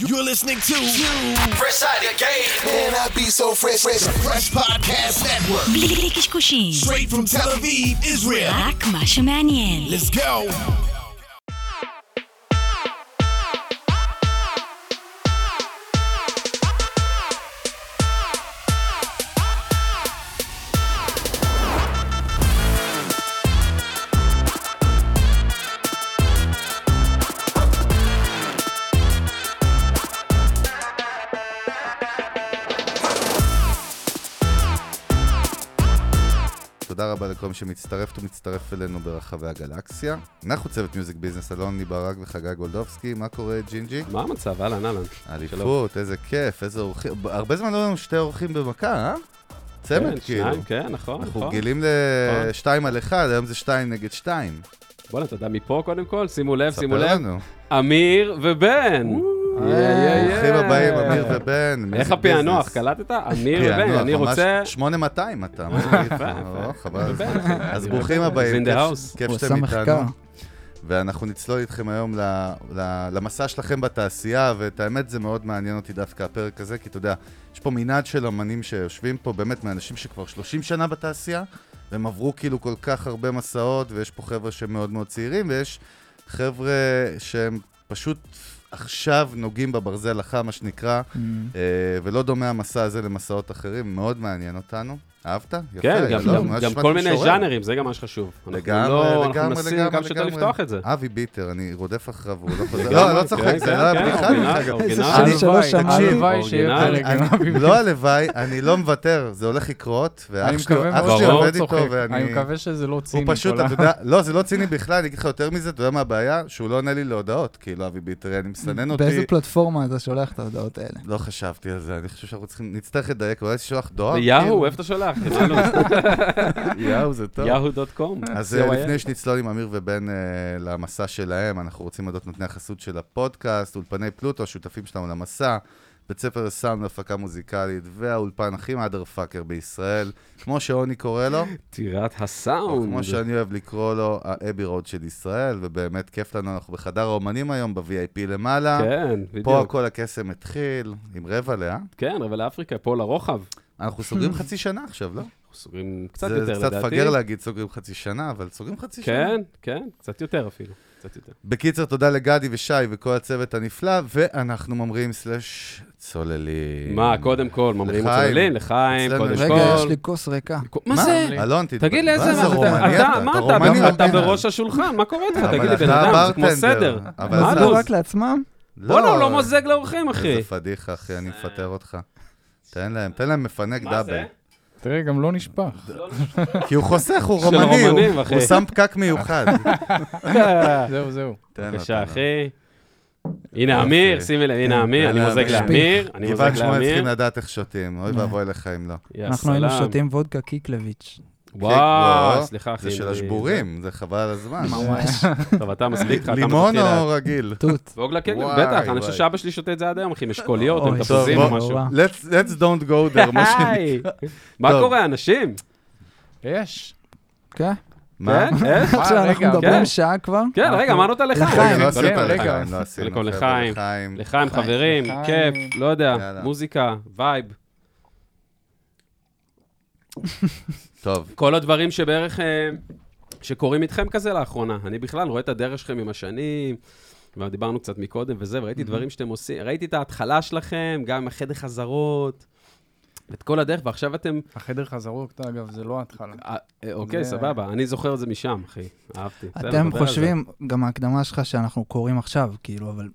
You're listening to Fresh Out of the Game. Man, I be so fresh, fresh, fresh podcast network. בלי בלי קשקושים, Straight from Tel Aviv, Israel. רק מה שמעניין. Let's go. תודה רבה לכל מי שמצטרף ומצטרף אלינו ברחבי הגלקסיה. אנחנו צוות מיוזיק ביזנס, אלון ליברג וחגג גולדובסקי, מה קורה ג'ינג'י? מה המצב? אהלן, אהלן. אליפות, איזה כיף, איזה אורחים. ב- הרבה זמן לא היו לנו שתי אורחים במכה, אה? צמד כן, כאילו. שניים, כן, נכון, אנחנו נכון. רגילים נכון. לשתיים על אחד, היום זה שתיים נגד שתיים. בוא'נה, אתה יודע, מפה קודם כל, שימו לב, שימו ספר לב, לנו. אמיר ובן. יא, יא, יא. ברוכים הבאים, אמיר ובן. מיוזיק אה. איך הפענוח, ביזנס. קלטת? אמיר ובן, פענוח, אני ממש רוצה... 8200 אתה, מה אני אגיד לך? או, חבל על הזמן. אז ברוכים הבאים, It's כן. in the כיף- house. כיף הוא שאתם עשה מחקר. איתנו. ואנחנו נצלול איתכם היום ל- ל- למסע שלכם בתעשייה, ואת האמת זה מאוד מעניין אותי דווקא הפרק הזה, כי אתה יודע, יש פה מנעד של אמנים שיושבים פה, באמת מאנשים שכבר 30 שנה בתעשייה, והם עברו כאילו כל כך הרבה מסעות, ויש פה חבר'ה שהם מאוד מאוד צעירים, ויש חבר'ה שהם פשוט עכשיו נוגעים בברזל החם, מה שנקרא, אה, ולא דומה המסע הזה למסעות אחרים, מאוד מעניין אותנו. אהבת? יפה, כן, גם- לא, גם- ממש גם נשמע כל כמו מיני שורר. ז'אנרים, זה גם מה שחשוב. אנחנו לגמרי, לא- לגמרי, אנחנו לגמרי, מנסים לגמרי. כמה שיותר לפתוח את זה. אבי ביטר, אני רודף אחריו, הוא לא חוזר. לגמרי, לא, לא כן, צוחק, זה כן, לא כן, אוקיי, כן. הבדיחה אורגינל, ממך. גם. אורגינל. אני- שנים שלא שמעתי. תקשיב, הלוואי שיהיה אורגינל. פרק גם. לא הלוואי, אני לא מוותר, זה הולך לקרות, ואח אני שלו- מקווה אח מאוד שלי ברור, עובד שהוא איתו, צוחק. ואני... אני מקווה שזה לא הוא ציני. פשוט, כל ה- אתה יודע, לא, זה לא ציני בכלל, אני אגיד לך יותר מזה, אתה יודע מה הבעיה? שהוא לא עונה לי להודעות, כאילו, אבי ביטר, אני מסנן אותי. באיזה פלטפורמה אתה שולח את ההודעות האלה? לא חשבתי על זה, אני חושב שאנחנו צריכים, נצטרך לדייק, אולי תשלח דואר. יאו, אוקיי. איפה אתה שולח? לא. אתה? יאו, זה טוב. יאו.קום. אז אה, לפני שנצלול עם אמיר ובן אה, למסע שלהם, אנחנו רוצים להודות לנותני החסות של הפודקאסט, אולפני פלוטו, השותפים שלנו למסע, בית ספר סאונד להפקה מוזיקלית, והאולפן הכי מאדר פאקר בישראל, כמו שעוני קורא לו, טירת או הסאונד. כמו שאני אוהב לקרוא לו, האבי רוד של ישראל, ובאמת כיף לנו, אנחנו בחדר האומנים היום, ב-VIP למעלה. כן, פה בדיוק. כל הקסם התחיל, עם רבע לאה. כן, אבל לאפריקה, פה לרוחב. אנחנו אנחנו סוגרים חצי שנה עכשיו, לא? סוגרים קצת זה- יותר, לדעתי. זה קצת פגר להגיד סוגרים חצי שנה, אבל סוגרים חצי שנה. כן, כן, קצת יותר אפילו. קצת יותר. בקיצר, תודה לגדי ושי וכל הצוות הנפלא, ואנחנו ממריאים סלאש צוללים. מה, קודם כל, ממריאים אה, לחיים. הצוללים, לחיים, אצלנו קודם יש- רגע, יש כל. לי כוס ריקה. מה זה? אלון, תדבר. תגיד לאיזה... מה זה רומני אתה, מה אתה, רומני לא, אתה- אתה רומני. בראש השולחן, מה קורה איתך? אבל תגיד לי, בן אתה אדם, זה כמו ברטנדר, סדר. אבל מה אתה- זה הלו"ז? רק לעצמם? בואנה, הוא לא מוזג לאורחים, אחי. איזה פדיחה, אחי, אני מפטר אותך. תן להם, תן להם מפנק מה זה? דאבל. תראה, גם לא נשפך. כי הוא חוסך, הוא של רומני, הוא- רומנים, אחי. הוא שם פקק מיוחד. זהו, זהו. תן לו, כן, בבקשה, תן לו. אחי. הנה אמיר, שימי לב, הנה אמיר, אני כן, יאללה, מוזג משפיך. לאמיר, אני גבעת מוזג שמואל צריכים לאמיר. לדעת איך שותים, אוי ואבוי לך אם לא. יא אנחנו היינו סלאם. שותים וודקה קיקלביץ'. וואו, סליחה, אחי. לא. זה של אני- השבורים, זה חבל על הזמן. טוב, אתה מספיק לך, אתה לימון מתחיל או רגיל? תות. ועוגלה קנגל, וואי, בטח, אני וואי. חושב שאבא שלי שותה את זה עד היום, אחי, עם אשכוליות, אוי, הם תפוזים טוב, או בוא, משהו. נורא. Let's let's don't go there, מה שנקרא. היי, מה טוב. קורה, אנשים? יש. כן? מה? כן, אה? עכשיו אה, אנחנו רגע, מדברים כן. שעה כבר? אה, כן, רגע, מה ענות עליך? לחיים. רגע, לא כן, עשינו רגע. לחיים, לא עשינו. קודם כל חבר'ה, לחיים. לחיים. לחיים, חברים, לחיים. כיף, לא יודע, יאללה. מוזיקה, וייב. טוב, כל הדברים שבערך, אה, שקורים איתכם כזה לאחרונה. אני בכלל רואה את הדרך שלכם עם השנים, כבר דיברנו קצת מקודם וזה, Mhm. וראיתי דברים שאתם עושים, ראיתי את ההתחלה שלכם, גם עם החדר חזרות, את כל הדרך, ועכשיו אתם... החדר חזרות, אגב, זה לא ההתחלה. אה, אה, אוקיי, זה- סבבה, אני זוכר את זה משם, אחי. אהבתי. בסדר, נדבר אתם על זה. חושבים, גם ההקדמה שלך שאנחנו קוראים עכשיו, כאילו, אבל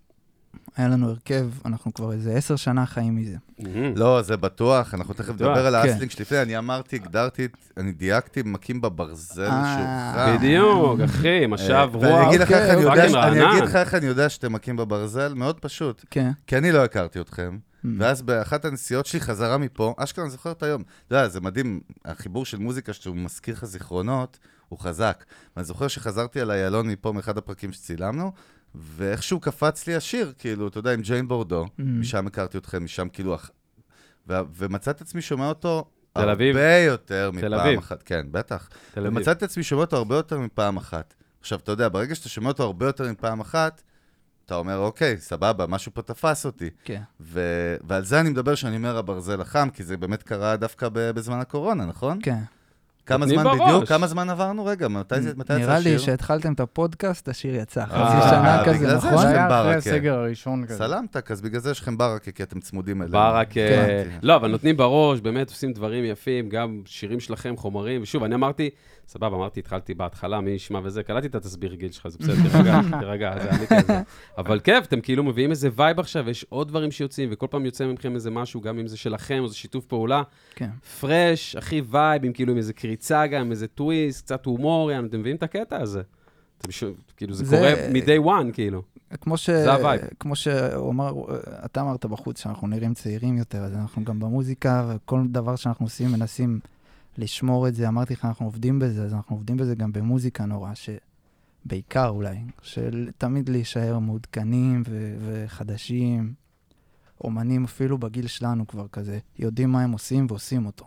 היה לנו הרכב, אנחנו כבר איזה עשר שנה חיים מזה. מהמם. לא, זה בטוח, אנחנו תכף בטוח, נדבר על כן. האסלינג שלפני, אני אמרתי, הגדרתי, אני דייקתי, מכים בברזל אה, שלך. בדיוק, אחי, משב רוח. אה, ואני אגיד לך אוקיי, איך אני אוקיי. יודע ש- אני רענן. אגיד לך איך אני יודע שאתם מכים בברזל, מאוד פשוט. כן. כי אני לא הכרתי אתכם, Mm. ואז באחת הנסיעות שלי חזרה מפה, אשכרה אני זוכר את היום. אתה יודע, זה מדהים, החיבור של מוזיקה שהוא מזכיר לך זיכרונות, הוא חזק. ואני זוכר שחזרתי על איילון מפה מאחד הפרקים שצילמנו, ואיכשהו קפץ לי השיר, כאילו, אתה יודע, עם ג'יין בורדו, Mm. משם הכרתי אתכם, משם כאילו... אח- ו- ומצא את עצמי שומע אותו תל אביב. הרבה יותר מפעם אביב. אחת. כן, בטח. תל אביב. ומצאתי את עצמי שומע אותו הרבה יותר מפעם אחת. עכשיו, אתה יודע, ברגע שאתה שומע אותו הרבה יותר מפעם אחת, אתה אומר, אוקיי, סבבה, משהו פה תפס אותי. כן. ו... ועל זה אני מדבר שאני אומר הברזל החם, כי זה באמת קרה דווקא ב... בזמן הקורונה, נכון? כן. כמה נותנים זמן בראש. בדיוק? כמה זמן עברנו? רגע, מתי זה מתי יצא נראה לי השיר? שהתחלתם את הפודקאסט, השיר יצא אה, חצי שנה בגלל כזה, זה נכון? יש זה לכם היה אחרי ברכה. הסגר הראשון כזה. סלמתק, אז בגלל זה יש לכם ברכה, כי אתם צמודים אלינו. ברק... אה, כן. הבנתי. לא, אבל נותנים בראש, באמת עושים דברים יפים, גם שירים שלכם, חומרים. ושוב, אני אמרתי, סבבה, אמרתי, התחלתי בהתחלה, מי ישמע וזה, קלטתי את התסביר גיל שלך, זה בסדר, תירגע, תירגע, זה עליתי על זה. אבל כיף, אתם כאילו מביאים איזה וייב עכשיו, יש עוד דברים שיוצאים, וכל פעם יוצא ממכם איזה משהו, גם אם זה שלכם או זה שיתוף פעולה. כן. פרש, הכי וייב, עם כאילו עם איזה קריצה גם, איזה טוויסט, קצת הומור, יענו, אתם מבינים את הקטע הזה. אתם שוב, כאילו, זה, זה- קורה מ-day one, כאילו. כמו ש... זה הווייב. כמו שהוא אמר, אתה אמרת בחוץ שאנחנו נראים צעירים יותר, אז אנחנו גם במוזיקה, וכל דבר שאנחנו עושים, מנסים לשמור את זה. אמרתי לך, אנחנו עובדים בזה, אז אנחנו עובדים בזה גם במוזיקה נורא, שבעיקר אולי, של תמיד להישאר מעודכנים ו... וחדשים. אומנים אפילו בגיל שלנו כבר כזה, יודעים מה הם עושים ועושים אותו.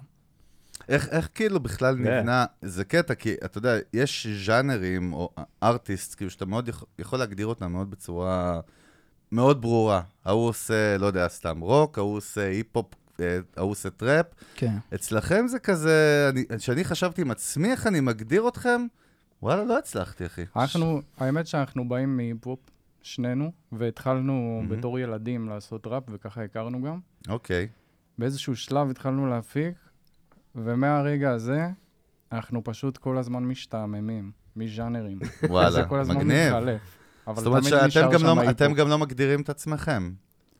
איך, איך כאילו בכלל כן. נבנה, זה קטע, כי אתה יודע, יש ז'אנרים או ארטיסט, כאילו שאתה מאוד יכול, יכול להגדיר אותם מאוד בצורה מאוד ברורה. ההוא עושה, לא יודע, סתם רוק, ההוא עושה היפ-הופ, אה, ההוא עושה טראפ. כן. אצלכם זה כזה, אני, כשאני חשבתי עם עצמי איך אני מגדיר אתכם, וואלה, לא הצלחתי, אחי. אנחנו, האמת שאנחנו באים מהיפ-הופ, שנינו, והתחלנו מהמם. בתור ילדים לעשות ראפ, וככה הכרנו גם. אוקיי. באיזשהו שלב התחלנו להפיק, ומהרגע הזה, אנחנו פשוט כל הזמן משתעממים, מז'אנרים. וואלה, זה כל הזמן מגניב. מתחלף. אבל זאת אומרת תמיד נשאר שאתם גם שם לא, ההיפ-הופ. אתם גם לא מגדירים את עצמכם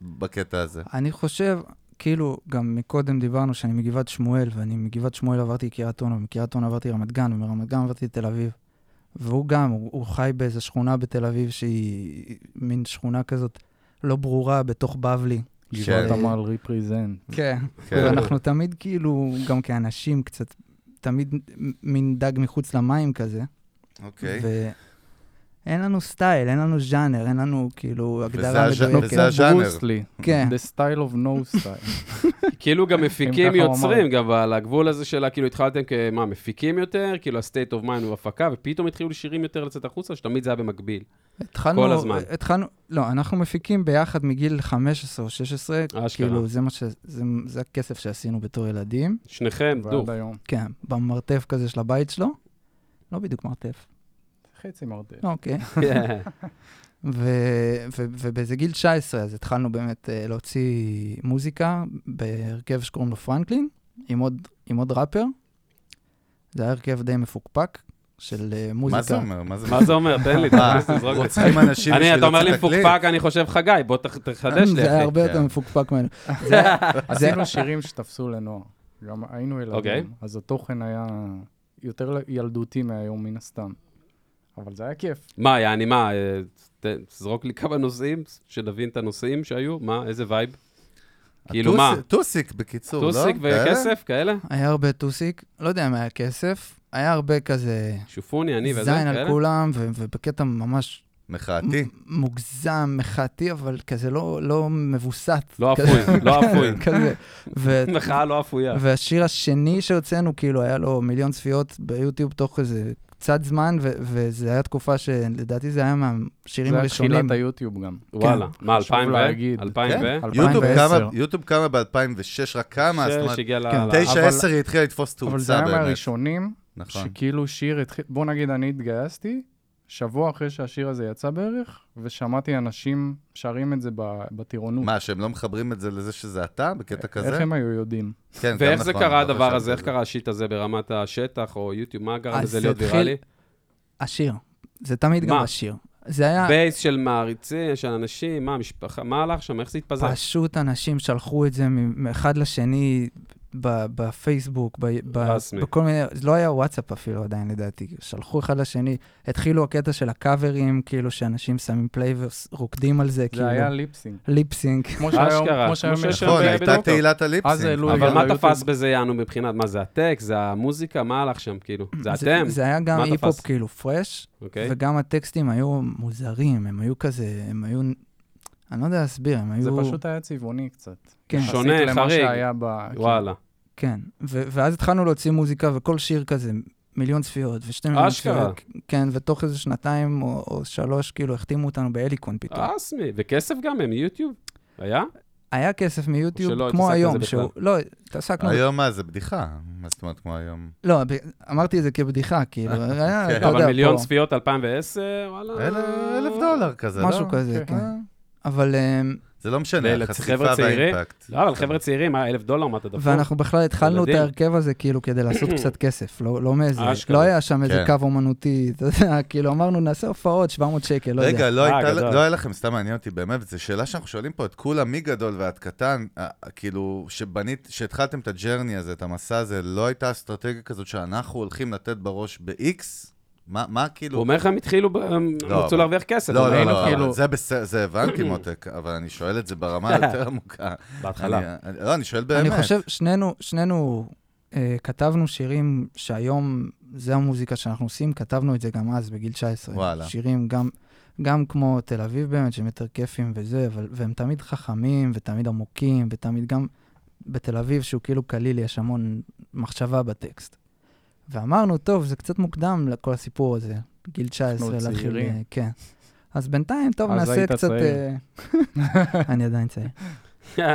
בקטע הזה. אני חושב, כאילו, גם מקודם דיברנו שאני מגבעת שמואל, ואני מגבעת שמואל עברתי לקריית אונו, ומקריית אונו עברתי לרמת גן, ומרמת גן עברתי לתל אביב. והוא גם, הוא, הוא חי באיזו שכונה בתל אביב שהיא מין שכונה כזאת לא ברורה בתוך בבלי. גבעת כן. עמל ריפריזנט. כן. כן. ואנחנו תמיד כאילו, גם כאנשים קצת, תמיד מ- מין דג מחוץ למים כזה. אוקיי. ואין לנו סטייל, אין לנו ז'אנר, אין לנו כאילו הגדרה הז'- מדויקת. וזה אוקיי. הז'אנר. ברוסלי, כן. the style of no style. כאילו גם מפיקים ככה הוא אמר. יוצרים, גם על הגבול הזה של ה- כאילו התחלתם כמה, מפיקים יותר, כאילו ה-state of mind הוא הפקה, ופתאום התחילו שירים יותר לצאת החוצה, שתמיד זה היה במקביל. התחלנו, כל הזמן. התחלנו, לא, אנחנו מפיקים ביחד מגיל 15 או 16, אשכרה. כאילו, זה מה ש... זה, זה הכסף שעשינו בתור ילדים. שניכם, דו. ועד היום. כן, במרתף כזה של הבית שלו. לא בדיוק מרתף, חצי מרתף. לא, אוקיי. כן. ו, ו, ובאיזה גיל 19, אז התחלנו באמת אה, להוציא מוזיקה בהרכב שקוראים לו פרנקלין, עם עוד, עם עוד ראפר. זה היה הרכב די מפוקפק של אה, מוזיקה. מה זה אומר? מה זה מה זה אומר? תן לי, מה, תכניס, תזרוק לי. רוצחים אנשים אה, אוקיי. אני, בשביל אתה אומר לי לצאת לקליפ? מפוקפק, אני חושב חגי, בוא תח- תחדש לי, זה היה אחי. הרבה יותר כן. מפוקפק ממנו. עשינו שירים שתפסו לנוער. גם היינו אוקיי. ילדים, אז התוכן היה יותר ילדותי מהיום מן הסתם. אבל זה היה כיף. מה, יעני, מה, אה, ת- תזרוק לי כמה נושאים, שנבין את הנושאים שהיו, מה, איזה וייב? כאילו, מה? הטוסיק- טוסיק, בקיצור, לא? טוסיק כאלה? וכסף, כאלה? היה הרבה טוסיק, לא יודע אם היה כסף, היה הרבה כזה שופוני, אני וזה, כן. זין על כאלה? כולם, ו- ובקטע ממש מחאתי. מ- מוגזם, מחאתי, אבל כזה לא, לא מבוסת. לא כזה- אפוי, לא אפוי. כזה. ו- מחאה לא אפויה. כן. והשיר השני שהוצאנו, כאילו, היה לו מיליון צפיות ביוטיוב תוך איזה קצת זמן, ו- וזה היה תקופה שלדעתי זה היה מהשירים זה היה הראשונים. תחילת היוטיוב גם. כן. וואלה. מה, חשוב 2000 ו? להגיד. 2000 ו? כן, יוטיוב 2010. קמה- יוטיוב קמה ב-2006, רק כמה, אה, זאת אומרת, שש הגיע ל... כן. ל- תשע, אבל- 9-10 היא התחילה לתפוס אבל זה תאוצה היה באמת. מהראשונים, נכון. שכאילו שיר התחיל, בוא נגיד אני התגייסתי, שבוע אחרי שהשיר הזה יצא בערך, ושמעתי אנשים שרים את זה ב- בטירונות. מה, שהם לא מחברים את זה לזה שזה אתה, בקטע כזה? איך הם היו יודעים? כן, גם ואיך זה נכון, אה, קרה לא הדבר חשבתי הזה? על איך קרה השיט הזה ברמת השטח או יוטיוב? מה גרם אז לזה זה להיות התחיל- ויראלי? השיר. זה תמיד גם מה? השיר. זה אה. היה... בייס של מעריצים, של אנשים, מה המשפחה, מה הלך שם? איך זה התפזר? פשוט אנשים שלחו את זה מ- מאחד לשני ב- בפייסבוק, ב- ב- רסמי. בכל מיני, זה לא היה וואטסאפ אפילו עדיין לדעתי, שלחו אחד לשני, התחילו הקטע של הקאברים, כאילו שאנשים שמים פליי ורוקדים על זה, כאילו, זה היה ליפסינג. ליפסינג. כמו שהיום, אשכרה, כמו שהיום כמו יש... שם נכון, ב- הייתה בדוקו. תהילת אז לא הליפסינג. העלו אבל- אבל גם מה ליוטיוב. תפס בזה, יענו, מבחינת, מה זה הטקסט, זה המוזיקה, מה הלך שם, כאילו? זה אתם, זה היה גם מה תפס? היפ-הופ כאילו פרש, אוקיי? וגם הטקסטים היו מוזרים, הם היו כזה, הם היו, אני לא יודע להסביר, הם היו... זה פשוט היה צבעוני קצת. כן. שונה, יחסית למה חריג. שהיה ב... וואלה. כן, ו- ואז התחלנו להוציא מוזיקה, וכל שיר כזה מיליון צפיות ושתי מיליון אשכרה. צפיות. כן, ותוך איזה שנתיים או, או שלוש, כאילו, החתימו אותנו בהליקון פתאום. אסמי, וכסף גם מיוטיוב? היה? לא היה כסף מיוטיוב, או שלא כמו התעסקת היום, בזה שהוא... לא, התעסקנו... היום מה, זה בדיחה. מה זאת אומרת, כמו היום? לא, ב- אמרתי את זה כבדיחה, כאילו, היה, אתה יודע, כן. אבל מיליון פה, צפיות 2010, וואלה. אל- אלף דולר כזה, לא? משהו כזה, אוקיי. כן. אבל... אמ, זה לא משנה, לאלה- החשיפה חבר'ה צעירים? והאימפקט. לא, אבל חבר'ה צעירים, מה, אלף דולר, מה אתה דפוק? ואנחנו בכלל התחלנו את ילדים. ההרכב הזה, כאילו, כדי לעשות קצת כסף, לא לא מאיזה... אשכרה. לא היה שם איזה כן. קו אומנותי, אתה יודע, כאילו, אמרנו, נעשה הופעות, 700 שקל, לא יודע. רגע, לא אה, הייתה- גדול. לא היה לכם, סתם מעניין אותי באמת, זו שאלה שאנחנו שואלים פה את כולם, מי גדול ועד קטן, אה, כאילו, שבנית, שהתחלתם את הג'רני הזה, את המסע הזה, לא הייתה אסטרטגיה כזאת שאנחנו הולכים לתת בראש ב-X? מה, מה כאילו... הוא אומר לך, הם התחילו, ב- הם לא, רצו אבל- להרוויח כסף. לא, אבל לא, היינו לא, כאילו- אבל זה בסדר, זה הבנתי מותק, אבל אני שואל את זה ברמה היותר עמוקה. בהתחלה. אני- אני- לא, אני שואל באמת. אני חושב, שנינו, שנינו אה, כתבנו שירים שהיום זה המוזיקה שאנחנו עושים, כתבנו את זה גם אז, בגיל 19. וואלה. שירים גם, גם כמו תל אביב באמת, שהם יותר כיפים וזה, אבל, והם תמיד חכמים ותמיד עמוקים, ותמיד גם בתל אביב, שהוא כאילו קליל, יש המון מחשבה בטקסט. ואמרנו, טוב, זה קצת מוקדם לכל הסיפור הזה, גיל 19, אנחנו להתחיל... צעירים. אה, כן. אז בינתיים, טוב, אז נעשה היית קצת... צעיר. אה, אני עדיין צעיר.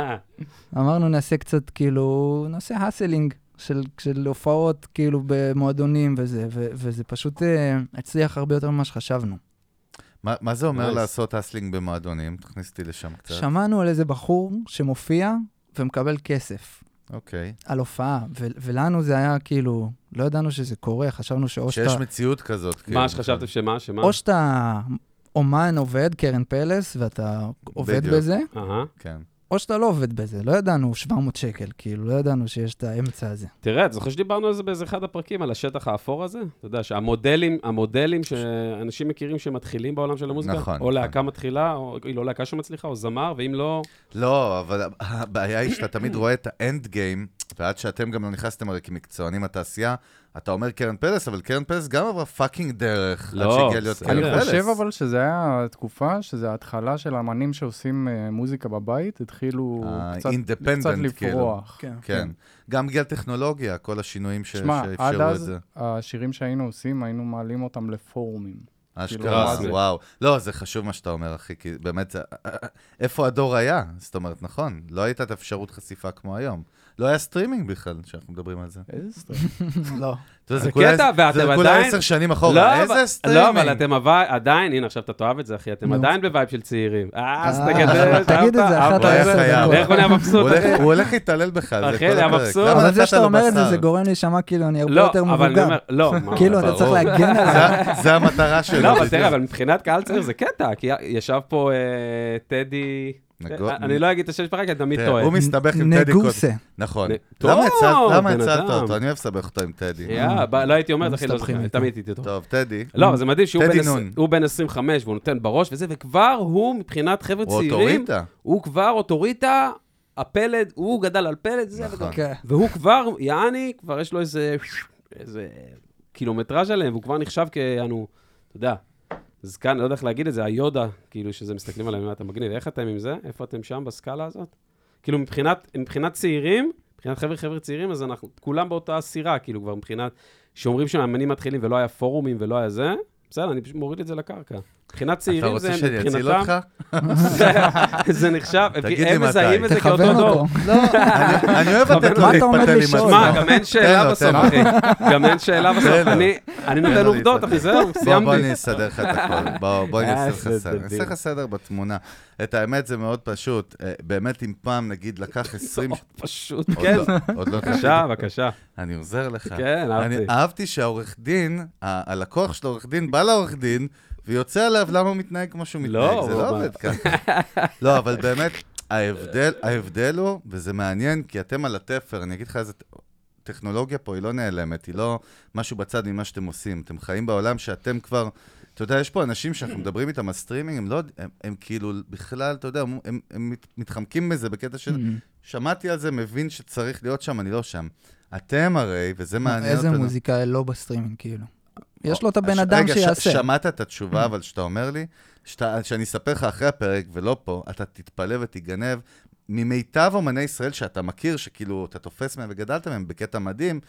אמרנו נעשה קצת כאילו, נעשה האסלינג של, של הופעות כאילו במועדונים וזה, ו, וזה פשוט אה, הצליח הרבה יותר ממה שחשבנו. מה- מה זה אומר Nice. לעשות הסלינג במועדונים? תכניס אותי לשם קצת. שמענו על איזה בחור שמופיע ומקבל כסף אוקיי. על הופעה, ו, ולנו זה היה כאילו, לא ידענו שזה קורה, חשבנו שאו שיש שאתה... מציאות כזאת. כאילו. מה שחשבתם שמה, שמה? או שאתה אומן עובד, קרן פלס, ואתה עובד בדיוק. בזה, אהה. כן. או שאתה לא עובד בזה. לא ידענו 700 שקל, כאילו, לא ידענו שיש את האמצע הזה. תראה, אתה זוכר שדיברנו על זה באיזה אחד הפרקים, על השטח האפור הזה? אתה יודע שהמודלים, המודלים שאנשים מכירים שמתחילים בעולם של המוזיקה, נכון, או נכון. להקה מתחילה, או כאילו להקה שמצליחה, או זמר, ואם לא, לא, אבל הבעיה היא שאתה תמיד רואה את האנד גיים, ועד שאתם גם לא נכנסתם הרי כמקצוענים לתעשייה, אתה אומר קרן פלס, אבל קרן פלס גם עברה פאקינג דרך, עד לא, שהגיעה להיות בסדר. קרן אני פלס. חושב אבל שזה היה התקופה, שזה ההתחלה של האמנים שעושים אה, מוזיקה בבית, התחילו אה, קצת independent, קצת כאילו. לפרוח. כן. כן. גם בגלל טכנולוגיה, כל השינויים ש- שמע, עד שאפשרו את אז זה. השירים שהיינו עושים, היינו מעלים אותם לפורומים. אשכרה, רז. וואו. לא, זה חשוב מה שאתה אומר, אחי, כי באמת, זה- איפה הדור היה? זאת אומרת, נכון, לא הייתה את אפשרות חשיפה כמו היום. לא היה סטרימינג בכלל, שאנחנו מדברים על זה. איזה סטרס. לא. אתה יודע, זה זה כולה קטע, עשר- זה ואתם כולה עדיין- עשר שנים לא, אחורה, אבל- איזה לא, אבל סטרימינג. אתם אבל- עדיין, הנה, עכשיו אתה תאהב את זה, אחי, אתם נו. עדיין בווייב של צעירים. אה, אז אה, תגיד, תגיד אהבת, את זה אהבת. אחת הוא היה לעשר חייב. דקות. איך הוא נהיה מבסוט, הוא הולך- אחי? הוא הולך להתעלל בך, זה אחי, כל היה הפרק. מבסוט. למה לא, אבל נתת זה שאתה לו אומר את זה, זה בשר? גורם לי להישמע כאילו אני הרבה לא, יותר אבל אני מבוגר. אומר, לא. מה, כאילו, אבל- אתה צריך ברור. להגן עליו. זה- זה המטרה שלו. לא, אבל בדיוק. תראה, אבל מבחינת קהל צעיר זה קטע, כי ישב פה אה, טדי... נגו- אני לא אגיד את השם שלך, כי אתה תמיד תראה, טועה. כן, הוא מסתבך עם טדי נגוסה. קוטנר. נכון. נ- למה טוב, הצלת- למה בן הצלת אדם. אותו? אני אוהב לסבך אותו עם טדי. יא, ב- לא הייתי אומר, לא אחי, לא מסתבכים זוכר, איתו. תמיד הייתי אותו. טוב, טדי. לא, אבל זה מדהים שהוא טדי בן עש- נון. הוא בן 25 והוא נותן בראש וזה, וכבר הוא, מבחינת חבר'ה הוא צעירים, אוטוריטה. הוא כבר אוטוריטה, הפלד, הוא גדל על פלד, זה, נכון. כן. והוא כבר, יעני, כבר יש לו איזה, איזה קילומטראז' עליהם, והוא כבר נחשב כאנו, אתה יודע, זקן, לא יודע איך להגיד את זה, היודה, כאילו, שזה מסתכלים עליהם, "מה, אתה מגניב, איך אתם עם זה? איפה אתם שם בסקאלה הזאת? כאילו, מבחינת, מבחינת צעירים, מבחינת חבר'ה חבר'ה צעירים, אז אנחנו כולם באותה סירה, כאילו, כבר מבחינת, שאומרים שמאמנים מתחילים ולא היה פורומים ולא היה זה, בסדר, אני פשוט מוריד את זה לקרקע. מבחינת אתה צעירים זה רוצה שאני מבחינתם... אציל אותך? זה נחשב, תגיד לי הם מתי. מזהים את זה כאותו תכוון דור. אותו. אני- אני אוהב לתת לו מה אתה עומד להתפתל עם לשאול? הזמן. שמע, גם אין אה? תן לו, שאלה בסוף, תן לו. אחי. גם אין שאלה בסוף. לו. אני- אני תן נותן לו עובדות, להתפתח. אחי, זהו, בוא, בוא אני סיימתי. אסדר לך את הכל, בוא, בוא אני אה, אעשה לך איזה סדר. אני אעשה דביל. לך סדר בתמונה. את האמת זה מאוד פשוט. אה, באמת, אם פעם, נגיד, לקח 20... אוקיי, פשוט, עוד כן. לא- עוד לא בבקשה, בבקשה. אני עוזר לך. כן, אהבתי. אני אהבתי שהעורך דין, ה- הלקוח של העורך דין בא לעורך דין, ויוצא עליו למה הוא מתנהג כמו שהוא לא, מתנהג. זה הוא לא בא- עובד ככה. לא, אבל באמת, ההבדל, ההבדל הוא, וזה מעניין, כי אתם על התפר, אני אגיד לך איזה... ט- טכנולוגיה פה היא לא נעלמת, היא לא משהו בצד ממה שאתם עושים. אתם חיים בעולם שאתם כבר... אתה יודע, יש פה אנשים שאנחנו מדברים איתם על סטרימינג, הם לא... יודע- הם, הם כאילו בכלל, אתה יודע, הם, הם, הם מת- מתחמקים מזה בקטע של... Mm-hmm. שמעתי על זה, מבין שצריך להיות שם, אני לא שם. אתם הרי, וזה מעניין איזה אותנו. מוזיקאי לא בסטרימינג, כאילו. יש לו את הבן הש- אדם רגע, אה, ש- שיעשה. Mm-hmm. שמעת את התשובה, אבל שאתה אומר לי, שאתה- שאני אספר לך אחרי הפרק ולא פה, אתה תתפלא ותיגנב. ממיטב אומני ישראל שאתה מכיר, שכאילו אתה תופס מהם וגדלת מהם בקטע מדהים,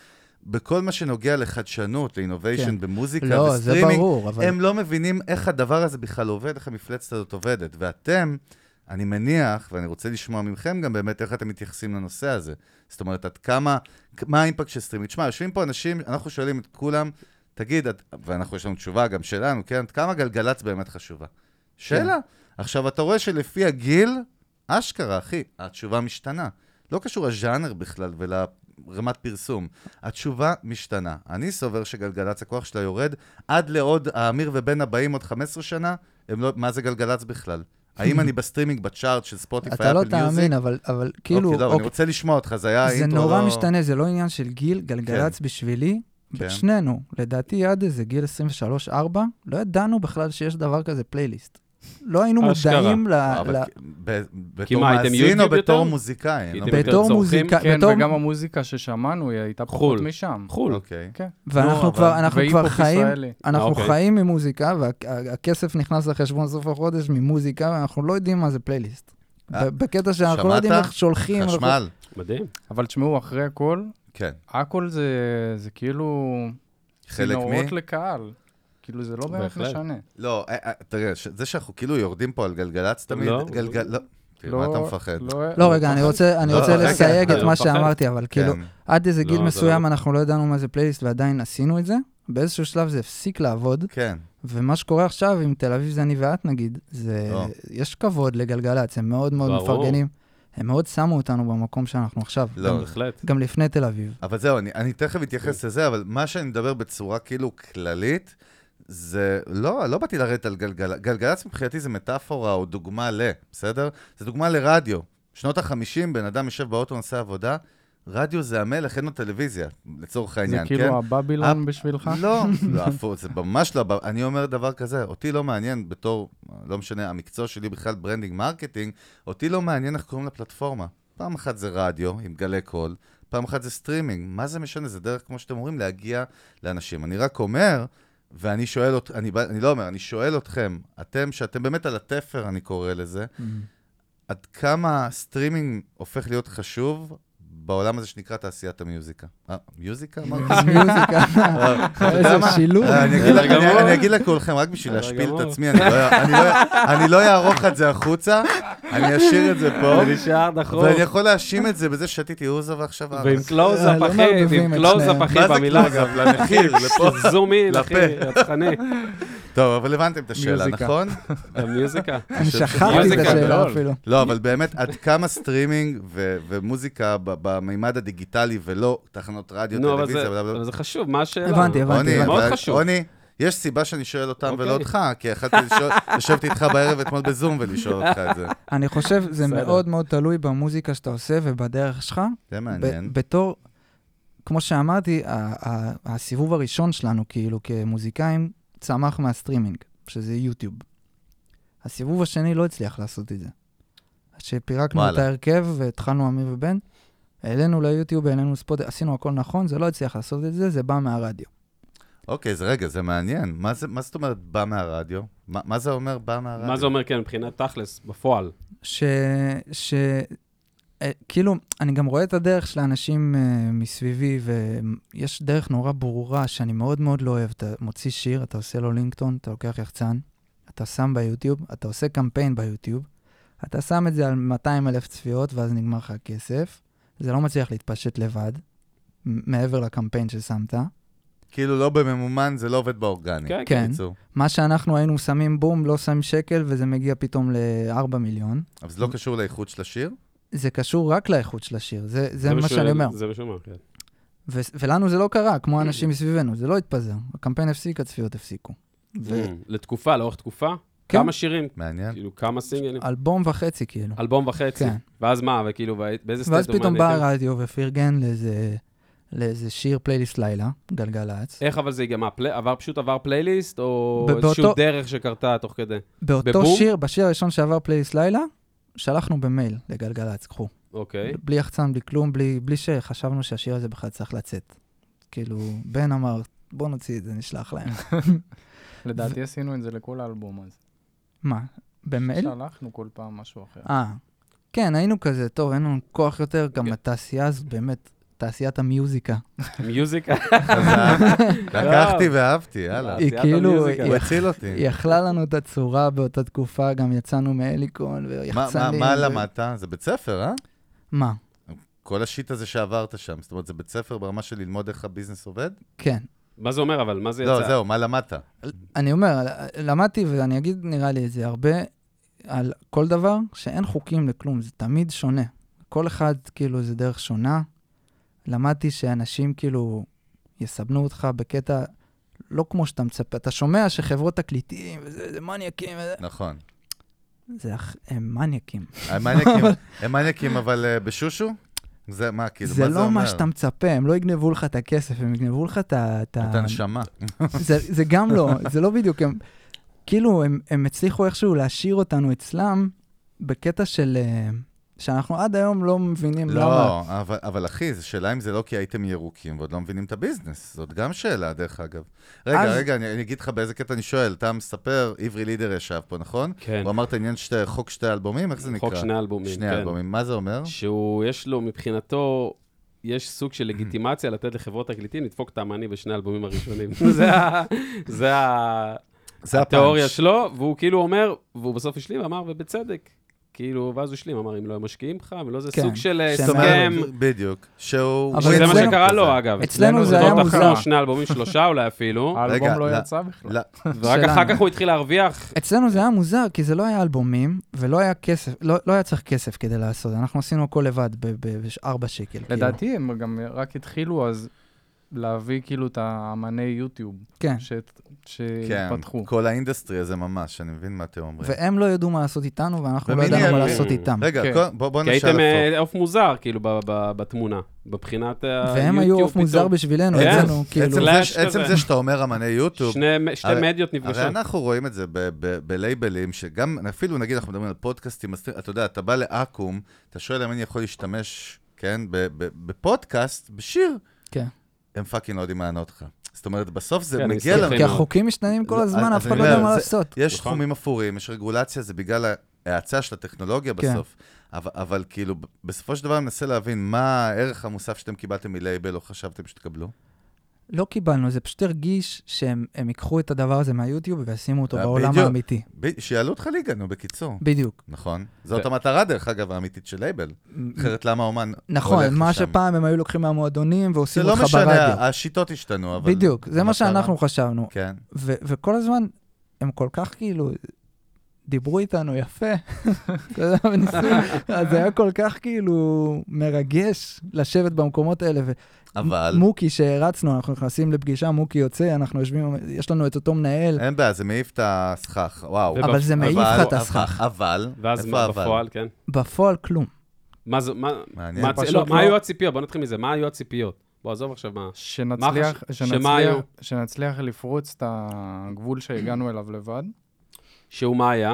בכל מה שנוגע לחדשנות, לאינוביישן כן. במוזיקה לא, זה וסטרימינג, ברור, אבל... הם לא מבינים איך הדבר הזה בכלל עובד, איך המפלצת הזאת עובדת. ואתם, אני מניח, ואני רוצה לשמוע מכם גם באמת איך אתם מתייחסים לנושא הזה. זאת אומרת, עד כמה, מה האימפקט של סטרימינג? תשמע, יושבים פה אנשים, אנחנו שואלים את כולם, תגיד, את, ואנחנו, יש לנו תשובה גם שלנו, כן? עד כמה גלגלצ באמת חשובה? שאלה. כן. עכשיו, אתה רואה שלפי הגיל, אשכרה, אחי, התשובה משתנה. לא קשור לז'אנר בכלל ולרמת פרסום. התשובה משתנה. אני סובר שגלגלצ, הכוח שלה יורד עד לעוד האמיר ובן הבאים עוד 15 שנה, הם לא, מה זה גלגלצ בכלל? האם אני בסטרימינג בצ'ארט של ספוטיפיי, אתה אפל לא מיוזיק? תאמין, אבל, אבל כאילו, אוקיי, לא, אבל אני אוקיי, רוצה לשמוע אותך, זה היה זה אינטרו נורא לא... משתנה, זה לא עניין של גיל, גלגלצ בשבילי, כן. שנינו, לדעתי עד איזה גיל 23-4, לא ידענו בכלל שיש דבר כזה פלייליסט. לא היינו אשכרה. מודעים ל... לא, אבל ל- כ- ב- כי בתור מה, הייתם מאזין או יוטיוב בתור יותר? מוזיקאי? אני לא הייתם מבין. יותר בתור צורכים? מוזיקה, כן, בתור... וגם המוזיקה ששמענו היא הייתה פחות חו"ל. משם. חו"ל. אוקיי. כן. ואנחנו נו, כבר, אבל- אנחנו והיפ-הופ כבר חיים, ישראלי. אנחנו אוקיי. חיים ממוזיקה, והכסף נכנס לחשבון סוף החודש ממוזיקה, ואנחנו לא יודעים מה זה פלייליסט. אה, ב- בקטע שאנחנו לא שמעת? יודעים איך שולחים. אנחנו- חשמל? מדהים. אבל תשמעו, אחרי הכל, כן. הכל זה, זה כאילו... חלק צינורות מ... לקהל. כאילו, זה לא באמת בהחלט. משנה. לא, אה, אה, תראה, ש- זה שאנחנו כאילו יורדים פה על גלגלצ תמיד, לא. גלגל... לא. תראה, לא, מה אתה מפחד? לא, רגע, אני רוצה, אני לא, רוצה רגע, לסייג אני את לא מה מפחד. שאמרתי, אבל כאילו, כן. עד איזה גיל לא, זה מסוים לא. אנחנו לא ידענו מה זה פלייליסט ועדיין עשינו את זה. באיזשהו שלב זה הפסיק לעבוד, כן. ומה שקורה עכשיו עם תל אביב זה אני ואת נגיד, זה... לא. יש כבוד לגלגלצ, הם מאוד מאוד ברור. מפרגנים. הם מאוד שמו אותנו במקום שאנחנו עכשיו. לא. בהחלט. גם לפני תל אביב. אבל זהו, אני, אני תכף אתייחס לזה, אבל מה שאני מדבר בצורה כאילו כללית, זה לא, לא באתי לרדת על גלגלצ. גלגלצ מבחינתי זה מטאפורה או דוגמה ל, בסדר? זה דוגמה לרדיו. שנות ה-50, בן אדם יושב באוטו, נוסע עבודה, רדיו זה המלך, אין לו טלוויזיה, לצורך זה העניין, כן? כאילו אפ- הבבילון בשבילך? לא, לא, הפוך, זה ממש לא... אני אומר דבר כזה, אותי לא מעניין בתור, לא משנה, המקצוע שלי בכלל ברנדינג מרקטינג, אותי לא מעניין איך קוראים לפלטפורמה. פעם אחת זה רדיו עם גלי קול, פעם אחת זה סטרימינג. מה זה משנה? זה דרך, כמו שאתם אומרים, להגיע לאנשים. אני רק אומר, ואני שואל, אות- אני, בא- אני לא אומר, אני שואל אתכם, אתם, שאתם באמת על התפר, אני קורא לזה, עד כמה סטרימינג הופך להיות חשוב בעולם הזה שנקרא תעשיית המיוזיקה. אה, מיוזיקה? אמרתי? אז מיוזיקה, אתה יודע איזה מה? שילוב. אה, אני אגיד בסדר לכם- אני- גמור. אני אגיד לכולכם, רק בשביל בסדר להשפיל את גמור. עצמי, אני לא- אני לא- אני לא אערוך את זה החוצה, אני אשאיר את זה פה, זה נשאר נכון. ואני יכול להאשים את זה בזה ששתיתי אוזה ועכשיו... ועם אה, קלוזאפ, לא אחי, מערבבים ועם את קלוזאפ, שניהם. אחי, מה זה במילה קלוז? גם. למחיר, לפה. זום אין, אחי, לפה. רצחני. טוב, אבל הבנתם את השאלה, מיוזיקה. נכון? המיוזיקה. אני שכחתי את מיוזיקה, השאלה גדול. אפילו. לא, אבל באמת, עד כמה סטרימינג ו- ומוזיקה ב- במימד הדיגיטלי ולא תחנות רדיו, נו, אבל זה- טלוויזיה, בלה, בלה, בלה. אבל זה חשוב, מה השאלה? הבנתי, הבנתי. רוני, מאוד אבל- חשוב. רוני, יש סיבה שאני שואל אותם אוקיי. ולא אותך, כי יכלתי לשאול- לשבת איתך בערב אתמול בזום ולשאול אותך את זה. אני חושב, זה בסדר. מאוד מאוד תלוי במוזיקה שאתה עושה ובדרך שלך. זה ב- מעניין. בתור, כמו שאמרתי, ה- ה- הסיבוב הראשון שלנו, כאילו, כמוזיקאים, צמח מהסטרימינג, שזה יוטיוב. הסיבוב השני לא הצליח לעשות את זה. כשפירקנו את וואלה. ההרכב והתחלנו אמיר ובן, העלינו ליוטיוב, העלינו ספוט, עשינו הכל נכון, זה לא הצליח לעשות את זה, זה בא מהרדיו. אוקיי, אז רגע, זה מעניין. מה, זה, מה זאת אומרת בא מהרדיו? מה, מה זה אומר בא מהרדיו? מה זה אומר, כן, מבחינת תכלס, בפועל? ש... ש... אה, כאילו, אני גם רואה את הדרך של האנשים אה, מסביבי, ויש דרך נורא ברורה שאני מאוד מאוד לא אוהב. אתה מוציא שיר, אתה עושה לו לינקטון, אתה לוקח יחצן, אתה שם ביוטיוב, אתה עושה קמפיין ביוטיוב, אתה שם את זה על 200 אלף צפיות, ואז נגמר לך הכסף. זה לא מצליח להתפשט לבד, מ- מעבר לקמפיין ששמת. כאילו לא בממומן, זה לא עובד באורגני. כן, כן. בקיצור. מה שאנחנו היינו שמים בום, לא שמים שקל, וזה מגיע פתאום ל-4 מיליון. אבל זה לא קשור לאיכות של השיר? זה קשור רק לאיכות של השיר, זה, זה, זה מה שהוא- שאני אומר. זה מה שהוא אומר, כן. ו- ולנו זה לא קרה, כמו האנשים מסביבנו, זה לא התפזר. הקמפיין הפסיק, הצפיות הפסיקו. Mm, לתקופה, לאורך תקופה? כן. כמה שירים? מעניין. כאילו, כמה סינגלים? ואלבום וחצי, כאילו. אלבום וחצי. כן. ואז מה, וכאילו, והי- באיזה סטייט ואז פתאום אומן בא הייתם? הרדיו ופרגן לאיזה, לאיזה שיר פלייליסט לילה, גלגלצ. איך אבל זה הגיע? מה, פלי- עבר פשוט עבר פלייליסט, או ב- איזשהו באותו- דרך שקרתה תוך כדי? באותו בבום? שיר, בשיר הראשון שעבר פלייליסט לילה, שלחנו במייל לגלגלצ, קחו. אוקיי. בלי יחצן, בלי כלום, בלי, בלי שחשבנו שהשיר הזה בכלל צריך לצאת. כאילו, בן אמר, בוא נוציא את זה, נשלח להם. לדעתי עשינו את זה לכל האלבום אז. מה, במייל? שלחנו כל פעם משהו אחר. כן. אה, כן, היינו כזה, טוב, אין לנו כוח יותר, גם התעשייה הזאת באמת תעשיית המיוזיקה. מיוזיקה. אה, לקחתי ואהבתי, יאללה. היא תעשיית כאילו, המיוזיקה. היא הוא הציל אותי. היא יכלה לנו את הצורה באותה תקופה, גם יצאנו מאליקון מה- מה- ויחצנים. מה ו- למדת? זה בית ספר, אה? מה? כל השיט הזה שעברת שם, זאת אומרת, זה בית ספר ברמה של ללמוד איך הביזנס עובד? כן. מה זה אומר אבל? מה זה יצא? לא, זהו, מה למדת? אני אומר, למדתי, ואני אגיד, נראה לי, זה הרבה על כל דבר, שאין חוקים לכלום, זה תמיד שונה. כל אחד, כאילו, זה דרך שונה. למדתי שאנשים, כאילו, יסבנו אותך בקטע לא כמו שאתה מצפה. אתה שומע שחברות תקליטים, וזה זה מניאקים, וזה... נכון. זה, אח- הם מניאקים. הם מניאקים- הם מניאקים, אבל אה, בשושו? זה מה, כאילו, מה זה זה אומר? לא מה שאתה מצפה, הם לא יגנבו לך את הכסף, הם יגנבו לך את ה... את ה- את הנשמה. זה, זה גם לא, זה לא בדיוק, הם, כאילו, הם, הם הצליחו איכשהו להשאיר אותנו אצלם בקטע של... אה, שאנחנו עד היום לא מבינים למה. לא, אבל, אבל אחי, זו שאלה אם זה לא כי הייתם ירוקים ועוד לא מבינים את הביזנס. זאת גם שאלה, דרך אגב. רגע, אז- רגע, אני, אני אגיד לך באיזה קטע אני שואל. אתה מספר, עברי לידר ישב פה, נכון? כן. הוא אמר את העניין שתי, חוק שתי אלבומים, איך זה נקרא? חוק שני אלבומים, שני כן. אלבומים, מה זה אומר? שהוא, יש לו, מבחינתו, יש סוג של לגיטימציה לתת לחברות תקליטים לדפוק את האמני בשני האלבומים הראשונים. זה ה- זה ה- זה התיאוריה הפאנץ'. שלו, והוא כאילו אומר, והוא בסוף השלים, אמר, ובצדק. כאילו, ואז הוא השלים, אמר, אם לא הם משקיעים בך, ולא זה כן. סוג של אה, שהם זאת אומרת, הסכם. בדיוק. שהוא... אבל שזה מה אצלנו- שקרה לו, אגב. אצלנו לא זה היה אותו מוזר. תחנו שני אלבומים, שלושה אולי אפילו, האלבום רגע, לא לא- יצא בכלל. לא, ורק שלנו. אחר כך הוא התחיל להרוויח. אצלנו זה היה מוזר, כי זה לא היה אלבומים, ולא היה כסף, לא, לא היה צריך כסף כדי לעשות, אנחנו עשינו הכל לבד ב-4 שקל. כאילו. לדעתי הם גם רק התחילו אז להביא כאילו את האמני יוטיוב כן. ש- כן, שהתפתחו. כל האינדסטרי הזה ממש, אני מבין מה אתם אומרים. והם לא ידעו מה לעשות איתנו, ואנחנו לא ומי ידענו מה נהיה- לעשות איתם. רגע, כן. קודם- בוא בוא כי נשאל הייתם הפוך. אה, עוף מוזר, כאילו, ב- ב- בתמונה, מבחינת אה, היוטיוב. והם היו עוף מוזר בשבילנו, כן. אצלנו, כאילו, עצם זה- פלאש עצם כזה. זה שאתה אומר אמני יוטיוב, שני- שתי הרי- מדיות הרי נפגשות. אנחנו רואים את זה ב- ב- בלייבלים, שגם, אפילו נגיד אנחנו מדברים על פודקאסטים, אז אתה יודע, אתה בא לאקו"ם, אתה שואל אם אני יכול להשתמש, כן, ב- ב- בפודקאסט, בשיר, כן. הם פאקינג לא יודעים לענות לך. זאת אומרת, בסוף כן, זה אני מגיע מסתכל. ל... כי החוקים משתנים כל לא, הזמן, אז אף אחד אני לא יודע אומר, מה זה- לעשות. יש נכון. תחומים אפורים, יש רגולציה, זה בגלל ההאצה של הטכנולוגיה כן. בסוף. אבל, אבל כאילו, ב- בסופו של דבר אני מנסה להבין מה הערך המוסף שאתם קיבלתם מלייבל או חשבתם שתקבלו. לא קיבלנו, זה פשוט הרגיש שהם הם ייקחו את הדבר הזה מהיוטיוב וישימו אותו אה, בעולם בדיוק. האמיתי. ב- שיעלו אותך ליגה, נו, בקיצור. בדיוק. נכון. זאת המטרה, דרך אגב, האמיתית של לייבל. אחרת למה האומן נכון, הולך מה לשם? שפעם הם היו לוקחים מהמועדונים זה ועושים לא אותך ברדיו. משנה, השיטות השתנו, אבל... בדיוק, זה מה המטרה- שאנחנו חשבנו. כן. ו- וכל הזמן, הם כל כך כאילו, דיברו איתנו יפה. אתה יודע, וניסו- אז זה היה כל כך כאילו מרגש לשבת במקומות האלה. ו- אבל... מוקי שהרצנו, אנחנו נכנסים לפגישה, מוקי יוצא, אנחנו יושבים, יש לנו את אותו מנהל. אין בעיה, זה מעיף את הסכך, וואו. ובפ- אבל זה מעיף אה, אבל- לך את הסכך. אבל... ואז איפה מה אבל? בפועל, כן. בפועל כלום. מה זה, מה, מעניין. מה הצ- פשוט לא, לא- מה היו הציפיות? בוא נתחיל מזה, מה היו הציפיות? בוא, עזוב עכשיו מה. מה שנצליח, חש- שמה שנצליח, היו? שנצליח לפרוץ את הגבול שהגענו אליו לבד. שהוא מה היה?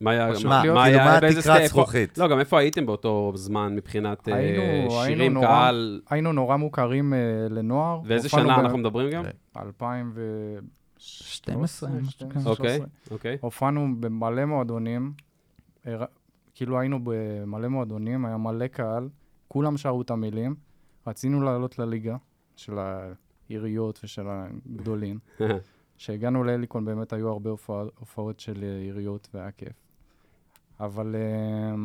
מה היה? פשוט להיות- כאילו, מה באיזה התקרת סטי- איפה- זכוכית? לא, גם איפה הייתם באותו זמן מבחינת אה, היינו- היינו שירים, נורא- קהל? היינו נורא מוכרים אה, לנוער. ואיזה הופענו שנה ב- אנחנו מדברים גם? אוקיי. 2012, משהו כזה. 2013. אוקיי, אוקיי. הופענו במלא מועדונים, הר- כאילו היינו במלא מועדונים, היה מלא קהל, כולם שרו את המילים, רצינו לעלות לליגה של העיריות ושל הגדולים. כשהגענו להליקון באמת היו הרבה הופעה- הופעות של אה, עיריות והיה כיף. אבל אה,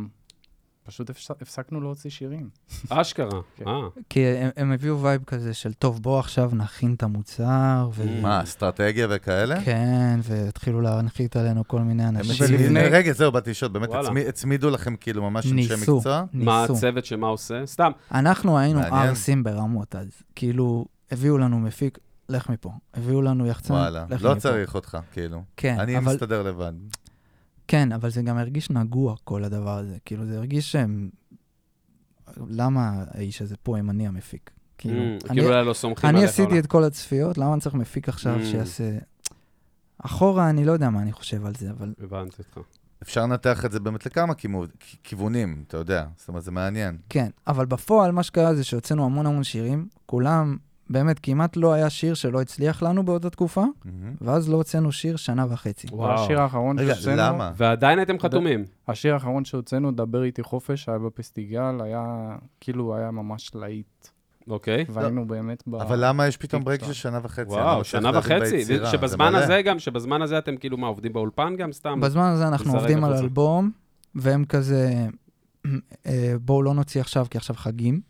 פשוט הפס- הפסקנו להוציא שירים. אשכרה. כן. אה, כי הם, הם הביאו וייב כזה של, טוב, בוא עכשיו נכין את המוצר, ו... מה, אסטרטגיה וכאלה? כן, והתחילו להנחית עלינו כל מיני הם אנשים. ולפני- הצמידו- רגע, זהו, באתי לשאול, באמת וואלה. הצמי- הצמידו לכם כאילו ממש אנשי ניסו, מקצוע? מה ניסו. הצוות שמה עושה? סתם, אנחנו היינו מעניין. ערסים ברמות אז. כאילו, הביאו לנו מפיק, לך מפה. הביאו לנו יחצן, וואלה, לך לא מפה. צריך אותך, כאילו. כן, אני אבל- מסתדר לבד. כן, אבל זה גם הרגיש נגוע, כל הדבר הזה. כאילו, זה הרגיש שהם... למה האיש הזה פה אם אני המפיק? כן. כאילו, אמ, אני- כאילו אולי לא סומכים אני עליך. אולי. עשיתי את כל הצפיות, למה אני צריך מפיק עכשיו Mm. שיעשה... אחורה, אני לא יודע מה אני חושב על זה, אבל הבנתי אותך. אפשר לנתח את זה באמת לכמה כימו- כ- כיוונים, אתה יודע. זאת אומרת, זה מעניין. כן. אבל בפועל, מה שקרה זה שהוצאנו המון המון שירים, כולם באמת, כמעט לא היה שיר שלא הצליח לנו באותה תקופה, מהמם. ואז לא הוצאנו שיר שנה וחצי. Mm-hmm. וואו. השיר האחרון רגע, שהוצאנו... למה? ועדיין הייתם חתומים. השיר האחרון שהוצאנו, דבר איתי חופש, היה בפסטיגל, היה כאילו היה ממש להיט. אוקיי. והיינו באמת ב... אבל למה יש פתאום ברייק של טיק-טוק. שנה וחצי? אני לא וואו, מצליח שנה להבין וחצי. ביצירה, זה שבזמן מלא. הזה גם, שבזמן הזה אתם כאילו, מה, עובדים באולפן גם סתם? בזמן הזה אנחנו לזרק עובדים על החוצה. אלבום, והם כזה, אה, בואו לא נוציא עכשיו, כי עכשיו חגים,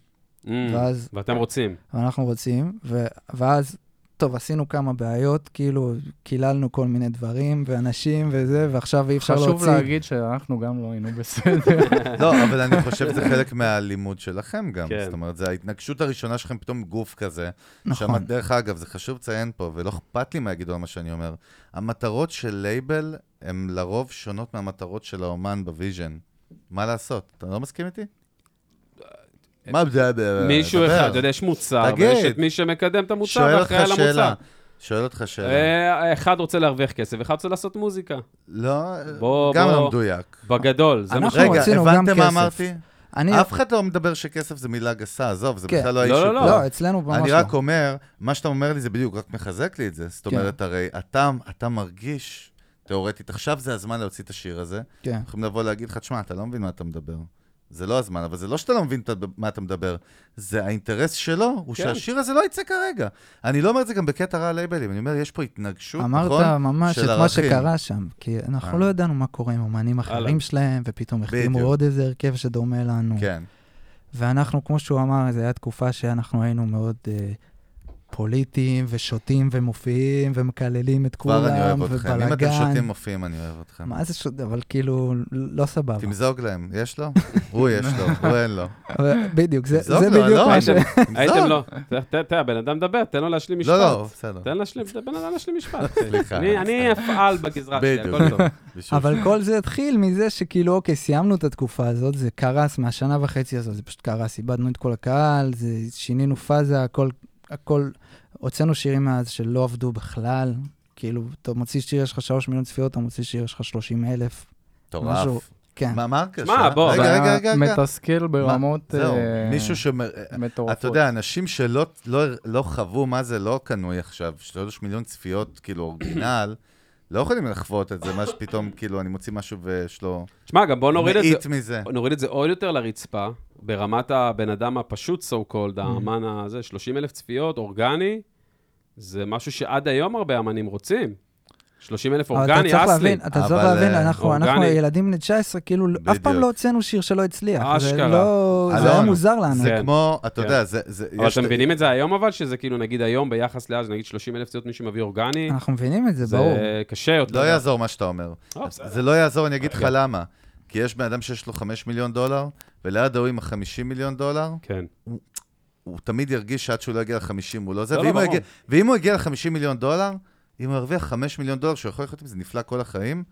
Mm, ואז- ואתם רוצים. ואנחנו רוצים, ו- ואז, טוב, עשינו כמה בעיות, כאילו, קיללנו כל מיני דברים, ואנשים וזה, ועכשיו אי אפשר להוציא. חשוב להגיד שאנחנו גם לא היינו בסדר. לא, אבל אני חושב שזה חלק מהלימוד שלכם גם. כן. זאת אומרת, זו ההתנגשות הראשונה שלכם פתאום עם גוף כזה. נכון. שם, דרך אגב, זה חשוב לציין פה, ולא אכפת לי מה יגידו על מה שאני אומר. המטרות של לייבל הן לרוב שונות מהמטרות של האומן בוויז'ן. מה לעשות? אתה לא מסכים איתי? מה זה... מישהו אה, דבר. אחד, אתה יודע, יש מוצר, תגיד. ויש את מי שמקדם את המוצר שואל אותך ואחראי על המוצר. שאלה. שואל אותך שאלה. אה, אחד רוצה להרוויח כסף, ואחד רוצה לעשות מוזיקה. לא, בוא, גם בוא. לא מדויק. בגדול, זה מה ש... אנחנו רגע, רצינו גם הבנתם מה כסף. אמרתי? אני... אף אחד לא מדבר שכסף זה מילה גסה, עזוב, זה כן. בכלל לא לא, האישו. לא, פה. לא. לא, אצלנו ממש לא. אני רק אומר, מה שאתה אומר לי זה בדיוק רק מחזק לי את זה. זאת כן. אומרת, הרי אתה, אתה מרגיש, תיאורטית, עכשיו זה הזמן להוציא את השיר הזה. כן. יכולים לבוא להגיד לך, תשמע, אתה לא מבין מה אתה מדבר. זה לא הזמן, אבל זה לא שאתה לא מבין את- מה אתה מדבר, זה האינטרס שלו, הוא כן. שהשיר הזה לא יצא כרגע. אני לא אומר את זה גם בקטע רע לייבלים, אני אומר, יש פה התנגשות, נכון? אמרת ממש של את מה ערכים. שקרה שם, כי אנחנו אה. לא ידענו מה קורה עם אומנים אהלן. אחרים שלהם, ופתאום החתימו בדיוק. עוד איזה הרכב שדומה לנו. כן, ואנחנו, כמו שהוא אמר, זו הייתה תקופה שאנחנו היינו מאוד אה, פוליטיים, ושותים ומופיעים, ומקללים את כולם, כבר אני אוהב ובלאגן. אתכם. אם אתם שותים מופיעים, אני אוהב אתכם. מה זה שות... אבל כאילו, לא סבבה. תמזוג להם, יש לו? הוא יש לו, הוא אין לו. אבל בדיוק, זה, תמזוג זה לו, בדיוק לא, מה אין ש... לו. הייתם- הייתם תמזוג. לא. ת- ת- תראה, הבן אדם מדבר, תן לו להשלים משפט. לא, לא, בסדר. תן להשלים, תן לבן אדם להשלים משפט. סליחה. אני- אני אפעל בגזרה שלי, בדיוק. הכל טוב. בשביל- אבל כל זה התחיל מזה שכאילו, אוקיי, סיימנו את התקופה הזאת, זה קרס מהשנה וחצי הזאת, זה פשוט קרס, איבדנו את כל הקהל, זה, שינינו פאזה, הכל, הכל, הוצאנו שירים מאז שלא עבדו בכלל, כאילו, אתה מוציא שיר, יש לך 3 מיליון צפיות, אתה מוציא שיר, יש לך 30 אלף, משהו, מטורף. כן. מה, מה הקשר? מה, בוא, רגע, זה רגע, היה רגע, רגע. מתסכל ברמות זהו, אה, מישהו שמר... מטורפות. אתה יודע, אנשים שלא לא, לא חוו מה זה לא קנוי עכשיו, שלוש מיליון צפיות, כאילו, אורגינל, לא יכולים לחוות את זה, מה שפתאום, כאילו, אני מוציא משהו ויש לו... תשמע, גם בוא נוריד את זה. מאית מזה. אוקיי. נוריד את זה עוד יותר לרצפה, ברמת הבן אדם הפשוט, so Mm-hmm. called, האמן הזה, 30 אלף צפיות, אורגני, זה משהו שעד היום הרבה אמנים רוצים. 30 אלף אבל אתה אורגני, צריך אסלי. להבין, אתה צריך אבל, להבין, אה, אנחנו אורגני. אנחנו ילדים בני 19, כאילו, אף פעם בדיוק. לא הוצאנו שיר שלא הצליח. זה אשכרה. לא, זה אלון, היה מוזר לנו. זה כן. כמו, אתה כן. יודע, זה... זה אבל יש- אתם מבינים את זה היום אבל, שזה כאילו נגיד היום ביחס לאז, נגיד 30 אלף צפיות מישהו מביא אורגני, אנחנו מבינים את זה, זה אה, ברור. קשה יותר. לא יעזור מה שאתה אומר. אה, בסדר. זה לא יעזור, אני אגיד לך כן. למה. כי יש בן אדם שיש לו 5 מיליון דולר, וליד ההוא עם ה-50 מיליון דולר, כן. הוא תמיד ירגיש שעד שהוא לא יגיע ל-50 הוא לא זה, לא, ואם, לא, הוא יגיע, ברור. ואם הוא יגיע ל-50 מיליון דולר, אם הוא ירוויח 5 מיליון דולר, שהוא יכול לחיות עם זה נפלא כל החיים,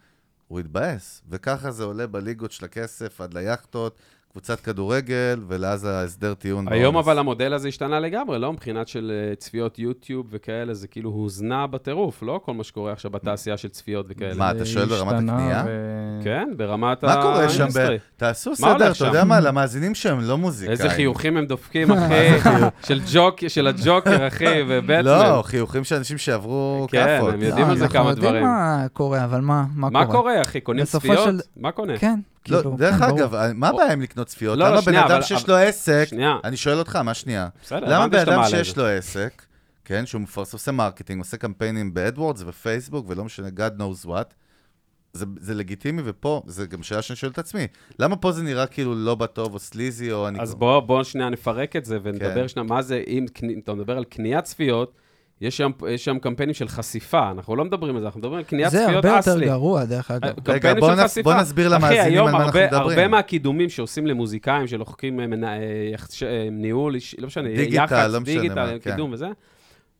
הוא יתבאס. וככה זה עולה בליגות של הכסף, עד ליאכטות, קבוצת כדורגל, ולאז ההסדר טיעון. היום באונס. אבל המודל הזה השתנה לגמרי, לא? מבחינת של אה, צפיות יוטיוב וכאלה, זה כאילו הוזנע בטירוף, לא כל מה שקורה עכשיו בתעשייה של צפיות וכאלה. מה, אתה זה שואל ברמת השתנה, הקנייה? ו- כן, ברמת מה קורה שם? ב... האינדסטרי. תעשו מה הולך סדר, אתה שם? יודע מה, למאזינים שהם לא מוזיקאים. איזה חיוכים הם דופקים, אחי, של ג'וק, של הג'וקר, אחי, ובטמן. לא, חיוכים של אנשים שעברו כן, כאפות. הם יודעים לא, על זה כמה אנחנו יודעים דברים. מה קורה, אבל מה מה מה קורה, אחי? קונים בסופו צפיות? של- מה קונה? כן, לא, כאילו... דרך ברור. אגב, מה הבעיה עם לקנות צפיות? לא, לא, למה בן שנייה, אדם אבל- שיש לו עסק, שנייה. אני שואל אותך, מה שנייה? בסדר, למה הבנתי בן שאתה אדם מעלה את שיש זה. לו עסק, כן, שהוא מפרס, עושה מרקטינג, עושה קמפיינים באדוורדס ובפייסבוק, ולא משנה, God knows what, זה, זה לגיטימי, ופה, זה גם שאלה שאני שואל את עצמי, למה פה זה נראה כאילו לא בטוב או סליזי, או אני... לא? אז בואו בוא שנייה נפרק את זה ונדבר כן. שנייה, מה זה, אם קני- אתה מדבר על קניית צפיות, יש שם, יש שם קמפיינים של חשיפה, אנחנו לא מדברים על זה, אנחנו מדברים על קניית זה צפיות הרבה יותר אסלי. גרוע, דרך אגב. אה, קמפיינים בוא של נס- חשיפה. בוא נסביר למאזינים אחי, היום על מה אנחנו הרבה- מדברים. הרבה מהקידומים שעושים למוזיקאים, שלוחקים אה, מנה- אה, יחש- אה, ניהול, איש- לא משנה, דיגיטל, יח"צ, לא משנה דיגיטל, מה, כן. קידום וזה,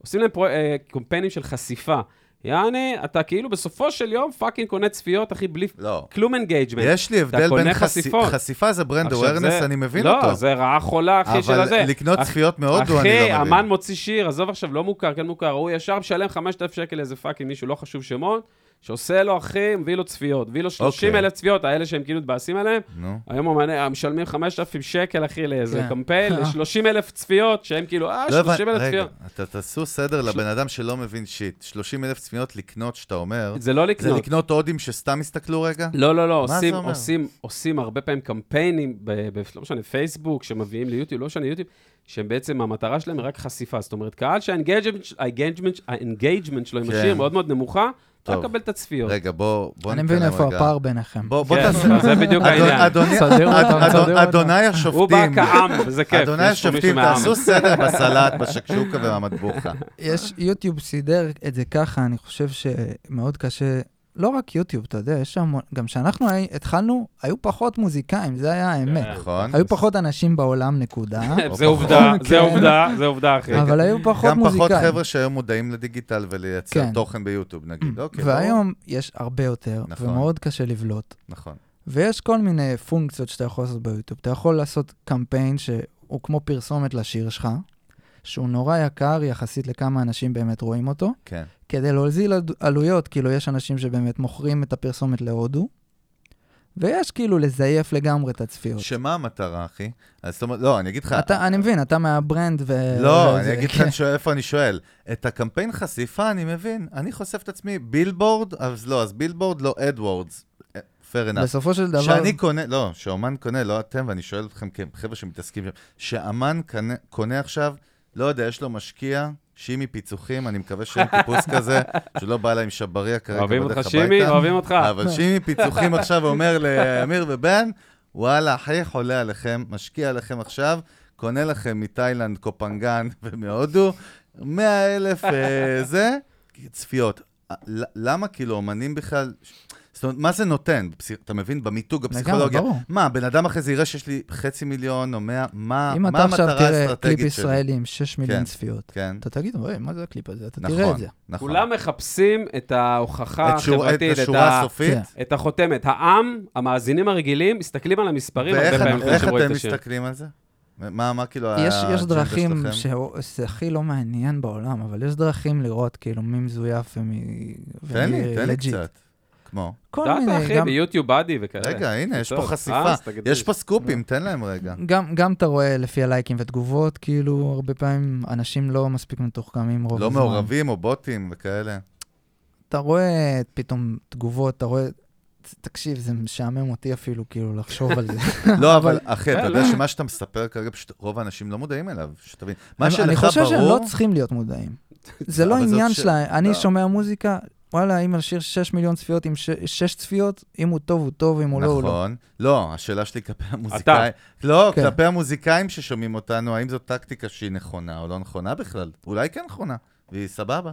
עושים להם פרו- אה, קמפיינים של חשיפה. יעני, אתה כאילו בסופו של יום פאקינג קונה צפיות, אחי, בלי לא. כלום אינגייג'מנט. יש לי הבדל בין קונה חשיפ... חשיפות. חשיפה זה ברנד עכשיו, awareness, זה- אני מבין לא, אותו. לא, זה רעה חולה, אחי, של הזה. אבל לקנות אח- צפיות מהודו, אני לא מבין. אחי, אמן מוציא שיר, עזוב עכשיו, לא מוכר, כן מוכר, הוא ישר משלם 5,000 שקל לאיזה פאקינג מישהו, לא חשוב שמות, שעושה לו, אחי, מביא לו צפיות. מביא לו 30 אוקיי. אלף צפיות, האלה שהם כאילו מתבאסים עליהם. נו. היום המנה, משלמים 5,000 שקל, אחי, לאיזה כן. קמפיין, ל-30 אלף צפיות, שהם כאילו, אה, 30 אלף לא רגע, צפיות. אתה תעשו סדר לבן אדם שלא מבין שיט. 30 אלף צפיות לקנות, שאתה אומר, זה לא זה לקנות. לקנות הודים שסתם הסתכלו רגע? לא, לא, לא, זה עושים, אומר? עושים, עושים הרבה פעמים קמפיינים, ב, ב, לא משנה, פייסבוק, שמביאים ליוטיוב, לא משנה, יוטיוב, שהם בעצם, המטרה שלהם היא רק חשיפה. זאת אומרת, קהל שהאנגייג'מנט האנגייג'מנט שלו עם כן. השיר מאוד מאוד נמוכה, אתה טוב. לקבל את הצפיות. רגע, בוא, בוא אני ניתן מבין להם איפה רגע. הפער ביניכם. בוא, בוא כן, תעשה... אבל זה בדיוק אדון- העניין. אדוני- סדר אותם, אדון- סדר אותם. אדוני הוא בא השופטים, כעם, וזה כיף. אדוני יש פה מישהו השופטים, מהעם. תעשו סדר בסלט, בשקשוקה ובמטבוחה. יש, יוטיוב סידר את זה ככה, אני חושב שמאוד קשה, לא רק יוטיוב, אתה יודע, יש שם, גם כשאנחנו הי- התחלנו, היו פחות מוזיקאים, זה היה האמת. נכון? היו פחות אנשים בעולם, נקודה, זה עובדה, זה אוקיי. כן. עובדה, זה עובדה, אחי. אבל היו פחות גם פחות מוזיקאים. חבר'ה שהיו מודעים לדיגיטל ולייצר כן. תוכן ביוטיוב, נגיד. אוקיי, ברור. והיום יש הרבה יותר, נכון. ומאוד קשה לבלוט. נכון. ויש כל מיני פונקציות שאתה יכול לעשות ביוטיוב. אתה יכול לעשות קמפיין שהוא כמו פרסומת לשיר שלך, שהוא נורא יקר יחסית לכמה אנשים באמת רואים אותו, כן. כדי להוזיל עד- עלויות, כאילו יש אנשים שבאמת מוכרים את הפרסומת להודו, ויש כאילו לזייף לגמרי את הצפיות. שמה המטרה, אחי? אז זאת אומרת, לא, אני אגיד לך... אתה, אני מבין, אתה מהברנד ו... לא, וזה- אני אגיד לך כן. את שואל- איפה אני שואל. את הקמפיין חשיפה, אני מבין. אני חושף את עצמי, בילבורד, אז לא, אז בילבורד, לא אדוורדס. אה, fair enough. בסופו של דבר... שאני קונה, לא, שאומן קונה, לא אתם, ואני שואל אתכם, חבר'ה שמתעסקים שם, שאמן קנה- קונה עכשיו, לא יודע, יש לו משקיע, שימי פיצוחים, אני מקווה שאין טיפוס כזה, שלא בא אליי עם שברייה כרגע אוהבים בדרך אותך, הביתה. שימי, אוהבים אותך. אבל שימי פיצוחים עכשיו אומר לאמיר ובן, וואלה, אחי, חולה עליכם, משקיע עליכם עכשיו, קונה לכם מתאילנד, קופנגן ומהודו, 100 אלף אה, זה, צפיות. אה, ל- למה כאילו אומנים בכלל... זאת אומרת, מה זה נותן? פסיכ- אתה מבין? במיתוג, הפסיכולוגיה. ברור. מה, בן אדם אחרי זה יראה שיש לי חצי מיליון או מאה, מה אם מה אתה המטרה עכשיו תראה האסטרטגית קליפ שלי? ישראלי עם 6 כן. מיליון צפיות, כן, אתה תגיד, "אוי, מה זה הקליפ הזה? אתה תראה את נכון, זה. נכון. כולם אה, מחפשים את ההוכחה את שור- את החברתית, את השורה ה- הסופית, כן. את החותמת. העם, המאזינים הרגילים, מסתכלים על המספרים הרבה ואיך פעמים לפני איך שהם רואים אתם את השיר. מסתכלים על זה? מה, מה כאילו יש, יש האג'נדה דרכים שלכם? שזה הכי לא מעניין בעולם, אבל יש דרכים לראות כאילו מי מזויף ומי... תן ומי לי, תן לי אה, legit. קצת. כמו, כל דעת, מיני, אחי, גם, ביוטיוב באדי וכאלה. רגע, הנה, יש פה אה, טוב, חשיפה, אז תגדיל. יש פה סקופים, תן להם רגע. גם, גם אתה רואה לפי הלייקים ותגובות, כאילו הרבה פעמים אנשים לא מספיק מתוחכמים רוב לא הזמן. מעורבים או בוטים וכאלה. אתה רואה פתאום תגובות, אתה רואה... תקשיב, זה משעמם אותי אפילו, כאילו, לחשוב על זה. לא, אוקיי. אבל אחי, אתה אה, יודע לא. שמה שאתה מספר כרגע, פשוט רוב האנשים לא מודעים אליו, שתבין. מה אני- שלך ברור... אני חושב שהם לא צריכים להיות מודעים. זה לא אבל זאת עניין ש- שלהם. אני לא. שומע מוזיקה, וואלה, אם על שיר 6 מיליון צפיות, עם 6 צפיות, אם הוא טוב, הוא טוב, אם הוא לא, הוא לא. נכון. לא, השאלה שלי כלפי המוזיקאים. לא, כן. כלפי המוזיקאים ששומעים אותנו, האם זו טקטיקה שהיא נכונה או לא נכונה בכלל? אולי כן נכונה, והיא סבבה.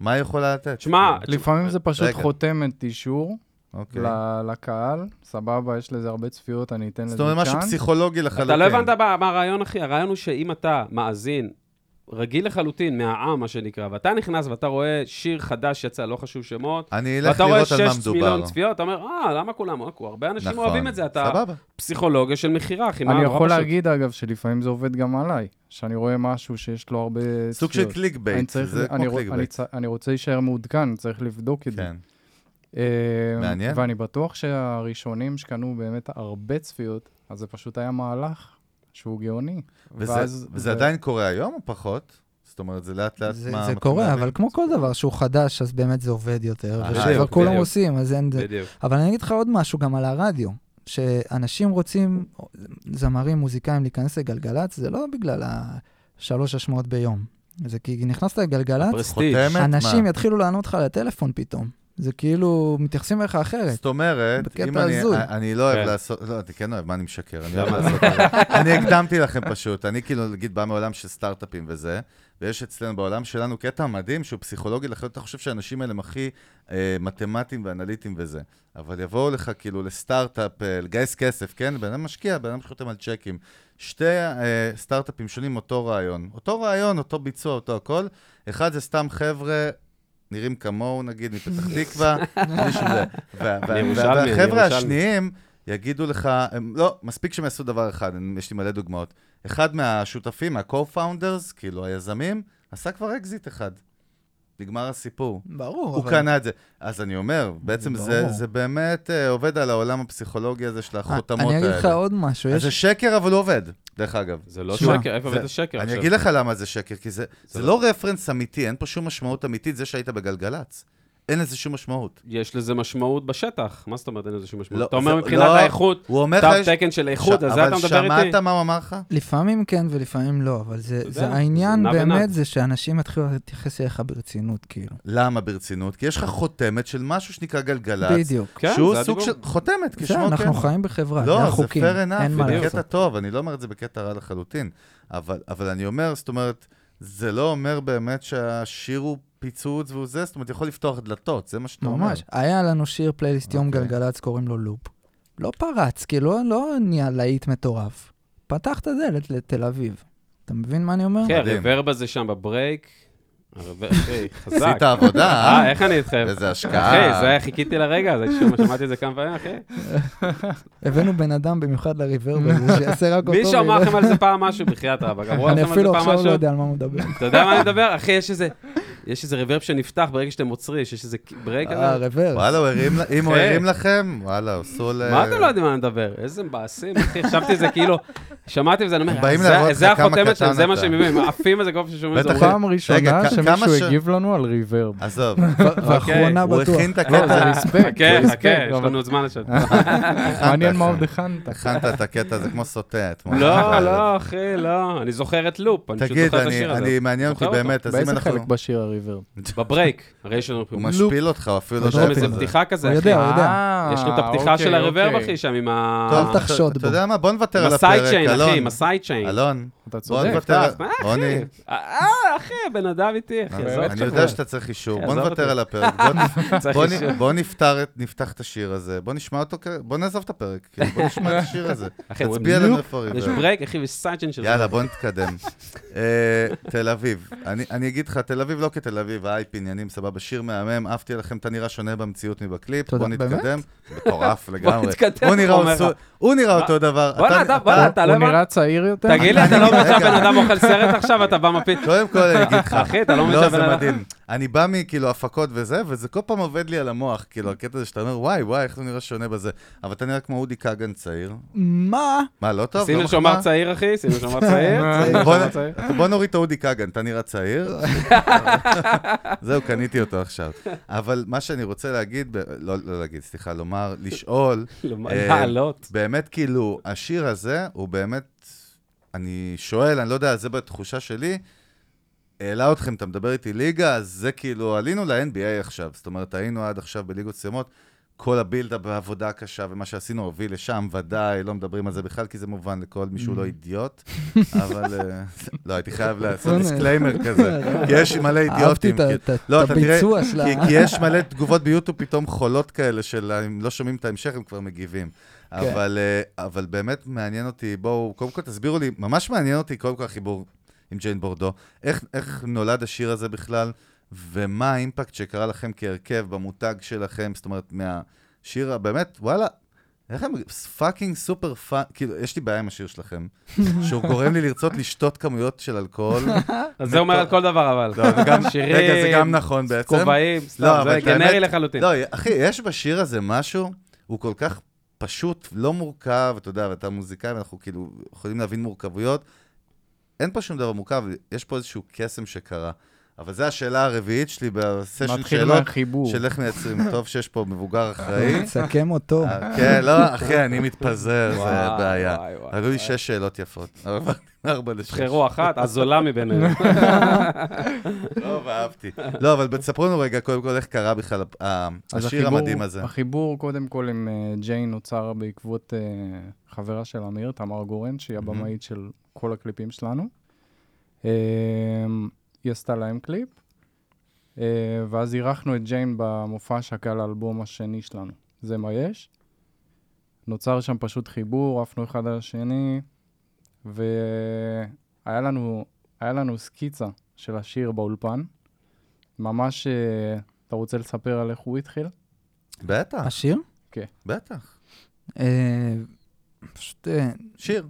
מה היא יכולה לתת? תשמע, לפעמים זה פשוט רגע. חותמת אישור אוקיי. ל- לקהל, סבבה, יש לזה הרבה צפיות, אני אתן לזה זאת אומרת, משהו צ'אנס. פסיכולוגי לחלוטין. אתה לא הבנת מה מה הרעיון, אחי. הרעיון הוא שאם אתה מאזין רגיל לחלוטין מהעם, מה שנקרא, ואתה נכנס ואתה רואה שיר חדש יצא, לא חשוב שמות, אני אלך ואתה רואה לראות על מה 6 מדובר. מיליון צפיות, אתה אומר, אה, למה כולם? אה, כל- הרבה אנשים נכון. אוהבים את זה, אתה סבבה. פסיכולוגיה של מכירה, אחי. מה, לא. אני נורא יכול פשוט. להגיד, אגב, שלפעמים זה עובד גם עליי, שאני רואה משהו שיש לו הרבה צפיות. סוג של קליק אני בייט, צריך- זה אני כמו רוצ- קליק אני בייט. צ- אני רוצה להישאר מעודכן, צריך לבדוק את זה. כן. אה, מעניין. ואני בטוח שהראשונים שקנו באמת הרבה צפיות, אז זה פשוט היה מהלך שהוא גאוני. וזה- ואז- וזה עדיין קורה היום או פחות? זאת אומרת, זה לאט לאט זה, מה... זה מתחיל קורה, להבין? אבל כמו כל דבר שהוא חדש, אז באמת זה עובד יותר, אה, וכבר בדיוק, כולם בדיוק. עושים, אז אין זה. בדיוק. אבל אני אגיד לך עוד משהו גם על הרדיו, שאנשים רוצים, זמרים, מוזיקאים, להיכנס לגלגלצ, זה לא בגלל השלוש השמעות ביום. זה כי נכנסת לגלגלצ, פרסטיג'. חותמת? מה? אנשים יתחילו לענות לך לטלפון פתאום. זה כאילו, מתייחסים אליך אחרת. זאת אומרת, בקטע אם אני, הזוי. אני לא אוהב כן. לעשות, לא, אני כן אוהב, מה אני משקר? אני אוהב לעשות, אני הקדמתי לכם פשוט, אני כאילו, נגיד, בא מעולם של סטארט-אפים וזה, ויש אצלנו בעולם שלנו קטע מדהים שהוא פסיכולוגי, לכן אתה חושב שהאנשים האלה הם הכי אה, מתמטיים ואנליטיים וזה, אבל יבואו לך כאילו לסטארט-אפ, אה, לגייס כסף, כן? בן אדם משקיע, בן אדם חותם על צ'קים. שתי אה, סטארט-אפים שונים, אותו רעיון. אותו רעיון, אותו ביצוע, אותו הכל. אחד זה סתם חבר'ה נראים כמוהו, נגיד, מפתח תקווה, מישהו זה. וה- וה- אני ירושלמי, אני והחבר'ה ירושלמי. השניים יגידו לך, הם, לא, מספיק שהם יעשו דבר אחד, אני- יש לי מלא דוגמאות. אחד מהשותפים, מה-co-founders, כאילו היזמים, עשה כבר אקזיט אחד. נגמר הסיפור. ברור, הוא אבל... קנה את זה. אז אני אומר, בעצם זה, ברור. זה באמת אה, עובד על העולם הפסיכולוגי הזה של החותמות אני האלה. אגיד לך עוד משהו, אז זה יש... שקר, אבל הוא עובד, דרך אגב. זה לא שמע, שקר, איפה זה- הבאת שקר אני עכשיו? אגיד לך למה זה שקר, כי זה, זה לא רפרנס אמיתי, אין פה שום משמעות אמיתית, זה שהיית בגלגלצ. אין לזה שום משמעות. יש לזה משמעות בשטח. מה זאת אומרת אין לזה שום משמעות? לא, אתה אומר זה- מבחינת לא, האיכות, הוא אומר תו לך יש- תקן של איכות, ש- אז זה אתה מדבר אבל איתי? שמעת מה הוא אמר לך? לפעמים כן ולפעמים לא, אבל זה, יודע, זה העניין נע ונד. באמת זה שאנשים יתחילו להתייחס אליך ברצינות, כאילו. למה ברצינות? כי יש לך חותמת של משהו שנקרא גלגלצ. בדיוק. כן, שהוא זה סוג הדיבור. של... חותמת, זה, כשמו כן. אנחנו חיים בחברה, זה לא, זה החוקים, fair אין enough, מה זה לעשות. בקטע טוב, אני לא אומר את זה בקטע רע לחלוטין. אבל, אבל אני אומר, זאת אומרת, זה לא אומר באמת שהשיר הוא פיצוץ והוא זה, זאת אומרת, יכול לפתוח דלתות, זה מה שאתה אומר. ממש. היה לנו שיר פלייליסט יום אוקיי. גלגלצ, קוראים לו לופ. לא פרץ, כאילו, לא נהיה להיט מטורף. פתח את הדלת לתל אביב. אתה מבין מה אני אומר? כן, מדהים. הריברב הזה שם בברייק. הריבר- אחי, חזק. עשית עבודה, אה, אה? איך אני איתכם? איזה השקעה. אחי, זה היה, חיכיתי לרגע הזה, שמע- שמעתי את זה כמה פעמים, אחי. הבאנו בן אדם במיוחד לריברב הזה, שיעשה רק אותו. מי שאמר ולא- לכם על זה פעם משהו, בחייאת רבאק, אמרו אני לכם על זה אפילו פעם עכשיו לא משהו? יודע על מה הוא מדבר. אתה יודע מה אני מדבר? אחי, יש איזה... יש איזה רוורב שנפתח ברגע שאתם עוצרים, יש איזה ברייק אה, כזה. רוורס. וואלה, הוא הרים ל- אם הוא אחי. הרים לכם, וואלה, עשו ל... מה אתם לא יודעים על מה אני מדבר? איזה מבאסים, אחי, חשבתי את זה כאילו, שמעתי את זה, אני הם אומר, באים "זה- להראות זה לך כמה החותמת שלהם, קטן זה מה אתה." שהם מבינים, הם עפים על זה כל פעם ששומעים את זה. בטח, אומרים, פעם רגע, ראשונה כ- כמה שמישהו ש- הגיב לנו על ריברב. עזוב, ואחרונה אוקיי. הוא בטוח. הכין את לא, הקטע, אה, זה respect, כן, חכה, זה חכה, respect, יש אבל- לנו עוד זמן לשבת. מעניין מה אחי. עוד הכנת. הכנת את הקטע, זה כמו סוטה אתמול. לא, לא, אחי, לא. אני זוכר את לופ, אני פשוט תגיד, זוכר את אני, השיר הזה. אני מעניין אותי זוכר אותו. באמת, אז אם באיזה אנחנו... חלק בשיר הריברב? בברייק, הרי יש לנו הוא פה משפיל אותך, הוא אפילו לא יש יודע לו איפה איזה זה. פתיחה כזה, הוא אחי. יודע, הוא יודע. אה, יש לו את הפתיחה אוקיי, של הרוורב, אחי, שם עם ה... טוב, אל אתה- תחשוד אתה בו. יודע מה? בוא נוותר על עם הפרק, הסייד-צ'יין, אחי, אלון. עם הסייד-צ'יין. אלון, אתה בוא צודק. נוותר. מה, רוני, אה, אחי, הבן אדם איתי, אחי, עזוב אני אותך. יודע שאתה צריך אישור, בוא עזוב נוותר אותי. על הפרק. בוא נ- צריך בוא נ- אישור. בוא נפתר את- נפתח את השיר הזה, בוא נשמע אותו, כ- בוא נעזוב את הפרק, כאילו, בוא נשמע את השיר הזה. אחי, הוא תצביע בדיוק- לנו איפה יש ריבר. ברייק, אחי, ויש סייד-צ'יין של זה. יאללה, בוא נתקדם. אה, תל אביב. אני אני אגיד לך, תל אביב לא כתל אביב, הייפ, עניינים, סבבה, שיר מהמם, אהבתי לכם, אתה נראה שונה במציאות מבקליפ, תודה, בוא נתקדם. מטורף לגמרי. נתקדם, הוא נראה הוא אומר לך. אותו- הוא נראה אותו דבר. בואנה, אתה- אתה- בואנה, אתה לא הוא הבנת? נראה צעיר יותר? תגיד לי, אתה לא אני- רגע. אומר לא, שהבן אדם אוכל סרט עכשיו, אתה בא מפיל... קודם כל אני אגיד לך, אחי, אתה לא מבין לא, שהבן זה אדם- מדהים. אני בא מכאילו הפקות וזה, וזה כל פעם עובד לי על המוח, כאילו, הקטע הזה שאתה אומר, וואי, וואי, איך זה נראה שונה בזה. אבל אתה נראה כמו אודי כגן צעיר. מה? מה, אה. לא טוב? לא שים מחמאה? שומר צעיר, אחי, שים שומר צעיר. שים בוא- לשומר צעיר. בוא נוריד את אודי כגן, אתה נראה צעיר. זהו, קניתי אותו עכשיו. אבל מה שאני רוצה להגיד, ב- לא לא להגיד, סליחה, לומר, לשאול, למה- אה, לא, לעלות. באמת, כאילו, השיר הזה הוא באמת, אני שואל, אני לא יודע, זה בתחושה שלי, העלה אתכם, אתה מדבר איתי ליגה, אז זה כאילו, עלינו ל-NBA עכשיו. זאת אומרת, היינו עד עכשיו בליגות מסוימות, כל הבילדה בעבודה הקשה, ומה שעשינו הוביל לשם, ודאי, לא מדברים על זה בכלל, כי זה מובן לכל מי Mm. שהוא לא אידיוט, אבל... אה, לא, הייתי חייב לעשות דיסקליימר כזה, כי יש מלא לא, אהבתי אידיוטים. את ה- כאילו. את ה- לא, את אתה תראה, הביצוע של ה... כי, כי יש מלא תגובות ביוטיוב פתאום חולות כאלה של אם לא שומעים את ההמשך הם כבר מגיבים. כן. אבל, אה, אבל באמת מעניין אותי, בואו, קודם כל תסבירו לי, ממש מעניין אותי קודם כל החיבור עם ג'יין בורדו, איך, איך נולד השיר הזה בכלל, ומה האימפקט שקרה לכם כהרכב במותג שלכם, זאת אומרת, מהשיר, ה- באמת, וואלה, איך הם פאקינג סופר פאק, כאילו, יש לי בעיה עם השיר שלכם, שהוא גורם לי לרצות לשתות כמויות של אלכוהול. אז זה אומר על כל דבר, אבל. אה, לא, זה גם, רגע, זה גם שירים, נכון בעצם. כובעים, לא, סתם, אבל זה את גנרי האמת- לחלוטין. לא, אחי, יש בשיר הזה משהו, הוא כל כך פשוט, לא מורכב, אתה יודע, ואתה מוזיקאי, ואנחנו כאילו יכולים להבין מורכבויות. אין פה שום דבר מורכב, יש פה איזשהו קסם שקרה. אבל זו השאלה הרביעית שלי בסשן מתחיל שאלות מהחיבור. של איך מייצרים. טוב שיש פה מבוגר אה, אחראי. תסכם אותו. אה, כן, לא, אחי, אני מתפזר, זה וואי, בעיה. וואי, וואי, היו לי וואי. שש שאלות יפות. אבל ארבע לשש. תבחרו אחת, אה? הזולה מביניהם. טוב, אהבתי. לא, אבל תספרו לנו רגע, קודם כל, איך קרה בכלל ה- אז השיר החיבור- המדהים הזה. החיבור קודם כל עם אה, ג'יין נוצר בעקבות אה, חברה של אמיר, תמר גורן, שהיא הבמאית של כל הקליפים שלנו. אה, היא עשתה להם קליפ, אה, ואז אירחנו את ג'יין במופע השקה לאלבום השני שלנו, זה מה יש. נוצר שם פשוט חיבור, עפנו אחד על השני, והיה לנו, היה לנו סקיצה של השיר באולפן. ממש, אה, אתה רוצה לספר על איך הוא התחיל? בטח, השיר? בטח. אה, פשוט אה, שיר.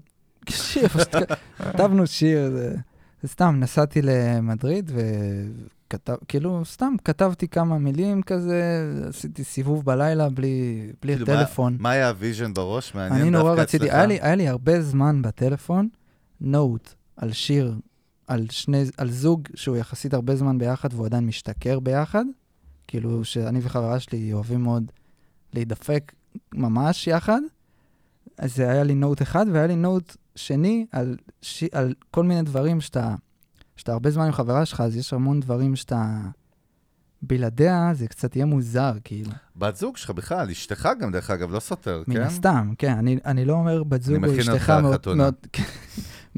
שיר, פשוט כתבנו שיר, זה- זה סתם, נסעתי למדריד כתב, כאילו, סתם כתבתי כמה מילים כזה, עשיתי סיבוב בלילה בלי, בלי כאילו, הטלפון. מה- מה היה הוויז'ן בראש? מעניין אני דווקא נורא רציתי, אצלך. היה לי, היה לי הרבה זמן בטלפון, נוט על שיר, על, שני, על זוג שהוא יחסית הרבה זמן ביחד והוא עדיין משתכר ביחד, כאילו שאני וחברה שלי אוהבים מאוד להידפק ממש יחד, אז זה היה לי נוט אחד והיה לי נוט שני על, ש... על כל מיני דברים שאתה, שאתה הרבה זמן עם חברה שלך, אז יש המון דברים שאתה... בלעדיה זה קצת יהיה מוזר, כאילו. בת זוג שלך בכלל, אשתך גם, דרך אגב, לא סותר, מן כן? הסתם, כן. אני, אני לא אומר בת זוג או מכין אשתך אותך מאות- לחתונה. מאות-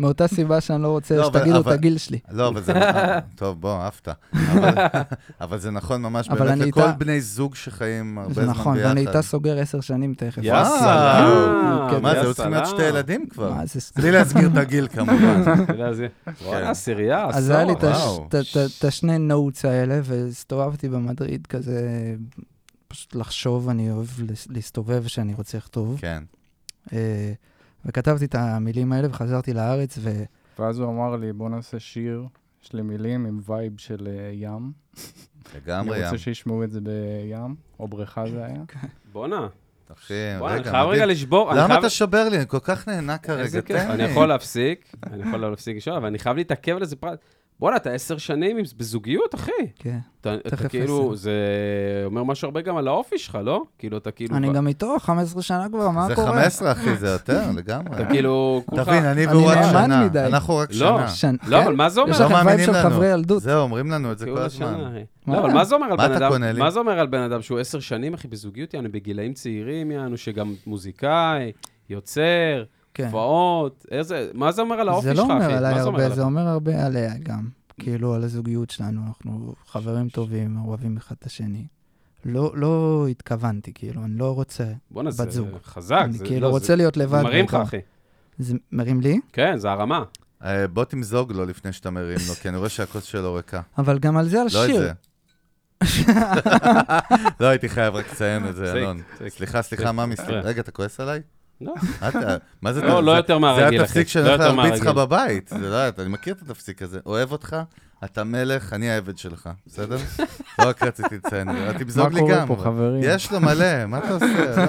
מאותה סיבה שאני לא רוצה לא, אבל- שתגידו אבל- את הגיל שלי. לא, אבל זה... אה, טוב, בוא, עפת. אבל- אבל זה נכון ממש אבל באמת אני לכל איתה- בני זוג שחיים הרבה זה זמן נכון, ביחד. אה, ואני איתה סוגר עשר שנים תכף. יאללה. אז- וואו. כן, מה יא זה, היו צריכים להיות סלאם. שתי ילדים כבר. מה, זה- בלי להסגיר את הגיל כמובן. אתה יודע, זה... כן. וואלה, עשירייה, עשור. אז היה לי את הש- וואו. את ה- את ה- את השני נוטס האלה, והסתובבתי במדריד כזה, פשוט לחשוב, אני אוהב לס- להסתובב שאני רוצה לכתוב. כן. אה, וכתבתי את המילים האלה וחזרתי לארץ, ו... ואז הוא אמר לי, בוא נעשה שיר, יש לי מילים עם וייב של אה, ים. אני לגמרי, ים. רוצה שישמעו את זה בים, או בריכה זה היה. בואנה, אחי, בואנה, אני כן, רגע, חייב רגע מדהים. לשבור. אני למה חייב- אתה שובר לי? אני כל כך נהנה כרגע, איזה כיף. תן אני לי. יכול להפסיק, אני יכול לא להפסיק לשאול, אבל אני חייב להתעכב על איזה פרט. בואנה, אתה עשר שנים עם- בזוגיות, אחי. כן. אתה אתה תכף כאילו, עשר. זה אומר משהו הרבה גם על האופי שלך, לא? כאילו, אתה כאילו... אני גם איתו 15 שנה כבר, מה זה קורה? 15, אחי, זה יותר, לגמרי. אתה כאילו, כולך... תבין, אני אני והוא רק נאמן שנה. מדי. אנחנו רק לא, שנה. שנה. לא, כן. אבל מה זה אומר? יש לא לכם וייב מאמינים של לנו. חברי ילדות. זהו, אומרים לנו את זה כל כאילו, שנה, הזמן. אחי. מה? לא, אבל מה זה אומר מה על בן אתה אדם? קונה לי? מה זה אומר על בן אדם שהוא עשר שנים, אחי, בזוגיות, יענו, בגילאים צעירים, יענו, שגם מוזיקאי, יוצר, כן. הופעות, איזה... מה זה אומר על האופי זה שלך, לא אחי? אומר עליי מה זה אומר הרבה, עליו? זה אומר הרבה עליה גם. כאילו, על הזוגיות שלנו, אנחנו חברים טובים, אוהבים אחד את השני. לא, לא התכוונתי, כאילו, אני לא רוצה. בואנה, בת זה זוג. חזק. אני זה- כאילו לא, רוצה זה- להיות זה לבד. מרים לך, בעיקר. אחי. זה מרים לי, כן, זה הרמה. אה, בוא תמזוג לו לפני שאתה מרים לו, כי אני רואה שהכוס שלו ריקה. אבל גם על זה, על לא את שיר. זה. לא הייתי חייב רק לציין את זה, צועק, אלון. צועק. סליחה, סליחה, מה מסתכל? אה. רגע, אתה כועס עליי? לא. אתה- מה זה? לא, אתה- לא זה- יותר מהרגיל, זה אחי. התפסיק שאני לא הולך יותר להרביץ לך מהרגיל. בבית. זה לא, אתה- אני מכיר את התפסיק הזה. אוהב אותך, אתה מלך, אני העבד שלך, בסדר? לא רק רציתי לציין את זה, אבל תמזוג לי מה קורה גם. פה, אבל. חברים? יש לו מלא, מה אתה עושה?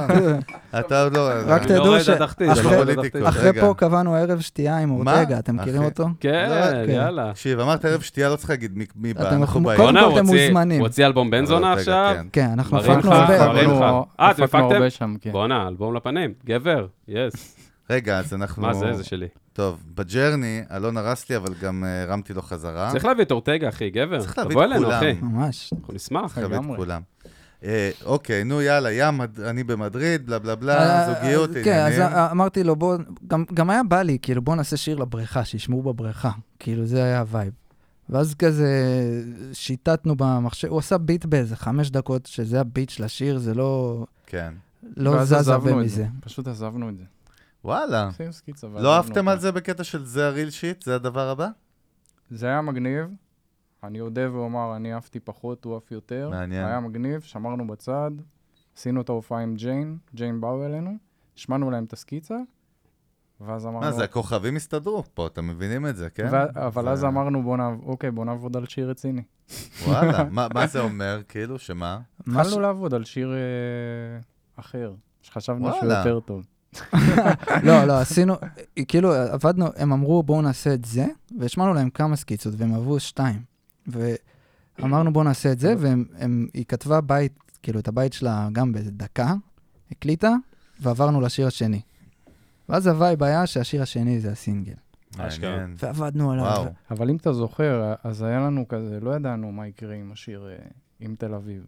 אלון? אתה עוד לא... רק אני לא תדעו רואה את ש- התחתית, אחרי- אני לא רואה את התחתית. טוב, אחרי רגע. פה קבענו ערב שתייה עם מה? אורטגה, אתם מכירים אחי. אותו? כן, כן. יאללה. תקשיב, אמרת ערב שתייה, לא צריך להגיד מי- מי בא, אתם אנחנו יכולים- באים. לא, בואנה, קודם כל הוא אתם הוציא- מוזמנים. לא, הוא הוציא אלבום בן זונה רגע, עכשיו? כן. כן, אנחנו מרים הפקנו לך, הרבה. מרים לך. הפקנו- אה, אתם הפקנו הפקתם? הרבה שם, כן. בואנה, אלבום לפנים. גבר, יס. רגע, אז כן. אנחנו... מה זה, זה שלי. טוב, בג'רני, אלון הרס לי, אבל גם אה, הרמתי לו חזרה. צריך להביא את אורטגה, אחי, גבר. צריך להביא תבוא את אלינו, כולם. אחי. ממש. אנחנו נשמח. צריך להביא את לגמרי. כולם. אה, אוקיי, נו יאללה, יא, מד- אני במדריד, בלה בלה בלה, אה, זוגיות, כן, אז עניינים. אה, אמרתי לו, בוא, גם, גם היה בא לי, כאילו, בוא נעשה שיר לבריכה, שישמעו בבריכה. כאילו, זה היה הווייב. ואז כזה שיטטנו במחשב, הוא עשה ביט באיזה חמש דקות, שזה הביט של השיר, זה לא, כן. לא ואז זז עזבנו הרבה את מזה. זה. פשוט עזבנו את זה. וואלה. עשינו סקיצה. ועזבנו לא עפתם אותה. על זה בקטע של זה הריל שיט? זה הדבר הבא? זה היה מגניב. אני אודה ואומר, אני עפתי פחות, הוא עף יותר. מעניין. היה מגניב, שמרנו בצד, עשינו את ההופעה עם ג'יין, ג'יין באו אלינו, השמענו להם את הסקיצה, ואז לא אמרנו... מה זה, הכוכבים הסתדרו פה, אתם מבינים את זה, כן? ו- אבל זה- אז אמרנו, בוא נעב... אוקיי, בוא נעבוד על שיר רציני. וואלה, מה מה זה אומר, כאילו, שמה? מה לא ש- התחלנו לא לעבוד על שיר אה, אחר, שחשבנו שהוא וואלה. יותר טוב. לא, לא, עשינו, כאילו, עבדנו, הם אמרו, בואו נעשה את זה, והשמענו להם כמה סקיצות, והם אהבו שתיים. ואמרנו, בואו נעשה את זה, והם- הם- היא כתבה בית, כאילו, את הבית שלה גם באיזה דקה, הקליטה, ועברנו לשיר השני. ואז הווייב היה שהשיר השני זה הסינגל. אשכרה. מעניין. ועבדנו עליו. וואו. אבל אם אתה זוכר, אז היה לנו כזה, לא ידענו מה יקרה עם השיר אה, עם תל אביב.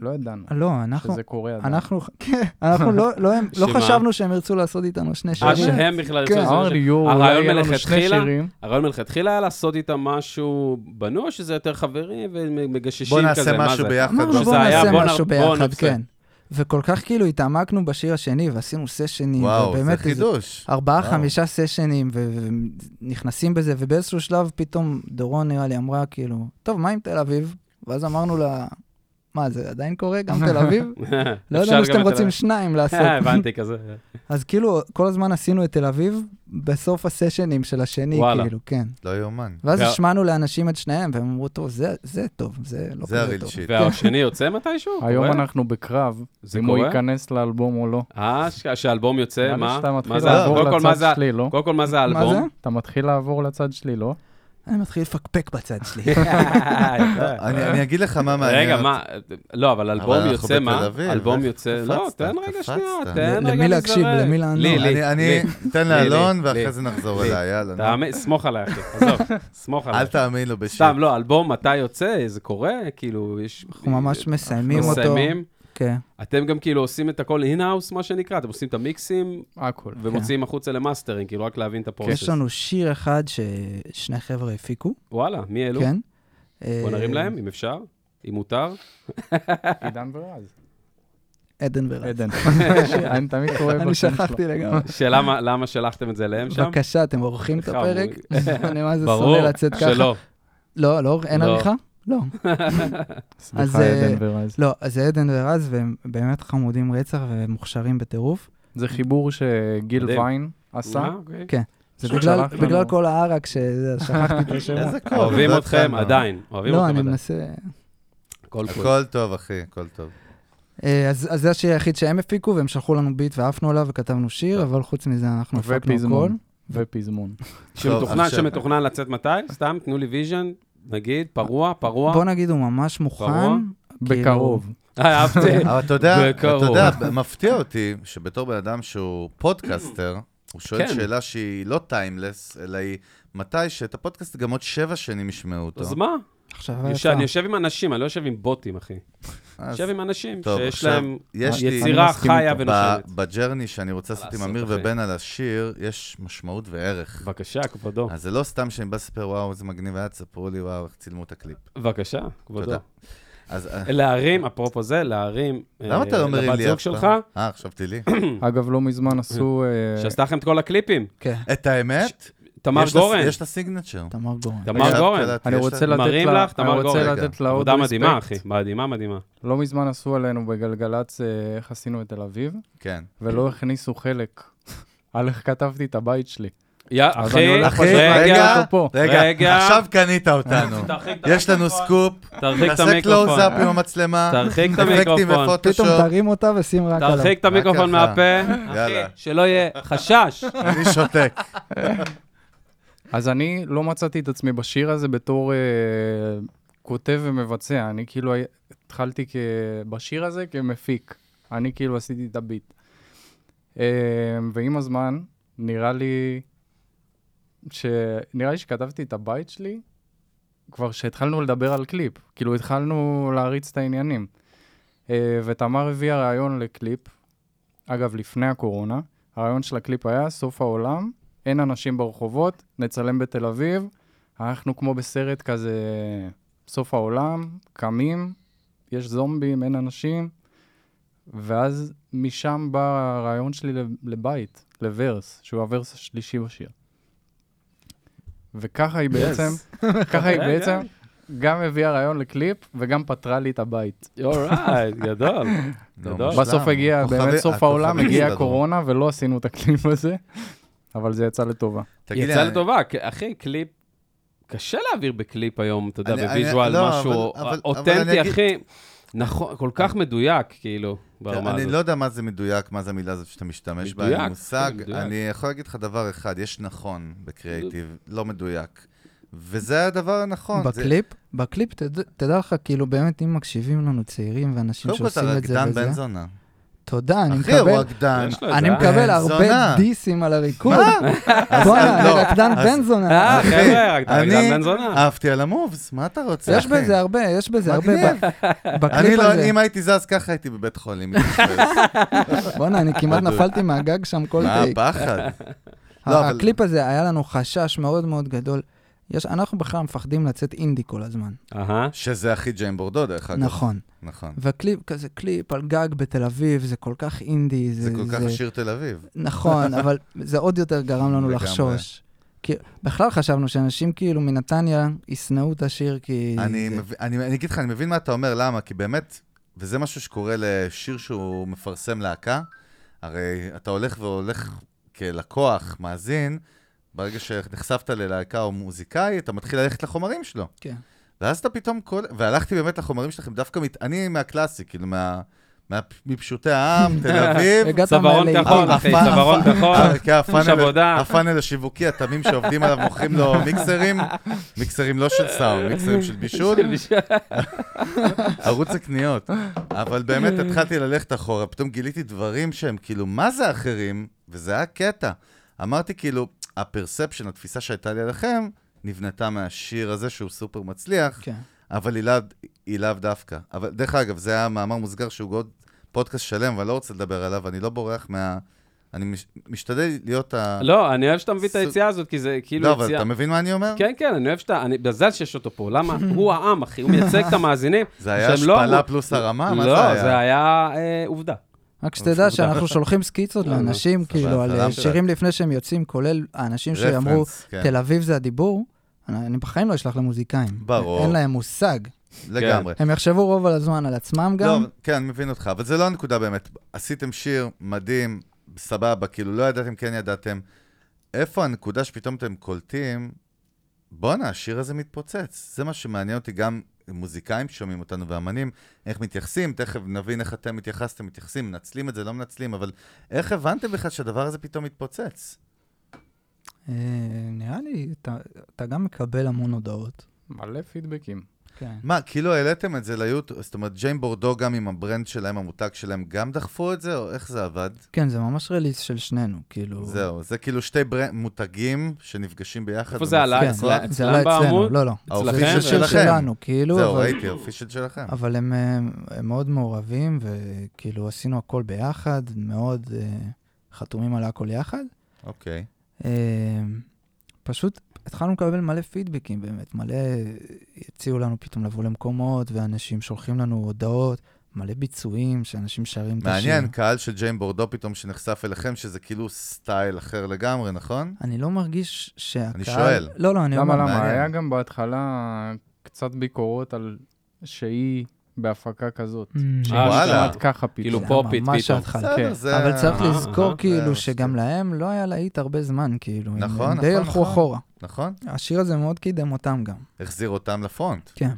לא ידענו לא, אנחנו, שזה קורה עדיין. אנחנו, כן, אנחנו לא- לא הם- לא שמה? חשבנו שהם ירצו לעשות איתנו שני אה, שירים. שהם בכלל כן. ירצו לעשות את אמרנו, זה. יואו, אולי הרעיון יהיה לנו שני מלכתחילה, שירים. הרעיון מלכתחילה היה לעשות איתם משהו בנוי, או שזה יותר חברים ומגששים בוא כזה, נעשה מה משהו זה? ביחד. אמרנו, לא? בואו שזה היה, נעשה בוא נ- משהו בוא ביחד, נעשה. כן. וכל כך כאילו התעמקנו בשיר השני, ועשינו סשנים, וואו, זה ובאמת איזה חידוש. ארבעה, וואו. חמישה סשנים, ו- ונכנסים בזה, ובאיזשהו שלב פתאום דורון נראה לי אמרה, כאילו, טוב, מה עם תל אביב? ואז אמרנו לה, מה, זה עדיין קורה? גם תל אביב? לא ידענו שאתם רוצים שניים לעשות. אה, הבנתי, כזה. אז כאילו, כל הזמן עשינו את תל אביב בסוף הסשנים של השני, וואלה. כאילו, כן. לא יאומן. ואז וה- השמענו לאנשים את שניהם, והם אמרו, טוב, זה- זה טוב, זה לא זה כזה הריל טוב. שיט. והשני יוצא מתישהו? היום קורה? אנחנו בקרב, זה אם הוא קורה? ייכנס לאלבום או לא. אה, ש- שהאלבום יוצא, נראה לי מה? שאתה מה מתחיל זה האלבום? לעבור קודם כל, מה לצד זה ה- שלי, לא? קודם כל, מה זה האלבום? מה זה? אתה מתחיל לעבור לצד שלי, לא? אני מתחיל לפקפק בצד שלי. אני אני אגיד לך מה מעניין. רגע, אותי. מה, לא, אבל אלבום אנחנו יוצא בתל מה? אביב, אלבום איך יוצא, לא, קפצת, תן רגע שנייה, קפצת. תן למי רגע להקשיב? לזרק. למי לענות? לי, לי, אני, אני, לי. תן לי, לאלון, לי, ואחרי לי. זה נחזור לי. אליי, יאללה. נו. תאמין, סמוך עליי, אחי, עזוב, סמוך עליי. אל תאמין לו בשיט. סתם, לא, אלבום מתי יוצא, זה קורה, כאילו, יש... אנחנו ממש מסיימים אותו. מסיימים. כן. אתם גם כאילו עושים את הכל אין-האוס, מה שנקרא, אתם עושים את המיקסים הכל. ומוציאים החוצה למאסטרינג, כאילו, רק להבין את הפרוסס. כן. יש לנו שיר אחד ששני חבר'ה הפיקו, וואלה, מי אלו? כן? לא. בוא אה, נרים להם, אם אפשר, אם מותר. עידן ורז. עדן ורז. עדן. אני תמיד קורא בשם כן. שלו. אני שכחתי לגמרי. שאלה מה- למה שלחתם את זה אליהם שם? בבקשה, אתם עורכים את חמור. הפרק? אני מה זה ברור שונא לצאת ככה. שלא. לא, לא, אין לא. עריכה? לא. אז, סליחה, עדן אה, ורז. לא, אז זה עדן ורז, והם באמת חמודים רצח והם מוכשרים בטירוף. זה חיבור שגיל מדהים. ויין עשה. אה, אוקיי. כן, זה פשוט בגלל- שלח לנו. בגלל כל הערק ששכחתי את השם. איזה קול. אוקיי. אוהבים לא אתכם התחלנו. עדיין, אוהבים לא, אתכם אני עדיין. מנסה... כל כול. הכל טוב, אחי, הכל טוב. אה, אז אז זה השיר היחיד שהם הפיקו, והם שלחו לנו ביט ועפנו עליו וכתבנו שיר, אבל חוץ מזה אנחנו הפקנו הכל. ופזמון. ופזמון. טוב, שמתוכנן, עכשיו- שמתוכנן לצאת מתי? סתם, תנו לי ויז'ן, נגיד, פרוע, פרוע. בוא נגיד, הוא ממש פרוע? מוכן. כאילו, בקרוב. אה, אהבתי. אבל אתה יודע, אתה בקרוב. יודע, מפתיע אותי שבתור בן אדם שהוא פודקאסטר, הוא שואל כן. שאלה שהיא לא טיימלס, אלא היא מתי שאת הפודקאסט גם עוד שבע שנים ישמעו אותו. אז מה? עכשיו יושב- היפה. אני יושב עם אנשים, אני לא יושב עם בוטים, אחי. אז יושב עם אנשים טוב, שיש עכשיו, להם יש לי- יצירה אני מסכים חיה איתו. ונושמת. ב- בג'רני שאני רוצה לעשות עם לעשות, אמיר אחי? ובן על השיר, יש משמעות וערך. בבקשה, כבודו. אז זה לא סתם שאני בא לספר, וואו, איזה מגניב היה, תספרו לי, וואו, איך צילמו את הקליפ. בבקשה, כבודו. תודה. אז אה, להרים, אפרופו זה, להרים למה אתה לא אומר לי אף אה, לבת פעם? זוג שלך, אה, חשבתי לי. Mm. אגב, לא מזמן עשו... אה, שעשתה לכם את כל הקליפים. כן, את האמת? תמר יש לה- גורן. יש לה סיגנצ'ר. תמר גורן. תמר עכשיו גורן. קלטתי, אני יש רוצה לה- לתת מרים לה... לך, אני תמר רוצה גורן. לתת לה עוד עבודה מדהימה, אחי. רספקט. מדהימה, מדהימה. לא מזמן עשו עלינו בגלגלצ אה, איך עשינו את תל אביב, כן. ולא הכניסו חלק על איך כתבתי את הבית שלי. יא, אז אני אחי, הולך אחי, רגע, לא רגע, פה. רגע, רגע. עכשיו קנית אותנו. תרחיק את יש לנו המיקרופון. סקופ, תרחיק את תעשה המיקרופון. קלוזאפ עם המצלמה, תרחיק את אפקטים המיקרופון. פתאום ופוטושופ. תרים אותה ושים רק עליו. תרחיק את המיקרופון ככה. מהפה. אה? יאללה. אחי, שלא יהיה חשש. אני שותק. אז אני לא מצאתי את עצמי בשיר הזה בתור אה, כותב ומבצע, אני כאילו הי- התחלתי כ... בשיר הזה כמפיק, אני כאילו עשיתי את הביט. אה, ועם הזמן, נראה לי, ש... נראה לי שכתבתי את הבית שלי, כבר שהתחלנו לדבר על קליפ, כאילו התחלנו להריץ את העניינים. אה, ותמר הביאה רעיון לקליפ, אגב, לפני הקורונה, הרעיון של הקליפ היה סוף העולם, אין אנשים ברחובות, נצלם בתל אביב, אנחנו כמו בסרט כזה, סוף העולם, קמים, יש זומבים, אין אנשים, ואז משם בא הרעיון שלי לב- לבית, לוורס, שהוא הוורס השלישי בשיר. וככה היא בעצם, ככה היא כן, בעצם גם הביאה רעיון לקליפ וגם פתרה לי את הבית. אורייט, גדול. גדול. מושלם. בסוף הגיע, כוכבי- באמת סוף הכוכבים העולם, הגיעה הסתדרו. הקורונה ולא עשינו את הקליפ הזה, אבל זה יצא לטובה. תגיד לי, אה, יצא אני- לטובה, כי- אחי, קליפ... קשה להעביר בקליפ היום, אתה יודע, אני- בוויז'ואל, אני- לא, משהו אבל- אבל- אבל אותנטי, אני אגיד- אחי. נכון, כל כך מדויק, כאילו, ברמה אני הזאת. לא יודע מה זה מדויק, מה זה המילה הזאת שאתה משתמש בה, מדויק, אין לי מושג. כן, מדויק. אני יכול להגיד לך דבר אחד, יש נכון בקריאיטיב, לא מדויק. וזה הדבר הנכון. נכון, זה- בקליפ, בקליפ, תד- תדע לך, כאילו, באמת, אם מקשיבים לנו צעירים ואנשים קודם כל אתה שעושים את זה רקדן וזה, בן זונה. תודה, אני אחי, הוא מקבל, רקדן. יש לו את אני זה, אה? מקבל בן הרבה זונה. דיסים על הריקוד. אז- בואנה, אז לא. רקדן אז- בן זונה. אה, חבר'ה, רק אתה אני אה, רקדן בן זונה. אהבתי על המובס, מה אתה רוצה? יש אחי? בזה הרבה, יש בזה הרבה. אה? מגניב. ב- אני בקליפ לא, הזה. אם הייתי זז ככה הייתי בבית חולים. בואנה, אני כמעט מדהים. נפלתי מהגג שם כל מה טייק. הפחד? לא, אבל- הקליפ הזה, היה לנו חשש מאוד מאוד גדול. יש, אנחנו בכלל מפחדים לצאת אינדי כל הזמן. אהה. שזה הכי ג'יים בורדו, דרך אגב. נכון. נכון. והקליפ, כזה קליפ על גג בתל אביב, זה כל כך אינדי. זה כל כך עשיר תל אביב. נכון, אבל זה עוד יותר גרם לנו לגמרי. לחשוש. כאילו, בכלל חשבנו שאנשים כאילו מנתניה ישנאו את השיר, כי... אני, זה- מב... אני, אני אגיד לך, אני מבין מה אתה אומר, למה? כי באמת, וזה משהו שקורה לשיר שהוא מפרסם להקה, הרי אתה הולך והולך כלקוח, מאזין, ברגע שנחשפת ללהקה או מוזיקאי, אתה מתחיל ללכת לחומרים שלו. כן. ואז אתה פתאום כל... והלכתי באמת לחומרים שלכם, דווקא מת... אני מהקלאסי, כאילו, מה... מה... מפשוטי העם, תל אביב. הגעת אה, צווארון מהלהיט. כחול, אחי, הפ- צווארון הפ- כחול. אה, כן, הפאנל- יש עבודה. הפאנל השיווקי, התמים שעובדים עליו, מוכרים לו מיקסרים, מיקסרים לא של סאונד, מיקסרים של בישול, ערוץ הקניות. אבל באמת התחלתי ללכת אחורה, פתאום גיליתי דברים שהם כאילו, מה זה אחרים? וזה היה קטע. אמרתי כאילו, הפרספשן, התפיסה שהייתה לי עליכם, נבנתה מהשיר הזה שהוא סופר מצליח, כן. אבל היא לאו- היא לאו דווקא. אבל דרך אגב, זה היה מאמר מוסגר שהוא עוד פודקאסט שלם, ואני לא רוצה לדבר עליו, אני לא בורח מה... אני מש- משתדל להיות ה... לא, אני אוהב שאתה מביא את סוג- היציאה הזאת, כי זה כאילו לא, אבל יציאה... אתה מבין מה אני אומר? כן, כן, אני אוהב שאתה, אני, בזל שיש אותו פה, למה? הוא העם, אחי, הוא מייצג את המאזינים. זה היה שהם לא השפלה אמרו- פלוס הרמה? מה זה לא, היה? זה היה אה, עובדה. רק שתדע שאנחנו שולחים סקיצות לא, לא. לאנשים, כאילו, על סבבה, אה, שירים לפני שהם יוצאים, כולל האנשים שאמרו, רפרנס, כן. תל אביב זה הדיבור, אני אני בחיים לא אשלח למוזיקאים. ברור. אין להם מושג. כן. לגמרי. הם יחשבו רוב על הזמן על עצמם לא, גם. כן, אני מבין אותך, אבל זה לא הנקודה באמת. עשיתם שיר מדהים, סבבה, כאילו, לא ידעתם, כן ידעתם. איפה הנקודה שפתאום אתם קולטים, בואנה, השיר הזה מתפוצץ. זה מה שמעניין אותי גם מוזיקאים ששומעים אותנו ואמנים, איך מתייחסים, תכף נבין איך אתם התייחסתם, מתייחסים, מנצלים את זה, לא מנצלים, אבל איך הבנתם בכלל שהדבר הזה פתאום מתפוצץ? אה, נראה לי, אתה- אתה גם מקבל המון הודעות. מלא פידבקים. כן. מה, כאילו העליתם את זה ליוטיוב, זאת אומרת, ג'יין בורדו גם עם הברנד שלהם, המותג שלהם, גם דחפו את זה, או איך זה עבד? כן, זה ממש רליס של שנינו, כאילו... זהו, זה כאילו שתי בר... מותגים שנפגשים ביחד. איפה זה עלה? כן, אצל- זה אצלם עלה אצלנו, בעמוד? לא, לא. אצלכם? האופישל זה של שלכם. שלנו, כאילו, זהו, אבל- ראיתי, האופישל שלכם. אבל הם, הם, הם מאוד מעורבים, וכאילו עשינו הכל ביחד, מאוד אה, חתומים על הכל יחד. אוקיי. אה, פשוט התחלנו לקבל מלא פידבקים באמת, מלא הציעו לנו פתאום לבוא למקומות, ואנשים שולחים לנו הודעות, מלא ביצועים, שאנשים שרים את השיר. מעניין, קהל של ג'יין בורדו פתאום שנחשף אליכם, שזה כאילו סטייל אחר לגמרי, נכון? אני לא מרגיש שהקהל... אני שואל. לא, לא, אני למה, אומר... למה? מעניין. היה גם בהתחלה קצת ביקורות על שהיא בהפקה כזאת. Mm, אה, וואלה. כמעט ככה פתאום. כאילו זה פופית ממש פתאום. ההתחלה. בסדר, כן. זה... אבל צריך אה, לזכור אה, כאילו זה- שגם להם לא היה להיט הרבה זמן, כאילו. הם- נכון, הם די נכון, הלכו נכון. אחורה. נכון? השיר הזה מאוד קידם אותם גם. החזיר אותם לפרונט. כן.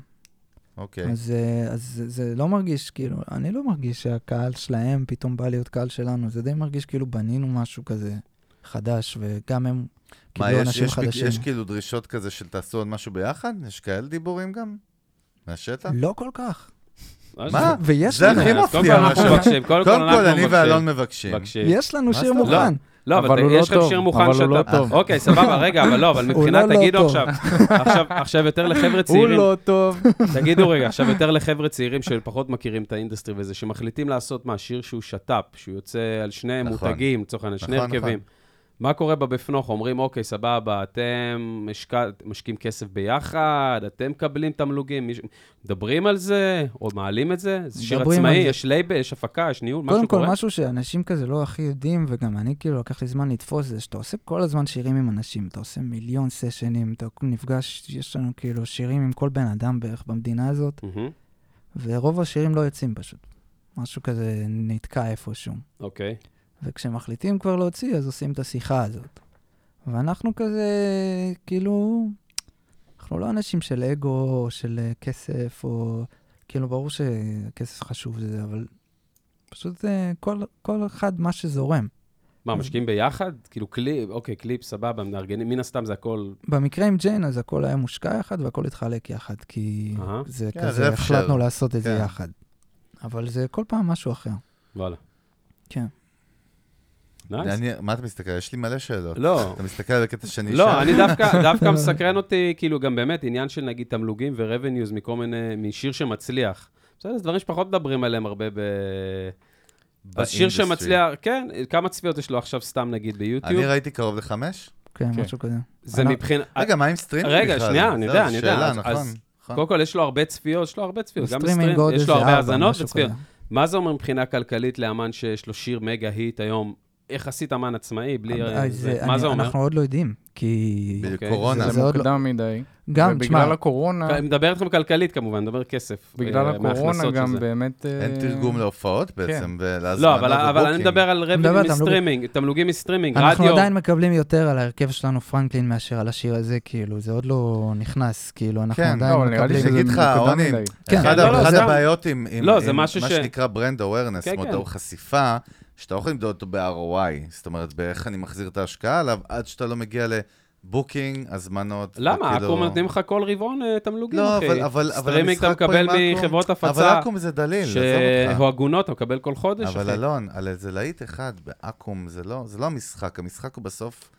אוקיי. אז, אה, אז זה- זה לא מרגיש, כאילו, אני לא מרגיש שהקהל שלהם פתאום בא להיות קהל שלנו, זה די מרגיש כאילו בנינו משהו כזה חדש, וגם הם מה, קיבלו יש- אנשים יש ביק- חדשים. יש כאילו דרישות כזה של תעשו עוד משהו ביחד? יש כאלה דיבורים גם? מהשטח? לא כל כך. מה? ויש זה לנו, הכי אז קודם כל מפתיע מה אנחנו ש- מבקשים, קודם כל קודם אנחנו כל, אני מבקשים. ואלון מבקשים. מבקשים. יש לנו מה שיר זאת אומרת? מוכן. לא, אבל אבל הוא אתה- לא יש לכם טוב, שיר מוכן אבל הוא שאתה... לא טוב. אוקיי, סבבה, רגע, אבל לא, אבל מבחינת, לא לא תגידו טוב. עכשיו, עכשיו- עכשיו יותר לחבר'ה הוא צעירים, לא טוב. תגידו רגע, עכשיו יותר לחבר'ה צעירים שפחות מכירים את האינדסטרי וזה, שמחליטים לעשות מה, שיר שהוא שת"פ, שהוא יוצא על שני נכון. מותגים, לצורך העניין, שני נכון, הרכבים. מה קורה בבפנוך? אומרים, אוקיי, סבבה, אתם משק- משקיעים כסף ביחד, אתם מקבלים תמלוגים, מיש- מדברים על זה, או מעלים את זה? זה שיר מדברים על עצמאי, זה. יש לייבל, יש הפקה, יש ניהול, משהו קודם כל, קורה? משהו שאנשים כזה לא הכי יודעים, וגם אני כאילו לקח לי זמן לתפוס, זה שאתה עושה כל הזמן שירים עם אנשים, אתה עושה מיליון סשנים, אתה נפגש, יש לנו כאילו שירים עם כל בן אדם בערך במדינה הזאת, מהמם, ורוב השירים לא יוצאים פשוט. משהו כזה נתקע איפשהו. אוקיי. וכשמחליטים כבר להוציא, אז עושים את השיחה הזאת. ואנחנו כזה, כאילו, אנחנו לא אנשים של אגו, או של אה, כסף, או... כאילו, ברור שכסף חשוב זה, אבל פשוט אה, כל, כל אחד מה שזורם. מה, משקיעים ביחד? כאילו קליפ, אוקיי, קליפ, סבבה, מארגנים, מן הסתם זה הכל... במקרה עם ג'יין, אז הכל היה מושקע יחד והכל התחלק יחד, כי אהה. זה כן, כזה, זה אפשר. החלטנו לעשות את זה כן. יחד. אבל זה כל פעם משהו אחר. וואלה. כן. נייס. אני- מה אתה מסתכל? יש לי מלא שאלות. לא. אתה מסתכל על הקטע שאני אשאל? לא, אני דווקא, דווקא מסקרן אותי, כאילו, גם באמת עניין של נגיד תמלוגים ורבניוז מכל מיני, משיר שמצליח. בסדר, זה דברים שפחות מדברים עליהם הרבה ב... אז שיר באינדסטרי. שמצליח, כן, כמה צפיות יש לו עכשיו סתם נגיד ביוטיוב? אני ראיתי קרוב לחמש. כן, כן. משהו כזה. זה אני- מבחינת... רגע, מה עם סטרימינג בכלל? אה, רגע, שנייה, אני יודע, זו אני יודע. שאלה, אז- נכון. אז נכון. קודם כל, יש לו הרבה צפיות, יש לו הרבה צפיות, גם סטרימינג בסטרים, גודל יש לו זה הרבה ארבע, האזנות משהו וצפיות. כזה. מה זה אומר מבחינה כלכלית לאמן שיש לו שיר מגה היט היום, יחסית אמן עצמאי, בלי... אה, אה, זה- זה- מה אני- זה אומר? אנחנו עוד לא יודעים, כי... בדיוק, אוקיי, קורונה. זה זה עוד לא- מוקדם מדי. גם, תשמע, ובגלל הקורונה, אני מדבר איתכם כלכלית כמובן, אני מדבר כסף. בגלל אה, הקורונה מההכנסות של גם זה. באמת... אה, אין תרגום כן. להופעות בעצם, ולהזמנות לא, אבל- אבל אני ובוקינג. מדבר על מדבר רבנים על תמלוגים. מסטרימינג, תמלוגים מסטרימינג, אנחנו רדיו. עדיין מקבלים יותר על ההרכב שלנו פרנקלין מאשר על השיר הזה, כאילו, זה עוד לא נכנס, כאילו, אנחנו כן, עדיין לא, אבל נראה לי מקבלים... אני שזה אגיד לך, מוקדם רוני, מדי. כן, אחד לא, לא, ה- אחד זה- הבעיות עם עם- לא, זה עם מה משהו ש- שנקרא ברנד אווירנס, כן, מודעות כן. חשיפה, שאתה לא יכול למדוד אותו ב-ROI, זאת אומרת, באיך אני מחזיר את ההשקעה עליו, עד שאתה לא מגיע לבוקינג, הזמנות. למה? וכאילו- אקו"ם נותנים לך כל רבעון אה, תמלוגים, כאילו- לא, אחי. אבל, אבל, אבל סטרימינג אתה המשחק פה מקבל עם אקו"ם- מחברות אבל הפצה, אקו"ם זה דליל, עזוב אותך. שהגונות אתה מקבל כל חודש, אחי. אבל לא, אלון, על איזה להיט אחד באקו"ם, זה לא, זה לא המשחק, המשחק הוא בסוף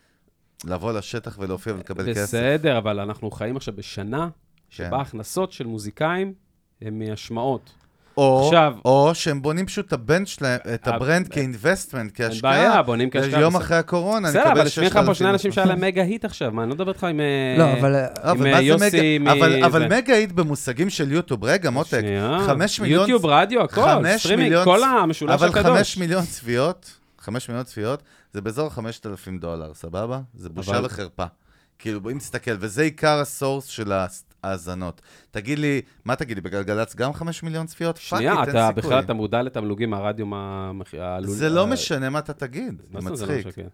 לבוא לשטח ולהופיע ולקבל כסף. כן. בסדר, אבל אנחנו חיים עכשיו בשנה שבה ההכנסות של מוזיקאים הן מהשמעות. או, עכשיו- או שהם בונים פשוט את הבנד שלהם, את אה, הברנד כ-investment, כהשקעה. בעיה, בונים כהשקעה, יום בסדר. אחרי הקורונה, אני בסדר, אקבל אבל יושבים לך פה 6,000. שני אנשים שהיה להם מגה היט עכשיו, מה, אני לא מדבר איתך עם... אה, לא, אבל... אה, לא, אה, אבל עם, מה זה יוסי מגה- מ- אבל- אבל זה. מגה היט במושגים של יוטיוב, רגע, מותק, שנייה. חמש מיליון... יוטיוב, רדיו, הכל, חמש סטרימינג, מיליון- כל המשולש אבל הקדוש. חמש מיליון צפיות, חמש מיליון צפיות, זה באזור חמשת אלפים דולר, סבבה? זה בושה אבל- וחרפה. כאילו, בואי נסתכל, וזה עיקר הסורס של ההאזנות. תגיד לי, מה תגיד לי, בגלגלצ גם חמש מיליון צפיות? פאק, שנייה, לי, תן אתה סיכוי. בכלל, אתה מודע לתמלוגים מהרדיו, מה... מה- העלול- זה לא ה- משנה מה אתה תגיד, אה, מה זה זאת אומרת זה לא מצחיק. משנה?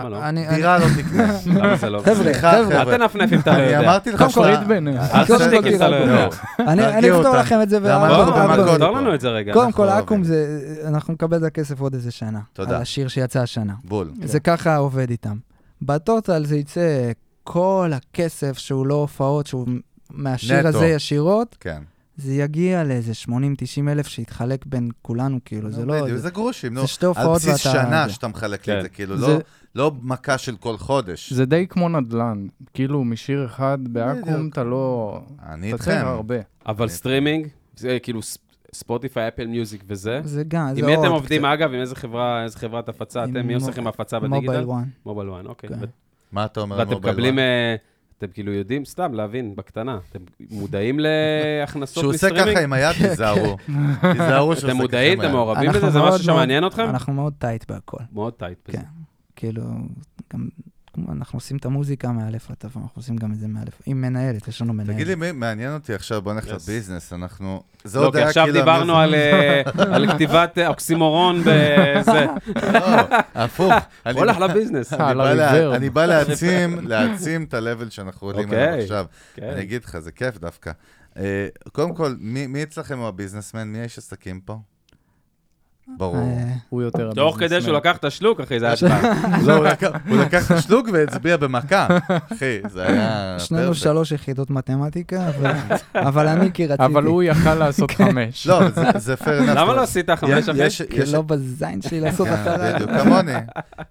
למה לא? אני- אני- דירה לא תקנה. למה זה לא? חבר'ה, סליחה, חבר'ה, אל תנפנף אם אתה לא אני יודע. אמרתי לך קודם כל, שאתה- תפריד ביניהם. אה, אל קודם תשתק כל, אם אתה לא תירגעו. יודע. אני תרגיע אני אפתור אותם. לכם את זה למה בארבע אנחנו בוא, דקות. במכות? תפתור לנו את זה רגע. קודם כל, אנחנו אקו"ם אוהבים. זה... אנחנו נקבל את הכסף עוד איזה שנה. תודה. על השיר שיצא השנה. בול. כן. זה ככה עובד איתם. בטוטל זה יצא כל הכסף שהוא לא הופעות, שהוא מהשיר נטו. הזה ישירות, כן. זה יגיע לאיזה 80-90 אלף שיתחלק בין כולנו, כאילו, זה לא... בדיוק, זה- זה גרושים, נו. זה שתי הופעות על בסיס ואתה- שנה זה. שאתה מחלק לי את זה, כן. כאילו, זה- לא- לא מכה של כל חודש. זה די כמו נדל"ן. כאילו, משיר אחד באקו"ם בדיוק. אתה לא... אני אתה צריך איתכם. הרבה. אבל סטרימינג, זה כאילו ס- ספוטיפיי, אפל מיוזיק וזה. זה גם, זה כן. עם עוד... מי אתם עובדים, אגב, עם איזה חברה, איזה חברת הפצה אתם? מי עושה לכם הפצה מובייל בדיגיטל? וואן. מובייל וואן, אוקיי. כן. ו- מה אתה אומר על ואתם מובייל מקבלים, וואן? אה, אתם כאילו יודעים, סתם להבין, בקטנה, אתם מודעים להכנסות שהוא עושה ככה מסטרימינג? עם היד, תיזהרו. תיזהרו שהוא כן. אתם עושה ככה מודעים, עם אתם היד. מעורבים אנחנו בזה? זה מאוד משהו מאוד- שמעניין אתכם? אנחנו מאוד טייט בהכל. מאוד טייט בזה. כן. כאילו, גם... כמו, אנחנו עושים את המוזיקה מאלף עד תו, אנחנו עושים גם את זה מאלף. עם מנהלת, יש לנו מנהלת. תגיד לי, מי- מעניין אותי עכשיו, בוא נלך Yes. לביזנס, אנחנו... זה לא, עוד כי היה עכשיו כאילו דיברנו על, המיוזיק- אה, על כתיבת אה, אוקסימורון בזה. לא, הפוך. אני- הולך לביזנס. אני על בא לה- הריבר. אני בא להעצים, להעצים את ה-level שאנחנו עולים אוקיי. עליו עכשיו. כן. אני אגיד לך, זה כיף דווקא. אה, קודם כל, מי מי אצלכם הוא הביזנסמן? מי האיש עסקים פה? ברור. אה, הוא יותר... תוך כדי שהוא הביזנסמן. לקח את השלוק, אחי, זה היה פעם. לא, הוא לקח- הוא לקח את השלוק והצביע במכה. אחי, זה היה... שנינו perfect. שלוש יחידות מתמטיקה, אבל- אבל אני כי רציתי. אבל הוא יכל לעשות כן. חמש. לא, זה- זה fair enough. למה לא עשית חמש אחרי? יש- כי יש- לא בזין שלי לעשות כן, אחריי. בדיוק, כמוני.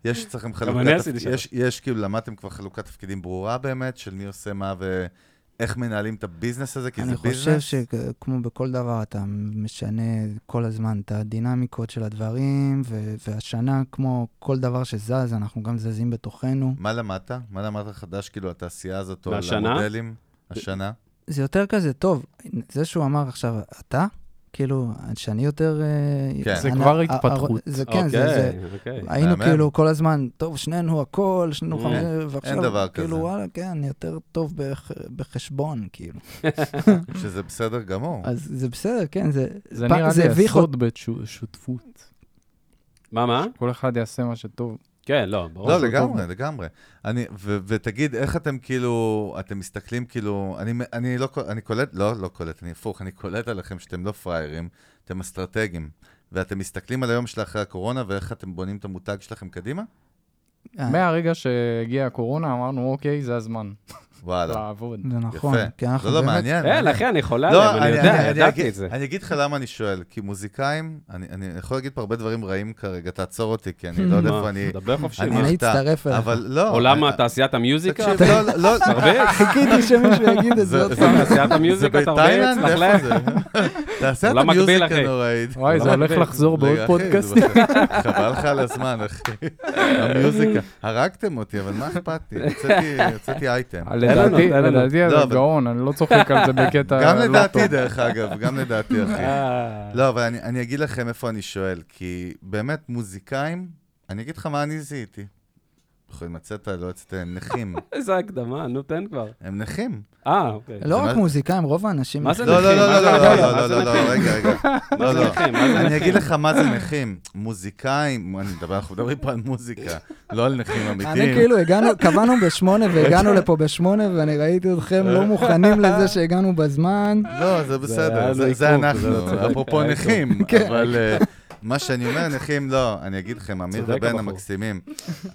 יש אצלכם חלוקת... אני עשיתי תפ- שאלה. יש- יש כאילו, למדתם כבר חלוקת תפקידים ברורה באמת, של מי עושה מה ואיך מנהלים את הביזנס הזה, כי זה אני חושב ביזנס. שכמו בכל דבר, אתה משנה כל הזמן את הדינמיקות של הדברים, ו- והשנה, כמו כל דבר שזז, אנחנו גם זזים בתוכנו. מה למדת? מה למדת חדש, כאילו, התעשייה הזאת, או על מהשנה? המודלים? השנה? זה יותר כזה, טוב, זה שהוא אמר עכשיו, אתה, כאילו, שאני יותר... אה, כן. זה אני- כבר ה- ה- התפתחות. זה כן, זה... זה- אוקיי, אוקיי. היינו מהמם. כאילו כל הזמן, טוב, שנינו הכל, שנינו Mm. חמש, ועכשיו, דבר כאילו, כזה. וואלה, כן, אני יותר טוב בח- בחשבון, כאילו. שזה בסדר גמור. אז זה בסדר, כן, זה... זה פ- נראה זה לי הביך הסוד בשותפות. מה, מה? כל אחד יעשה מה שטוב. כן, לא, ברור. לא, זה לגמרי, טוב. לגמרי. אני, ו- ותגיד, איך אתם כאילו, אתם מסתכלים כאילו, אני, אני לא, קול- אני קולט, לא, לא קולט, אני הפוך, אני קולט עליכם שאתם לא פראיירים, אתם אסטרטגים. ואתם מסתכלים על היום שלאחרי הקורונה, ואיך אתם בונים את המותג שלכם קדימה? אה, מהרגע שהגיעה הקורונה, אמרנו, אוקיי, זה הזמן וואלה. לעבוד. זה נכון, כי יפה. אנחנו לא, לא, באמת... מעניין. אין, מעניין. כן, אחי, אני חולה לא, עליהם, אני יודע, אני ידעתי אגיד- את זה. אני אגיד לך למה אני שואל, כי מוזיקאים, אני- אני יכול להגיד פה הרבה דברים רעים כרגע, תעצור אותי, כי אני לא יודע מה, איפה אני... דבר חופשי. אני מה? אני אחטא. אצטרף אליך. אבל לא. עולם אני- תעשיית המיוזיקה? תקשיב, לא, לא, לא. הרבה? חיכיתי שמישהו יגיד את זה עוד פעם. תעשיית המיוזיקה, אתה הרבה בתאילנד? איפה אצלך? זה? תעשיית עולם לא מקביל, המיוזיקה אחי. נוראית. וואי, זה הולך לחזור בעוד רגע, אחי, פודקאסט. זה בסדר. חבל לך על הזמן, אחי. המיוזיקה. הרגתם אותי, אבל מה אכפת לי? יצאתי- יצאתי אייטם. לדעתי, לנו, אין לנו. לדעתי לא, זה אבל- גאון, אני לא צוחק על זה בקטע גם לא לדעתי, טוב. דרך אגב, גם אה. לדעתי, אחי. לא, אבל אני, אני אגיד לכם איפה אני שואל, כי באמת מוזיקאים, אני אגיד לך מה אני זיהיתי. יכולים לצאת, לא יצאת, הם נכים. איזה הקדמה, נו תן כבר. הם נכים. אה, אוקיי. לא זה רק מה- מוזיקאים, רוב האנשים... מה זה לא, לא, נכים? לא, לא, מה זה לא, נכים? לא, מה לא, זה לא, לא, נכים? רגע, רגע. מה לא, זה לא. נכים? מה זה אני נכים? אגיד לך מה זה נכים. מוזיקאים, אני מדבר, אנחנו מדברים פה על מוזיקה, לא על נכים אני אמיתיים. כאילו, הגענו, קבענו בשמונה והגענו לפה בשמונה, ואני ראיתי אתכם לא מוכנים לזה שהגענו בזמן. לא, זה היה בסדר, זה- איזה זה עיכוב, זה אנחנו, צודק, אפרופו היה נכים, כן. אבל אה, מה שאני אומר, נכים, לא, אני אגיד לכם, אמיר צודק ובן הבחור. המקסימים.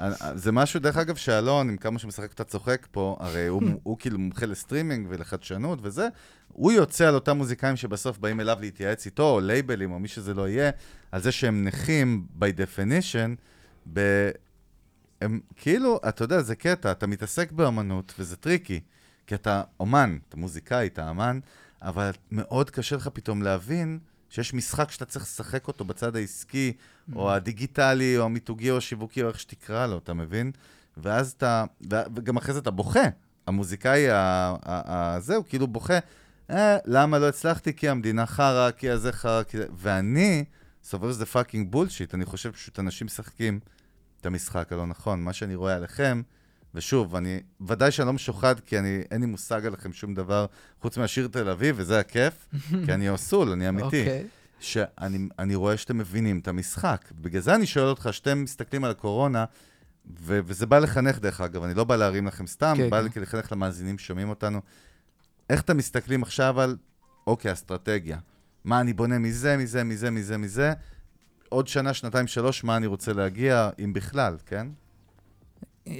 אה, אה, זה משהו, דרך אגב, שאלון, עם כמה שמשחק קצת צוחק פה, הרי הוא- הוא כאילו מומחה לסטרימינג ולחדשנות וזה, הוא יוצא על אותם מוזיקאים שבסוף באים אליו להתייעץ איתו, או לייבלים, או מי שזה לא יהיה, על זה שהם נכים, by definition, ב... הם כאילו, אתה יודע, זה קטע, אתה מתעסק באמנות, וזה טריקי, כי אתה אומן, אתה מוזיקאי, אתה אמן, אבל מאוד קשה לך פתאום להבין שיש משחק שאתה צריך לשחק אותו בצד העסקי, או הדיגיטלי, או המיתוגי, או השיווקי, או איך שתקרא לו, אתה מבין? ואז אתה, ו- וגם אחרי זה אתה בוכה. המוזיקאי ה- ה- הזה, הוא כאילו בוכה, אה, למה לא הצלחתי? כי המדינה חרא, כי הזה חרא, כי זה... ואני סובר שזה פאקינג בולשיט, אני חושב פשוט אנשים משחקים את המשחק הלא נכון. מה שאני רואה עליכם, ושוב, אני, ודאי שאני לא משוחד, כי אני, אין לי מושג עליכם שום דבר, חוץ מהשיר תל אביב, וזה הכיף, כי אני אוסול, אני אמיתי. אוקיי. שאני אני רואה שאתם מבינים את המשחק. בגלל זה אני שואל אותך, שאתם מסתכלים על הקורונה, ו- וזה בא לחנך, דרך אגב, אני לא בא להרים לכם סתם, כן, בא כן. לי לחנך למאזינים ששומעים אותנו. איך אתם מסתכלים עכשיו על, אוקיי, אסטרטגיה. מה אני בונה מזה, מזה, מזה, מזה, מזה, עוד שנה, שנתיים, שלוש, מה אני רוצה להגיע, אם בכלל, כן? אמ,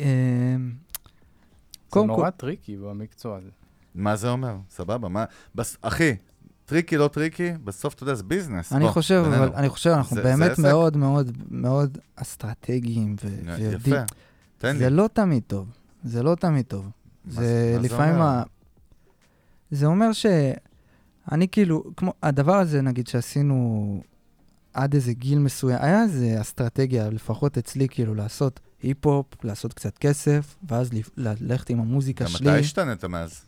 זה קודם כל, נורא טריקי במקצוע הזה. מה זה אומר? סבבה, מה... בס... אחי, טריקי, לא טריקי, בסוף, אתה יודע, זה ביזנס. אני בוא, חושב, בינינו. אבל אני חושב, אנחנו זה- זה באמת עסק. מאוד מאוד מאוד אסטרטגיים ו- ויודעים. יפה, תן לי. זה לא תמיד טוב. זה לא תמיד טוב. מה זה מה לפעמים... אומר? ה- זה אומר שאני כאילו, כמו, הדבר הזה, נגיד, שעשינו עד איזה גיל מסוים, היה איזה אסטרטגיה, לפחות אצלי, כאילו, לעשות היפ-הופ, לעשות קצת כסף, ואז לפ- ללכת עם המוזיקה גם שלי. אתה השתנית מאז.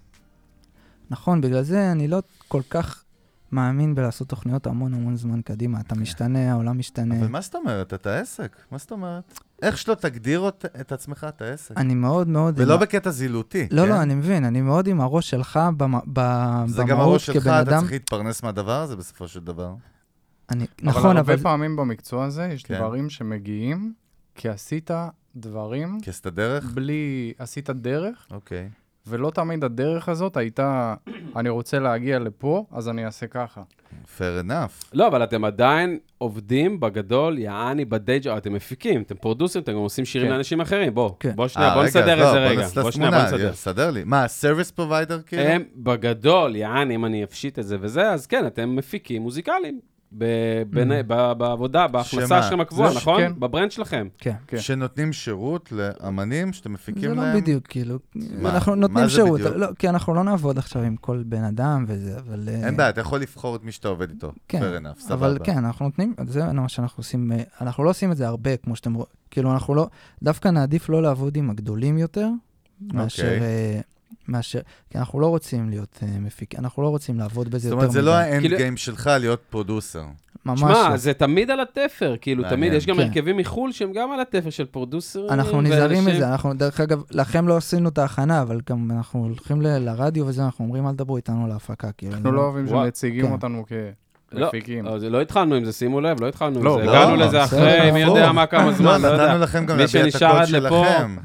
נכון, בגלל זה אני לא כל כך מאמין בלעשות תוכניות המון המון זמן קדימה. אתה משתנה, העולם משתנה. כן. אבל מה זאת אומרת? אתה עסק. מה זאת אומרת? איך שלא תגדיר אות- את עצמך, אתה עסק. אני מאוד מאוד... ולא עם- בקטע זילותי. לא, כן? לא, אני מבין, אני מאוד עם הראש שלך במ- ב- זה גם במהות הראש שלך, כבן אתה אדם. צריך להתפרנס מהדבר הזה בסופו של דבר. אני- נכון, אבל... נכון, אבל... הרבה פעמים במקצוע הזה יש כן. דברים שמגיעים כי עשית דברים כי עשית דרך? בלי... עשית דרך, אוקיי. ולא תמיד הדרך הזאת הייתה, אני רוצה להגיע לפה, אז אני אעשה ככה. fair enough. לא, אבל אתם עדיין עובדים בגדול, יעני בדייג'ה, אתם מפיקים, אתם פרודוסים, אתם גם עושים שירים כן. לאנשים אחרים, בוא, כן. בוא אה, שנייה, בוא רגע, אז נסדר לא, את זה בוא רגע. נס- בוא שנייה, בוא לתמונה, נסדר. סדר לי. מה, סרוויס פרוביידר כאילו? הם בגדול, יעני, אם אני אפשיט את זה וזה, אז כן, אתם מפיקים מוזיקליים. ב- בין- ב- בעבודה, בהכנסה Mm. שמה? שלכם הקבועה, זה- נכון? כן. בברנד שלכם. כן. כן. שנותנים שירות לאמנים שאתם מפיקים זה להם? לא בדיוק, כאילו, מה? אנחנו מה נותנים זה שירות, בדיוק? לא, כי אנחנו לא נעבוד עכשיו עם כל בן אדם וזה, אבל... אה, אין בעיה, אתה יכול לבחור את מי שאתה עובד איתו. כן, fair enough, סבבה. אבל כן, אנחנו נותנים, זה מה שאנחנו עושים, אה, אנחנו לא עושים את זה הרבה, כמו שאתם רואים, כאילו, אנחנו לא, דווקא נעדיף לא לעבוד עם הגדולים יותר, אוקיי. מאשר... אה, מאשר, כי אנחנו לא רוצים להיות אה, מפיק, אנחנו לא רוצים לעבוד בזה זאת יותר מדי. אומרת, זה לא האנד כאילו- גיים שלך להיות פרודוסר. ממש לא. שמע, זה תמיד על התפר, כאילו, מעניין. תמיד, יש גם כן. הרכבים מחו"ל שהם גם על התפר של פרודוסרים. אנחנו נזהרים ואנשים- מזה, אנחנו, דרך אגב, לכם לא עשינו את ההכנה, אבל גם אנחנו הולכים ל- לרדיו וזה, אנחנו אומרים, אל תדברו איתנו להפקה, כאילו. אנחנו אני לא אוהבים וואו, שמציגים כן. אותנו לא, כמפיקים. לא, זה- לא התחלנו עם זה, שימו לב, לא התחלנו עם לא, זה. לא, הגענו לא, לזה בסדר, אחרי, מי ברור. יודע מה, כמה זמן, לא לא, יודע. נתנו לכם גם מי להביע את שנשאר הקול עד לפה- שלכם.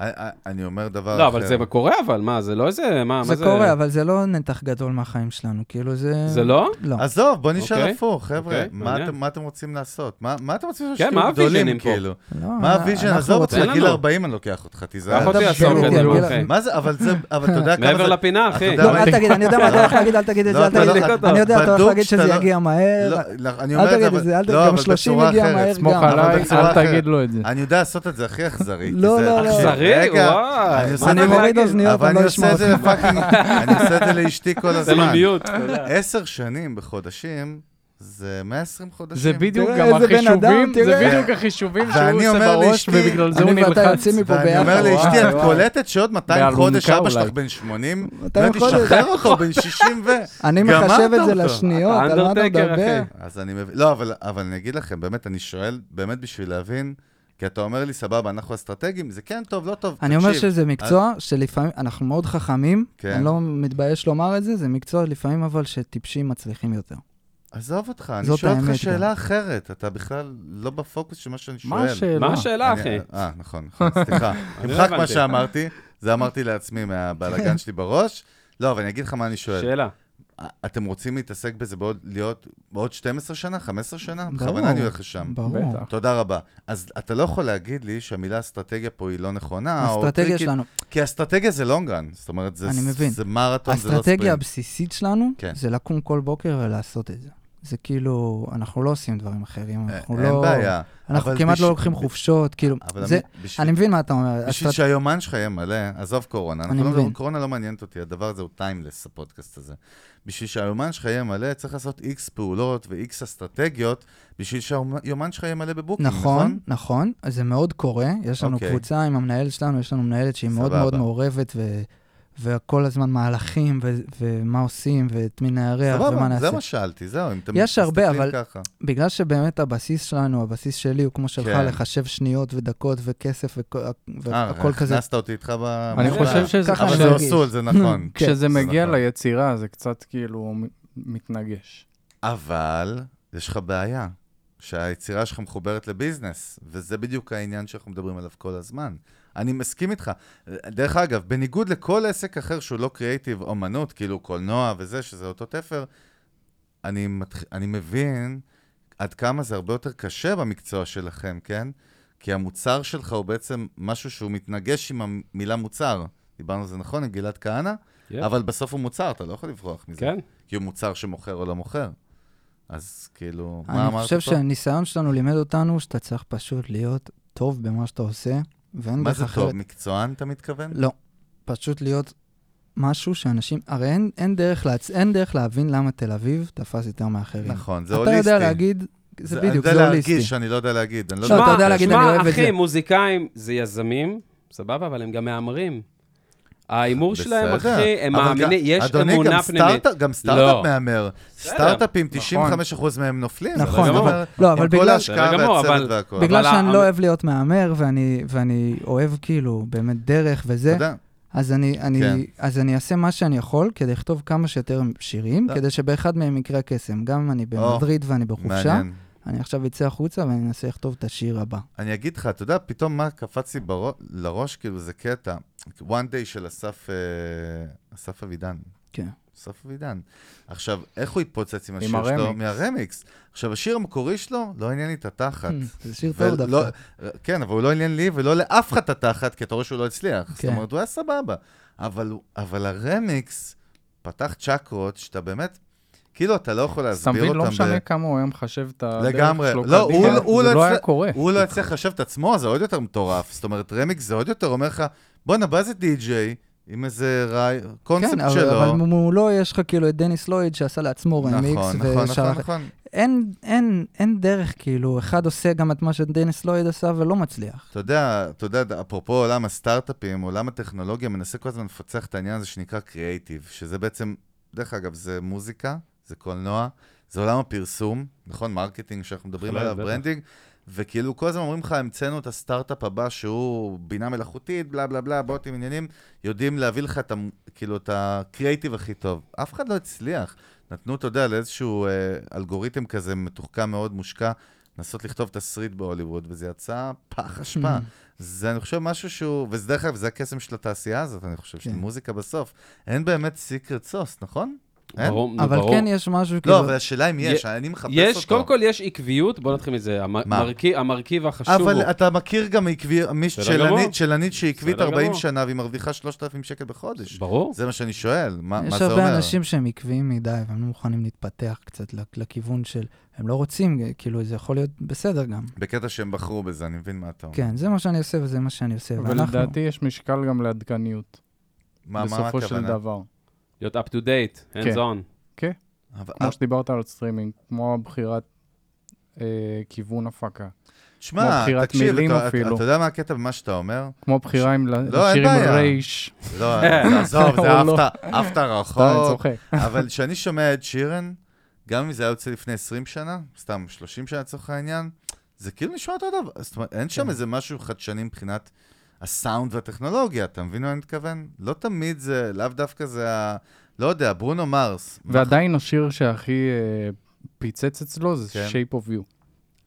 אה, אה, אני אומר דבר אחר. לא, אבל זה קורה, אבל מה, זה לא איזה, מה, מה זה זה? קורה, אבל זה לא נתח גדול מהחיים שלנו, כאילו זה... זה לא? לא. עזוב, בוא נשאל אוקיי. הפוך, חבר'ה. אוקיי, מה מעניין. אתם- מה אתם רוצים לעשות? מה מה אתם רוצים כן, לעשות מה שתהיו גדולים, הוויז'נים פה? כאילו? לא, מה אנחנו הוויז'ן? עזוב אותך, רוצים- אין גיל לנו. 40 אני לוקח אותך, קח תיזהר. אותי אתה עשור מדבר איתי גדול, על גיל- אחי. מה זה, אבל זה, אבל אתה יודע כמה זה... מעבר לפינה, אתה אחי. יודע לא, מה- אל תגיד, אני יודע מה אתה הולך להגיד, אל תגיד את לא, זה, אל אתה תגיד לא- את זה. אתה- אני יודע, אתה הולך בדוק להגיד שאתה שזה לא- יגיע מהר. לא, לא, אני אל אומר את זה, תגיד אבל... את זה, אל תגיד, לא, גם אבל 30 בצורה מגיע אחרת. מהר סמוך גם. אבל עליי, בצורה אל אחרת. תגיד לו את זה. אני יודע לעשות את זה הכי אכזרי. כי לא, זה- לא, לא. אכזרי, רגע, וואי. אני עושה את אני זה- מוריד אוזניות, אבל אני אני לא אשמע עושה את אותך. זה לפאקינג... אני עושה את זה לאשתי כל זה לא הזמן. מיוט. עשר שנים בחודשים, זה 120 חודשים. זה בדיוק תראה גם איזה בן אדם, החישובים, זה תראה. בדיוק החישובים ואני שהוא עושה אומר בראש, לאשתי- ובגלל זה אני הוא ואתה נלחץ. יוצאים מפה ואני אומר ביחד. לאשתי, את וואי. קולטת שעוד 200 באלונקה חודש אבא שלך אולי. בן 80? 200 באמת, חודש. תשחרר אותו, בן 60 ו... אני גמרת מחשב את זה אותו. לשניות, על מה אתה אנדרטקר, מדבר? אחי. אז אני מבין, לא, אבל, אבל אני אגיד לכם, באמת, אני שואל, באמת בשביל להבין כי אתה אומר לי, סבבה, אנחנו אסטרטגים, זה כן טוב, לא טוב. אני אומר תקשיב, שזה מקצוע שלפעמים, אנחנו מאוד חכמים, כן. אני לא מתבייש לומר את זה, זה מקצוע לפעמים אבל שטיפשים מצליחים יותר. אה, עזוב אותך, אני זאת שואל אותך האמת שאלה אחרת, אתה בכלל לא בפוקוס של כן. מה שאני שואל. מה השאלה? מה השאלה, אני- אחי? אה, נכון, נכון, סליחה. לא נמחק מה הבנתי. שאמרתי, זה אמרתי לעצמי מהבלאגן שלי בראש. לא, אבל אני אגיד לך מה אני שואל. שאלה. אתם רוצים להתעסק בזה בעוד, להיות בעוד 12 שנה, 15 שנה? ברור. בכוונה אני הולך לשם. ברור. בטח. תודה רבה. אז אתה לא יכול להגיד לי שהמילה אסטרטגיה פה היא לא נכונה, או האסטרטגיה טריקית, שלנו, כי אסטרטגיה זה לונגרן, זאת אומרת, זה, אני מבין. זה מרתון, זה לא ספרינט. האסטרטגיה הבסיסית שלנו כן. זה לקום כל בוקר ולעשות את זה. זה כאילו, אנחנו לא עושים דברים אחרים, אנחנו אה, אין לא... בעיה. אנחנו אבל כמעט בשביל- לא לוקחים חופשות, כאילו, אבל זה... בשביל, אני מבין מה אתה אומר. בשביל אסטרט- שהיומן שלך יהיה מלא, עזוב קורונה. אני אנחנו לא, מבין. קורונה לא מעניינת אותי, הדבר הזה הוא טיימלס, הפודקאסט הזה. בשביל שהיומן שלך יהיה מלא, צריך לעשות איקס פעולות ואיקס אסטרטגיות, בשביל שהיומן שלך יהיה מלא בבוקינג, נכון, נכון, אז זה מאוד קורה. יש לנו אוקיי. קבוצה עם המנהלת שלנו, יש לנו מנהלת שהיא מאוד סבבה. מאוד מעורבת, ו... וכל הזמן מהלכים, ו... ומה עושים, ואת מי נארח, כן, ומה סבבה, נעשה. זה מה שאלתי, זהו, אם אתם יש הרבה, מסתכלים אבל- ככה. בגלל שבאמת הבסיס שלנו, הבסיס שלי, הוא כמו שלך, כן. לחשב שניות ודקות וכסף וכ- והכל אה, כזה. הכנסת אותי איתך ב... אני ב- חושב שזה... ככה אבל אני זה מרגיש. אוסול, זה נכון. כן, כשזה זה מגיע נכון. ליצירה, זה קצת כאילו מ- מתנגש. אבל יש לך בעיה, שהיצירה שלך מחוברת לביזנס, וזה בדיוק העניין שאנחנו מדברים עליו כל הזמן. אני מסכים איתך. דרך אגב, בניגוד לכל עסק אחר שהוא לא קריאיטיב, אומנות, כאילו קולנוע וזה, שזה אותו תפר, אני, מתח... אני מבין עד כמה זה הרבה יותר קשה במקצוע שלכם, כן? כי המוצר שלך הוא בעצם משהו שהוא מתנגש עם המילה מוצר. דיברנו על זה נכון עם גלעד כהנא, כן. אבל בסוף הוא מוצר, אתה לא יכול לברוח מזה. כן? כי הוא מוצר שמוכר או לא מוכר. אז כאילו, מה כן. אני אמרת חושב פה? שהניסיון שלנו לימד אותנו שאתה צריך פשוט להיות טוב במה שאתה עושה, ואין מה דרך זה אחרת. טוב, מקצוען אתה מתכוון? לא. פשוט להיות משהו שאנשים... הרי אין, אין, דרך להצ... אין דרך להבין למה תל אביב תפס יותר מאחרים. נכון, זה לא. אתה הוליסטי. יודע להגיד, זה, זה בדיוק, אני זה יודע הוליסטי. להרגיש, אני לא יודע להגיד. אני לא שמע, יודע- אתה יודע להגיד, אני אוהב את שמע, זה. אחי, מוזיקאים זה יזמים, סבבה, אבל הם גם מהמרים. ההימור בסדר. שלהם, אחי, הם אבל מאמינים, גם- יש אדוני, גם אמונה פנימית. סטארט-אפ- גם סטארט-אפ לא. מהמר. סטארטאפים, 95% מהם נופלים. נכון, זאת נכון. אומרת, לא, אבל עם כל בגלל- ההשקעה בסדר גמור, והצוות אבל- והכל. אבל בגלל ה- שאני המ- לא אוהב להיות מהמר, ואני, ואני אוהב כאילו באמת דרך אתה וזה, יודע, אז אני, אני, כן. אז אני אעשה מה שאני יכול כדי לכתוב כמה שיותר שירים, אתה- כדי שבאחד מהם יקרה הקסם. גם אם אני או, במדריד ואני בחופשה, מעניין. אני עכשיו אצא החוצה ואני אנסה לכתוב את השיר הבא. אני אגיד לך, אתה יודע, פתאום מה קפץ לי ברו- לראש, כאילו, זה קטע. one day של אסף אה, אסף אבידן. כן. אסף אבידן. עכשיו, איך הוא התפוצץ עם השיר הרמיקס. שלו? מהרמיקס. עכשיו, השיר המקורי שלו, לא עניין לי את התחת. זה שיר טוב ולא- Hmm. דווקא. כן, אבל הוא לא עניין לי ולא לאף אחד את התחת, כי אתה רואה שהוא לא הצליח. זאת כן. אומרת, הוא היה סבבה. אבל הוא- אבל הרמיקס פתח צ'קרות שאתה באמת, כאילו, אתה לא יכול אתה להסביר מבין? אותם. לא ב- משנה כמה הוא היה מחשב את הדרך לגמרי. שלו לא, הוא- קדימה, הוא זה לא לא היה הצל- קורה. הוא לא יצליח לחשב את עצמו, זה עוד יותר מטורף. זאת אומרת, רמיקס זה עוד יותר אומר לך, בואנה, בא איזה די-ג'יי עם איזה ראי, כן, קונספט אבל, אבל שלו. מולו יש לך כאילו את דניס לויד שעשה לעצמו רמיקס. נכון, נכון, נכון, ושלח- נכון. אין, אין, אין דרך, כאילו, אחד עושה גם את מה שדניס לויד עשה ולא מצליח. אתה יודע, אתה יודע, אפרופו עולם הסטארט-אפים, עולם הטכנולוגיה מנסה כל הזמן לפצח את העניין הזה שנקרא קריאייטיב, שזה בעצם, דרך אגב, זה מוזיקה, זה קולנוע, זה עולם הפרסום, נכון? מרקטינג שאנחנו מדברים בכלל, עליו, בטח. ברנדינג, וכאילו כל הזמן אומרים לך, המצאנו את הסטארט-אפ הבא שהוא בינה מלאכותית, בלה בלה בלה, בוטים עניינים, יודעים להביא לך את, המ- כאילו, את הקריאייטיב הכי טוב. אף אחד לא הצליח. נתנו, אתה יודע, לאיזשהו אה, אלגוריתם כזה מתוחכם מאוד, מושקע, לנסות לכתוב תסריט בהוליווד, וזה יצא Mm. פח אשפה. זה, אני חושב, משהו שהוא, וזה דרך אגב, זה הקסם של התעשייה הזאת, אני חושב, של כן. מוזיקה בסוף. אין באמת סיקרט סוס, נכון? אין? ברור, נו, אבל ברור. כן יש משהו, כאילו, לא, אבל השאלה אם יש, י- אני מחפש אותו. יש, קודם כל יש עקביות, בוא נתחיל מזה. המ- מרכיב- המרכיב החשוב הוא... אבל אתה מכיר גם עקבי, מישהו בסדר גמור. שלנית, שלנית שהיא עקבית בסדר 40 גמור. שנה והיא מרוויחה 3,000 שקל בחודש. ברור. זה מה שאני שואל, מה מה יש זה אומר? הרבה אנשים שהם עקביים מדי והם לא מוכנים להתפתח קצת לכ- לכיוון של, הם לא רוצים, כאילו, זה יכול להיות בסדר גם. בקטע שהם בחרו בזה, אני מבין מה אתה אומר. כן, זה מה שאני עושה וזה מה שאני עושה. אבל ואנחנו- לדעתי יש משקל גם לעדכניות, מה- מה בסופו של הכוונה? דבר. להיות up to date, hands כן. on. אבל- אה, כמו שדיברת על סטרימינג, כמו בחירת אה, כיוון הפקה, כמו שמע, בחירת תקשיב, מילים אתה- אפילו. אתה יודע מה הקטע במה שאתה אומר? כמו בחירה עם לא, אין לשיר עם בעיה. רייש. לא, זה- עזוב, זה או לא. עפת- עפת סתם, אני רחוק. צוחק. אבל כשאני שומע את שירן, גם אם זה היה יוצא לפני 20 שנה, סתם 30 שנה לצורך העניין, זה כאילו נשמע אותו דבר. זאת אומרת, אין כן. שם איזה משהו חדשני מבחינת הסאונד והטכנולוגיה, אתה מבין מה אני מתכוון? לא תמיד זה, לאו דווקא זה ה... לא יודע, ברונו מרס. ועדיין השיר שהכי אה, פיצץ אצלו זה כן. Shape of You.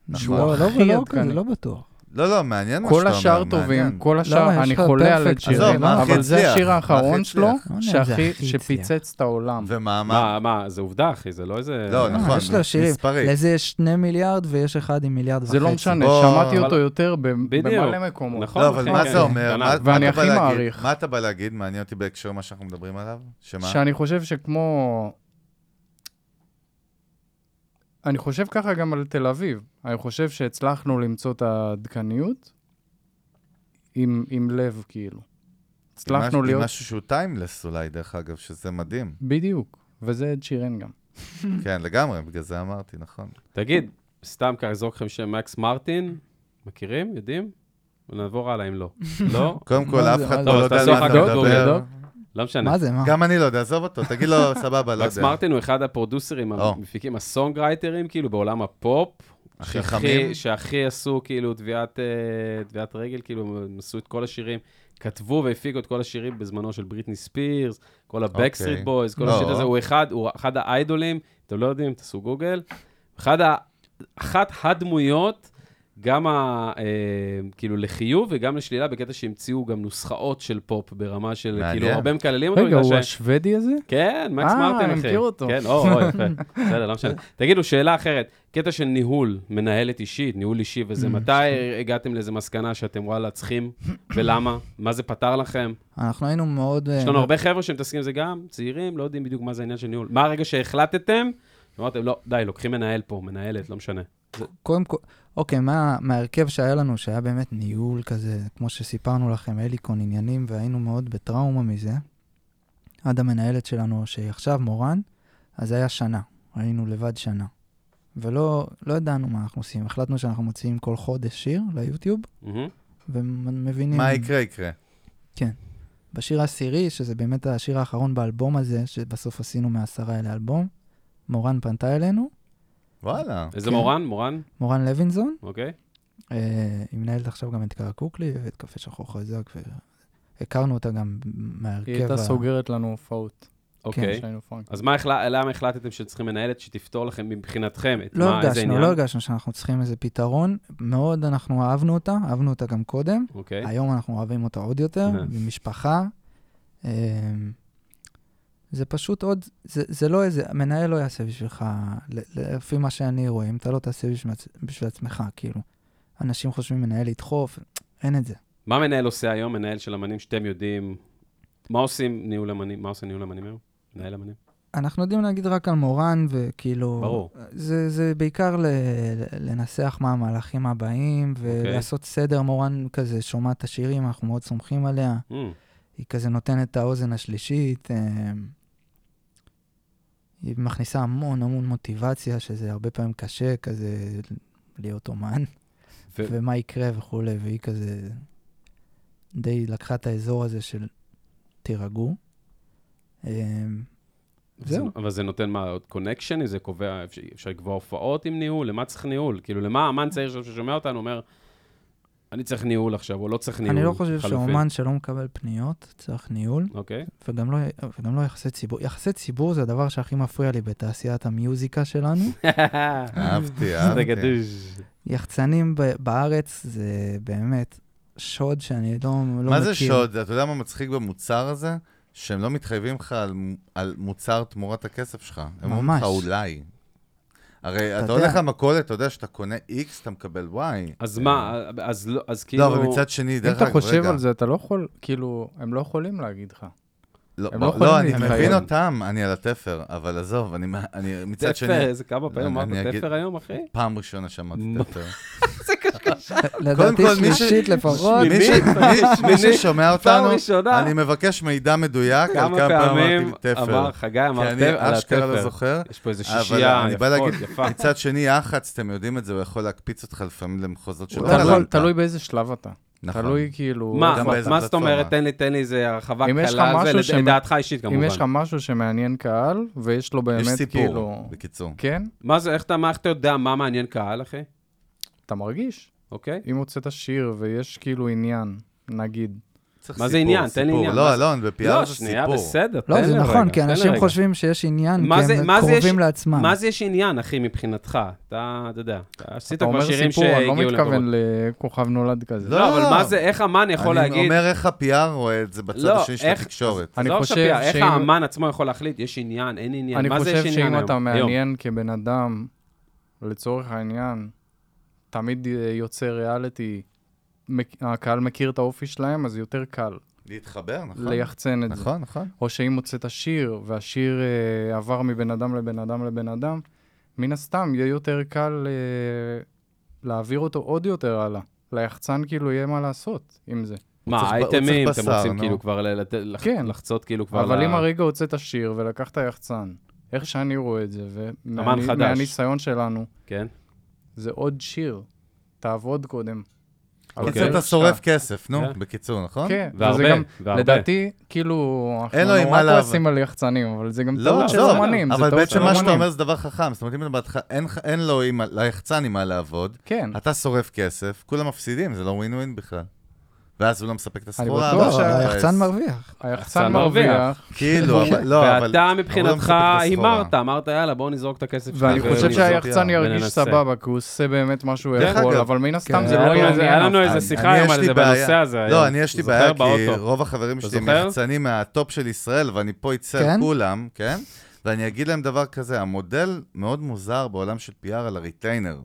נכון. לא, לא, הכי לא, עדכני. כזה, לא בטוח. לא, לא, מעניין מה שאתה אומר, כל השאר מעניין. טובים, כל השאר, לא, יש אני לך חולה על perfect את שירי, עזוב, מה הכי אבל זה הצליח? השיר מה הכי האחרון הצליח? שלו, לא יודע אם זה שהכי, הכי הצליח. שפיצץ את העולם. ומה, מה? מה, מה, זה עובדה, אחי, זה לא איזה... לא, אה, נכון, יש לו שירים. מספרית. לזה יש שני מיליארד ויש אחד עם מיליארד וחצי. זה לא משנה, בוא- שמעתי אותו אבל- יותר ב- בדיוק. במלא מקומות. נכון, לא, אבל אחי, מה כן, זה אומר? כן, מה- כן. מה ואני אתה בא הכי להגיד? מעריך. מה אתה בא להגיד? מעניין אותי בהקשר מה שאנחנו מדברים עליו? שמה? שאני חושב שכמו... אני חושב ככה גם על תל אביב. אני חושב שהצלחנו למצוא את העדכניות עם, עם לב, כאילו. עם הצלחנו מש- עם להיות... משהו שהוא טיימלס אולי, דרך אגב, שזה מדהים. בדיוק. וזה עד שירן גם. כן, לגמרי, בגלל זה אמרתי, נכון. תגיד, סתם ככה, אזרוק לכם שם מקס מרטין, מכירים? יודעים? ונעבור הלאה אם לא. לא? קודם כל, מה אף זה? אחד פה לא, אבל לא יודע תעשו על מה אחר אתה כך גוגל. מדבר. לא משנה. מה זה, מה? גם אני לא יודע, עזוב אותו, תגיד לו, סבבה, לא מקס יודע. מרטין הוא אחד הפרודוסרים, או. המפיקים, הסונגרייטרים, כאילו, בעולם הפופ. הכי שהכי- חמים. שהכי עשו, כאילו, טביעת אה, טביעת רגל, כאילו, הם עשו את כל השירים. כתבו והפיקו את כל השירים בזמנו של בריטני ספירס, כל אוקיי. ה-Backstreet Boys, כל לא. השיט הזה, הוא אחד, הוא אחד האיידולים, אתם לא יודעים, תעשו גוגל. אחד ה... אחת הדמויות, גם ה... אה, כאילו לחיוב וגם לשלילה, בקטע שהמציאו גם נוסחאות של פופ ברמה של, מעניין. כאילו, הרבה מקללים אותו. רגע, בגלל הוא שה- השוודי הזה? כן, מקס אה, מרטין, אחי. אני מכיר אותו. כן, או, או, יפה. בסדר, לא משנה. תגידו, שאלה אחרת. קטע של ניהול, מנהלת אישית, ניהול אישי Mm, וזה, מתי הגעתם לאיזה מסקנה שאתם וואלה צריכים, ולמה? מה זה פתר לכם? אנחנו היינו מאוד... אה, יש לנו הרבה חבר'ה שמתעסקים עם זה גם, צעירים, לא יודעים בדיוק מה זה העניין של ניהול. מה הרגע שהחלטתם? אמרתם, לא, די, לוקחים מנהל פה, מנהלת, לא משנה. קודם כל, אוקיי, מה, מההרכב שהיה לנו, שהיה באמת ניהול כזה, כמו שסיפרנו לכם, אליקון עניינים, והיינו מאוד בטראומה מזה, עד המנהלת שלנו, שהיא עכשיו מורן, אז היה שנה, היינו לבד שנה. ולא לא ידענו מה אנחנו עושים, החלטנו שאנחנו מוציאים כל חודש שיר ליוטיוב, מהמם. ומבינים... מה יקרה, יקרה. בשיר העשירי, שזה באמת השיר האחרון באלבום הזה, שבסוף עשינו מעשרה אל האלבום, מורן פנתה אלינו, וואלה. איזה כן. מורן? מורן? מורן לוינזון, אוקיי. אה, היא מנהלת עכשיו גם את קרקוקלי ואת קפה שחור חזק, והכרנו אותה גם מההרכב. היא הייתה ה- סוגרת לנו הופעות. כן. אוקיי. כן, כשהיינו פאנק. אז מה החלט- למה החלטתם שצריכים מנהלת שתפתור לכם מבחינתכם את לא מה, איזה הרגשנו, עניין? לא הרגשנו שאנחנו צריכים איזה פתרון. מאוד אנחנו אהבנו אותה, אהבנו אותה גם קודם. אוקיי. היום אנחנו אוהבים אותה עוד יותר, אה. היא משפחה. אה, זה פשוט עוד, זה, זה לא איזה, המנהל לא יעשה בשבילך, ל- לפי מה שאני רואה, אם אתה לא תעשה בשביל, עצ- בשביל עצמך, כאילו. אנשים חושבים מנהל ידחוף, אין את זה. מה מנהל עושה היום, מנהל של אמנים שאתם יודעים? מה עושים ניהול אמנים? מה עושה ניהול אמנים היום? מנהל אמנים? אנחנו יודעים להגיד רק על מורן, וכאילו... ברור. זה, זה בעיקר ל, לנסח מה המהלכים הבאים, אוקיי. ולעשות okay. סדר. מורן כזה שומעת את השירים, אנחנו מאוד סומכים עליה. Mm, היא כזה נותנת את האוזן השלישית. אמ, היא מכניסה המון המון מוטיבציה, שזה הרבה פעמים קשה כזה להיות אומן, ו- ומה יקרה וכולי, והיא כזה די לקחה את האזור הזה של תירגעו. אמ, זה- זהו. אבל זה נותן מה, עוד קונקשן? זה קובע, אפשר- אפשר לקבוע הופעות עם ניהול? למה צריך ניהול? כאילו, למה אמן צעיר עכשיו ששומע אותנו אומר, אני צריך ניהול עכשיו, או לא צריך ניהול אני לא חושב חלופי"? שאומן שלא מקבל פניות צריך ניהול, אוקיי. וגם לא, וגם לא יחסי ציבור. יחסי ציבור זה הדבר שהכי מפריע לי בתעשיית המיוזיקה שלנו. אהבתי, זה אהבתי. גדוש. יחצנים ב- בארץ זה באמת שוד שאני לא, לא מכיר. מה זה שוד? אתה יודע מה מצחיק במוצר הזה? שהם לא מתחייבים לך על, על מוצר תמורת הכסף שלך. הם אומרים ממש. לך אולי. הרי אתה יודע. הולך למכולת, אתה יודע שאתה קונה X, אתה מקבל Y. אז מה, אז לא, אז כאילו... לא, אבל מצד שני, אם דרך אתה אגב, חושב רגע. על זה, אתה לא יכול, כאילו, הם לא יכולים להגיד לך. לא, הם בוא- לא יכולים לא, אני להתחייב. מבין אותם, אני על התפר, אבל עזוב, אני, אני מצד תפר, שני, איזה כמה פעמים אני- אמרת אני אגיד- תפר היום, אחי? פעם ראשונה שמעתי מה? תפר. קודם לדעתי כל, מי ש- שלישית לפחות. מי ש- מי- מי ששומע פעם אותנו, ראשונה. אני מבקש מידע מדויק על כמה כמה פעמים פעמים אמרתי תפר. אמר חגי, כי אמר אני תפר, על אשכרה לא התפר. זוכר. יש פה איזה אבל שישייה, אני בא יפות, להגיד, יפה. מצד שני, יח"צ, אתם יודעים את זה, הוא יכול להקפיץ אותך לפעמים למחוזות שלא אתה תלוי- יכול- חלמת. תלוי באיזה שלב אתה. לא נכון. תלוי כאילו... מה, גם מה- באיזה מה זאת פלטפורמה. אומרת? תן לי, תן לי איזה הרחבה אם יש לך קלה, משהו זה שמ- לדעתך אישית אם כמובן. יש לך משהו שמעניין קהל, ויש לו יש באמת סיפור, כאילו... בקיצור. כן? מה זה, איך אתה, מה, איך אתה יודע מה מעניין קהל, אחי? אתה מרגיש. אוקיי? אם הוצאת שיר ויש כאילו עניין, נגיד, צריך מה זה סיפור, עניין? תן לי סיפור. עניין. לא, מה זה- אלון, לא, ב-PR זה שנייה, סיפור. בסדר, תן לי לא, רגע. זה נכון, כי תן לי אנשים רגע. חושבים שיש עניין, מה כי זה- הם מה זה יש- קרובים לעצמם. מה זה יש עניין, אחי, מבחינתך? אתה, אתה יודע, אתה עשית אתה כבר אומר שירים סיפור, אני לא שהגיעו מתכוון למקומות. לכוכב נולד כזה. לא, לא, אבל מה זה, איך אמן יכול אני להגיד... אומר איך ה-PR רואה את זה בצד לא, השני של איך- התקשורת. אני עזוב חושב שפיע, איך שאם- האמן עצמו יכול להחליט, יש עניין, אין עניין, אני מה זה יש חושב עניין היום? שאם אתה היום. מעניין כבן אדם, לצורך העניין, תמיד אה, יוצא ריאליטי, מק- הקהל מכיר את האופי שלהם, אז יותר קל להתחבר, נכון? ליחצן את זה. נכון, נכון. או שאם הוצאת שיר, והשיר אה, עבר מבן אדם לבן אדם לבן אדם, מן הסתם יהיה יותר קל אה, להעביר אותו עוד יותר הלאה. ליחצן כאילו יהיה מה לעשות עם זה. מה, צריך- הוא אייטמים, צריך אתם בשר, רוצים נו. כאילו כבר ל- לת- לח- כן. לחצות כאילו כבר... אבל ל- אם הרגע הוצאת שיר ולקחת יחצן, איך שאני רואה את זה, אמן חדש. ומהניסיון שלנו, כן. זה עוד שיר. תעבוד קודם. אבל כי אוקיי. זה זה אתה שלך. שורף כסף, נו, כן. בקיצור, נכון? כן, וזה והרבה, גם, והרבה. לדעתי, כאילו, אנחנו אין לו עם מה נורא לעבוד. כועסים על יחצנים, אבל זה גם לא, טעות של לא, אומנים, זה אבל טעות בעצם של מה שאתה אומנים. אומר זה דבר חכם. זאת אומרת, אם אתה בהתחלה, אין לך- אין לו, עם ה- ליחצן עם מה לעבוד, כן, אתה שורף כסף, כולם מפסידים, זה לא ווין ווין בכלל. ואז הוא לא מספק את הסחורה. בטוח אבל לא, הוא שה- מבאס. היחצן מרוויח. היחצן היחצן מרוויח. מרוויח, כאילו, אבל לא, אבל... ואתה לא מבחינתך מספק את הסחורה. הימרת, אמרת, יאללה, בואו נזרוק את הכסף ואני ו- שלנו." חושב ו- שהיחצן ו- ירגיש וננסה. סבבה, כי הוא עושה באמת מה שהוא דרך יכול, אגב, אבל מן הסתם כן, זה היה לא לנו איזה- היה יעניין. לנו אף איזה אחד. שיחה אני, היום יש על לי זה בעיה- בנושא הזה. לא, היום. אני יש לי זוכר בעיה, כי באוטו. רוב החברים שלי הם זוכר? יחצנים מהטופ של ישראל, ואני פה אצל כן? כולם, כן? ואני אגיד להם דבר כזה, המודל מאוד מוזר בעולם של PR על הריטיינר.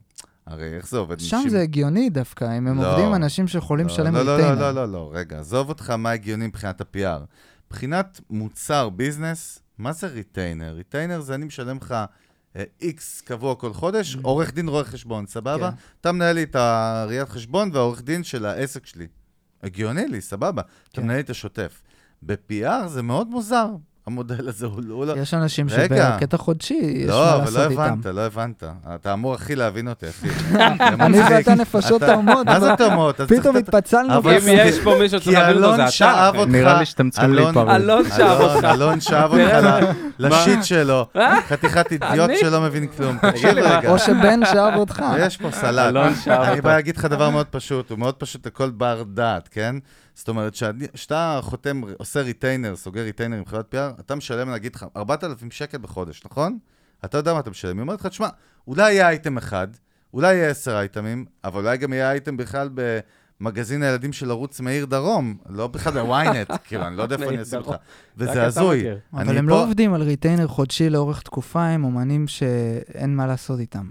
הרי איך זה עובד? שם אנשים- זה הגיוני דווקא, אם הם לא. עובדים אנשים שיכולים לא, לשלם לא, לא, ריטיינר. לא, לא, לא, לא, רגע, עזוב אותך מה הגיוני מבחינת ה-PR. מבחינת מוצר, ביזנס, מה זה ריטיינר? ריטיינר זה אני משלם לך איקס קבוע כל חודש, עורך דין רואה חשבון, סבבה? Mm. כן. אתה מנהל לי את הראיית חשבון והעורך דין של העסק שלי. הגיוני לי, סבבה. אתה כן. מנהל לי את השוטף. ב-PR זה מאוד מוזר, המודל הזה הוא לא... הוא לא- יש אנשים רגע. שבקטע חודשי, יש לא, מה אבל לא לעשות איתם. הבנת, לא הבנת. אתה אמור הכי להבין אותי, אחי. אני ואתה נפשות אתה- תאומות, מה זה תאומות? אז צריך פתאום לתת- התפצלנו. אבל אם בסוף. זה- יש פה מישהו כי שצריך להבין אותו, זה אלון אתה. שאב אחי. אותך. נראה לי שאתם צריכים אלון- להיפרד. אלון שאב אלון- אותך. אלון שאב אותך ל- לשיט שלו. חתיכת אידיוט אני? שלא מבין כלום. תקשיב לי, מה- רגע, או שבן שאב אותך. אה, יש פה סלט. אלון שאב אני אותך. בא להגיד לך דבר מאוד פשוט, הוא מאוד פשוט לכל בר דעת, כן? זאת אומרת, שאני- כשאתה חותם, עושה ריטיינר, סוגר ריטיינר עם חברת PR, אתה משלם, נגיד לך, 4,000 שקל בחודש, נכון? אתה יודע מה אתה משלם. היא אומרת לך, תשמע, אולי יהיה אייטם אחד, אולי יהיה עשר אייטמים, אבל אולי גם יהיה אייטם בכלל במגזין הילדים של ערוץ מאיר דרום, לא בכלל בוויינט, כאילו, אני לא יודע איפה אני מאיר אשים אותך. דרום. רק וזה אתה הזוי. מכיר. אבל אני הם פה- לא עובדים על ריטיינר חודשי לאורך תקופה עם אומנים שאין מה לעשות איתם.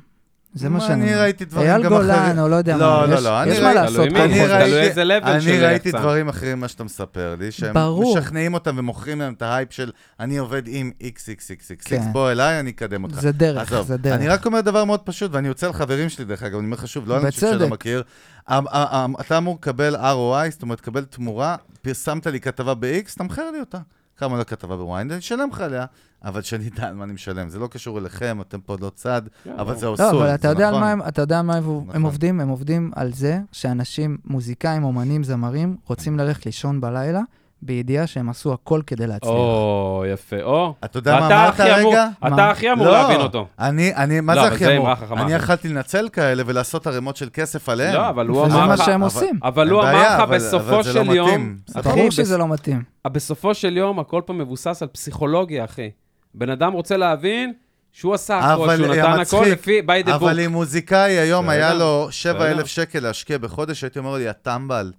זה מה שאני... אני אומר. ראיתי דברים אייל גם אחרים. גולן, או לא יודע לא, מה, לא, יש- לא, אני יש מה ראיתי- לעשות תלוי כל מי, אני חודש. תלוי ראיתי- איזה level של אני ראיתי יחצן. דברים אחרים ממה שאתה מספר לי, שהם ברור. משכנעים אותם ומוכרים להם את ההייפ של אני עובד עם XXXX, כן. בוא אליי, אני אקדם אותך. זה דרך, עזוב, זה דרך. אני רק אומר דבר מאוד פשוט, ואני יוצא לחברים שלי, דרך אגב, אני אומר לך שוב, לא אנשים שלא בצדק. מכיר. אמ- אמ- אמ- אתה אמור לקבל ROI, זאת אומרת, לקבל תמורה, פרסמת לי כתבה ב-X, תמחר לי אותה. כמה לא כתבה ב-Y, אני אשלם לך עליה, אבל שנדע על מה אני משלם. זה לא קשור אליכם, אתם פה לא צד, כן, אבל זה עשוי, לא, זה נכון. אבל אתה יודע על מה הם- אתה יודע על מה הם- נכון. הם עובדים? הם עובדים על זה שאנשים, מוזיקאים, אומנים, זמרים, רוצים ללכת לישון בלילה, בידיעה שהם עשו הכל כדי להצליח. או, יפה, או. אתה יודע מה ואתה אמרת הכי אמור- רגע? אתה מה? הכי אמור לא, להבין אותו. אני, אני, מה לא, זה אבל הכי זה אמור? אמרה חכמה. אני יכלתי לנצל כאלה ולעשות ערימות של כסף עליהם. לא, אבל הוא וזה אמר מה לך... אבל- שהם עושים. אבל אין הוא אמר בעיה, לך אבל- אבל בסופו זה לא של יום, מתאים. ברור שזה לא מתאים. בסופו של יום הכל פה מבוסס על פסיכולוגיה, אחי. בן אדם רוצה להבין שהוא עשה הכל, שהוא אבל נתן הכל המצחיק, לפי by the אבל book. אם מוזיקאי היום היה בסדר, לו 7,000 בסדר. שקל להשקיע בחודש, הייתי אומר לי, יא טמבל,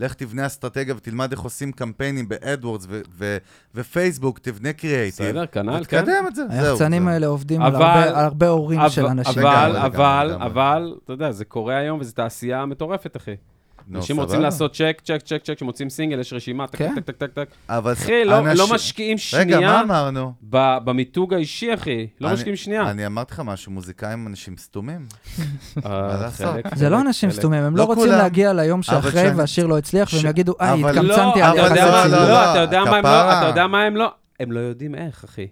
לך תבנה אסטרטגיה ותלמד איך עושים קמפיינים באדוורדס ו- ו- ופייסבוק, תבנה קריאייטיב. בסדר, כנ"ל, כן. ותקדם את זה, זהו. היחצנים זה- האלה עובדים אבל- על הרבה- על הרבה הורים של אבל- אנשים. אבל, לגמרי, אבל, לגמרי. אבל, אתה יודע, זה קורה היום וזו תעשייה מטורפת, אחי. נו, אנשים סבבה. רוצים לעשות צ'ק, צ'ק, צ'ק, צ'ק, כשמוצאים סינגל, יש רשימה, טק, כן. טק, טק, טק, טק. אבל אחי, לא- אנשים- לא משקיעים רגע, מה שנייה אמרנו? ב- במיתוג האישי, אחי. לא אני- משקיעים שנייה. אני אמרתי לך משהו, מוזיקאים הם אנשים סתומים. אה, מה לעשות? חלק, זה לא חלק, אנשים חלק. סתומים, הם לא לא רוצים כולם. להגיע ליום שאחרי כשאני- והשיר לא הצליח, ש- והם יגידו, איי, אבל- התקמצנתי לא, על עליך אתה יודע חצי מה- ציון. חצי לא, אתה יודע מה הם לא, כפרה. אתה יודע מה הם לא, הם לא יודעים איך, אחי.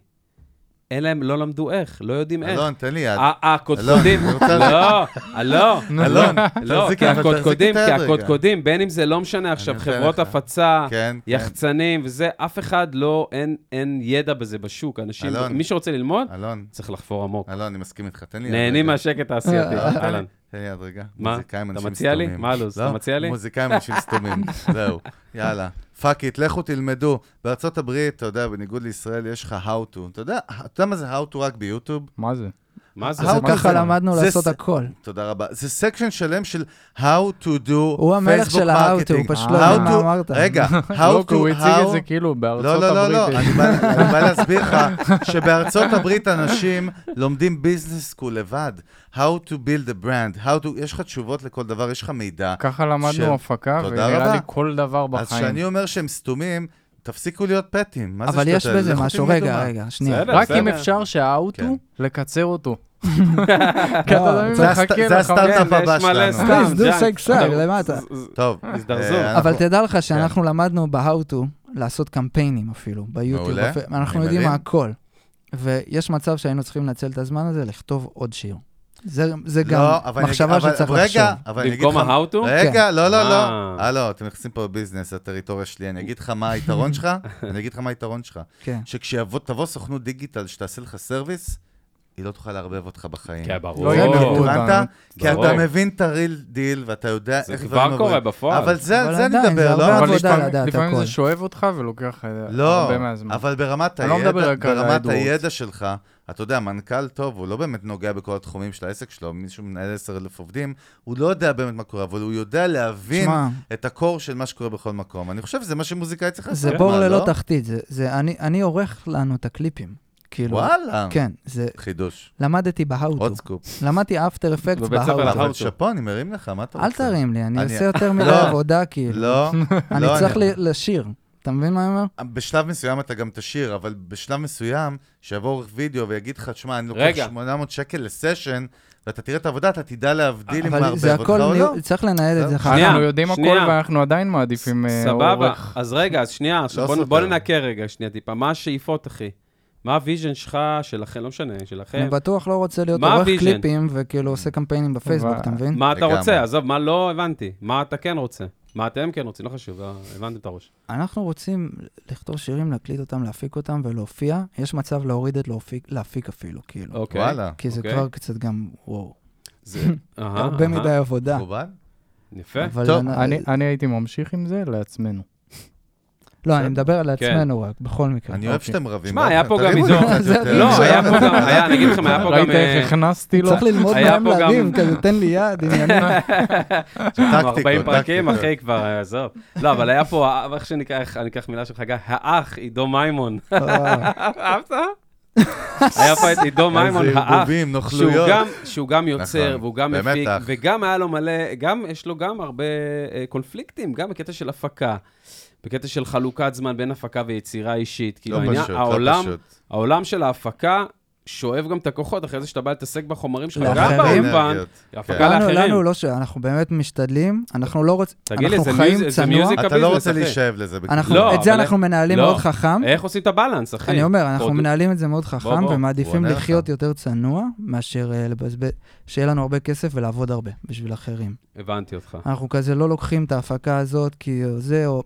אין להם, לא למדו איך, לא יודעים איך. אלון, תן לי יד. ה- הקודקודים, אלון, אני רוצה- לא, לא, אלון, לא, תחזיק כי את היד, הקודקודים, תחזיק את כי היד רגע. הקודקודים, בין אם זה לא משנה עכשיו, נותן חברות לך. הפצה, כן, כן. יחצנים וזה, אף אחד לא, אין- אין ידע בזה בשוק. אנשים, אלון. מי שרוצה ללמוד, אלון, צריך לחפור עמוק. אלון, אני מסכים איתך, תן לי... אה, נהנים רגע. מהשקט העשייתי, אה, אלון, תן לי- אהלן. תן לי יד רגע. מה? מוזיקאים, אתה אנשים מציע לי? סתומים. מה הלו"ז? אתה לא, מציע לי? מוזיקאים, אנשים סתומים. זהו, יאללה. פאק איט, לכו תלמדו. בארצות הברית, אתה יודע, בניגוד לישראל, יש לך how to. אתה יודע, אתה יודע מה זה how to רק ביוטיוב? מה זה? מה זה? How זה to- ככה למדנו לא, זה לעשות ס- הכל. תודה רבה. זה סקשן שלם של how to do הוא המלך Facebook של ה-how to, הוא marketing. פשוט לא יודע How מה to- אמרת. רגע, how to, how... לא, כי הוא הציג את זה כאילו לא, בארצות לא, לא, לא, הברית. אני בא- אני בא להסביר לך שבארצות הברית אנשים לומדים ביזנס סקול לבד. How to build a brand, how to, יש לך תשובות לכל דבר, יש לך מידע. ככה של- למדנו הפקה, תודה ונראה רבה. לי כל דבר בחיים. אז כשאני אומר שהם סתומים, תפסיקו להיות פטים. מה זה לא אבל השטויות יש האלה? בזה לכו משהו, תלמדו רגע, מה. רגע, שנייה. בסדר, רק אם בסדר. אפשר שהאוטו, לקצר אותו. לא, כי אתה יודע, זה מחכה הסט- לך, זה הסטארט-אפ כן, הבא יש מלא שלנו. סטארט-אפ. Please do ג'אנק. sex sell, למטה. טוב, הזדרזו. אה, אבל אנחנו- תדע לך שאנחנו למדנו ב-how to לעשות קמפיינים אפילו, ביוטיוב. מעולה. אפ- אנחנו אני יודעים מבין. הכל. ויש מצב שהיינו צריכים לנצל את הזמן הזה לכתוב עוד שיר. זה זה גם לא, אבל אני- מחשבה אבל- שצריך רגע, לחשוב. אבל אני אגיד במקום לך... ה-how to? רגע, לא, לא, לא. אה. הלו, אתם נכנסים פה בביזנס, הטריטוריה שלי. אני אגיד לך מה היתרון שלך, אני אגיד לך מה היתרון שלך. כן. שכשתבוא סוכנות דיגיטל שתעשה לך סרוויס, היא לא תוכל לערבב אותך בחיים. כן, ברור. לא יגנבו הבנת? אותנו. כי ברור. אתה מבין את הריל דיל, ואתה יודע זה איך כבר דברים קורה עוברים. בפועל. אבל זה אבל על זה אני עדיין, זה מדבר, הרבה לא עבודה על אבל זה שאתה- לדעת לפעמים- לפעמים הכל. זה שואב אותך ולוקח אה, לא, הרבה מהזמן. אבל ברמת אני לא הידע, מדבר רק על ברמת ההיעדרות. הידע שלך, אתה יודע, מנכ"ל טוב, הוא לא באמת נוגע בכל התחומים של העסק שלו, מישהו מנהל 10,000 עובדים, הוא לא יודע באמת מה קורה, אבל הוא יודע להבין שמע. את הקור של מה שקורה בכל מקום. אני חושב שזה מה שמוזיקאי צריך לעשות. זה מה, בור ללא לא? תחתית, זה- זה אני- אני עורך לנו את הקליפים. כאילו, וואלה. כן, זה, חידוש. למדתי בהאוטו. אה. עוד סקופ. למדתי אפטר אפקט בבית ספר בהאוטו. לאחר- אבל שאפו, אני מרים לך, מה אתה אל רוצה? תרים לי, אני אני- עושה יותר מדי לא. עבודה, כאילו. לא, אני לא, צריך ל- לשיר. אתה מבין מה אני אומר? בשלב מסוים אתה גם תשאיר, אבל בשלב מסוים, שיבוא עורך וידאו ויגיד לך, שמע, אני לוקח רגע. 800 שקל לסשן, ואתה תראה את העבודה, אתה תדע להבדיל אם מערבב אבל אותך זה הכל, או ניהול- לא. צריך לנהל את זה אחר שנייה, אנחנו יודעים הכל שנייה. ואנחנו עדיין מעדיפים אה, סבבה. אורך. אז רגע, אז שנייה, עכשיו בוא- סותר. בוא ננקה רגע, שנייה טיפה. מה השאיפות, אחי? מה הוויז'ן שלך, שלכם, לא משנה, שלכם? אני בטוח לא רוצה להיות מה עורך הוויז'ן? קליפים וכאילו עושה קמפיינים בפייסבוק, ו- אתה מבין? מה אתה לגמרי. רוצה? עזוב, מה לא הבנתי. מה אתה כן רוצה? מה אתם כן רוצים? לא חשוב, אה, הבנתם את הראש. אנחנו רוצים לכתוב שירים, להקליט אותם, להפיק אותם ולהופיע. יש מצב להוריד את להופיק- להפיק אפילו, כאילו. אוקיי. וואלה, כי זה אוקיי. כבר קצת גם, וואו, זה אהה, הרבה אהה. מדי עבודה. מכובד. אה. יפה. אבל טוב, אני- אני- אני הייתי ממשיך עם זה לעצמנו. לא, אני מדבר על כן. עצמנו רק, בכל מקרה. אני אוהב שאתם רבים. שמע, היה פה תריבו גם לי עידו. קצת כן, אוקיי. זה יותר. אני- לא, היה פה גם, היה, אני אגיד לכם, היה פה ראית גם... אה, איך הכנסתי לו? צריך ללמוד היה מהם פה גם- להגיב, כזה תן לי יד, עניינים. אנחנו טקטיקות, 40 פרקים, טקטיקות. אחי, כבר, אה, עזוב. לא, אבל היה פה, האח- איך שניקח, אני אקח מילה שלך, גיא, האח עידו מימון. אה, אהבת? היה פה את עידו מימון, איזה האח. ערבובים, שהוא נוכלויות. גם, שהוא גם יוצר, נכון, והוא גם באמת מפיק, אח. וגם היה לו מלא, גם, יש לו גם הרבה אה, קונפליקטים, גם בקטע של הפקה, בקטע של חלוקת זמן בין הפקה ויצירה אישית. כאילו, לא העניין- פשוט, לא העולם, פשוט. העולם של ההפקה שואב גם את הכוחות, אחרי זה שאתה בא להתעסק בחומרים שלך, גם לא לאחרים. באולפן, אנרגיות, כן. הפקה לנו, לנו לאחרים. לא ש... אנחנו באמת משתדלים, אנחנו לא רוצים, תגיד לי, אנחנו זה חיים מיוזיק- זה צנוע, מיוזיק? אתה לא הביזנס, רוצה אחי. להישאב לזה. בקיצור. אנחנו, לא, את זה אבל- אנחנו מנהלים לא. מאוד חכם. איך עושים את הבלנס, אחי? אני אומר, אנחנו עוד- מנהלים את זה מאוד חכם, בוא. הוא ומעדיפים עונה לך. לחיות יותר צנוע, מאשר אה, לבזבז, שיהיה לנו הרבה כסף ולעבוד הרבה בשביל אחרים. הבנתי אותך. אנחנו כזה לא לוקחים את ההפקה הזאת, כי זה, או...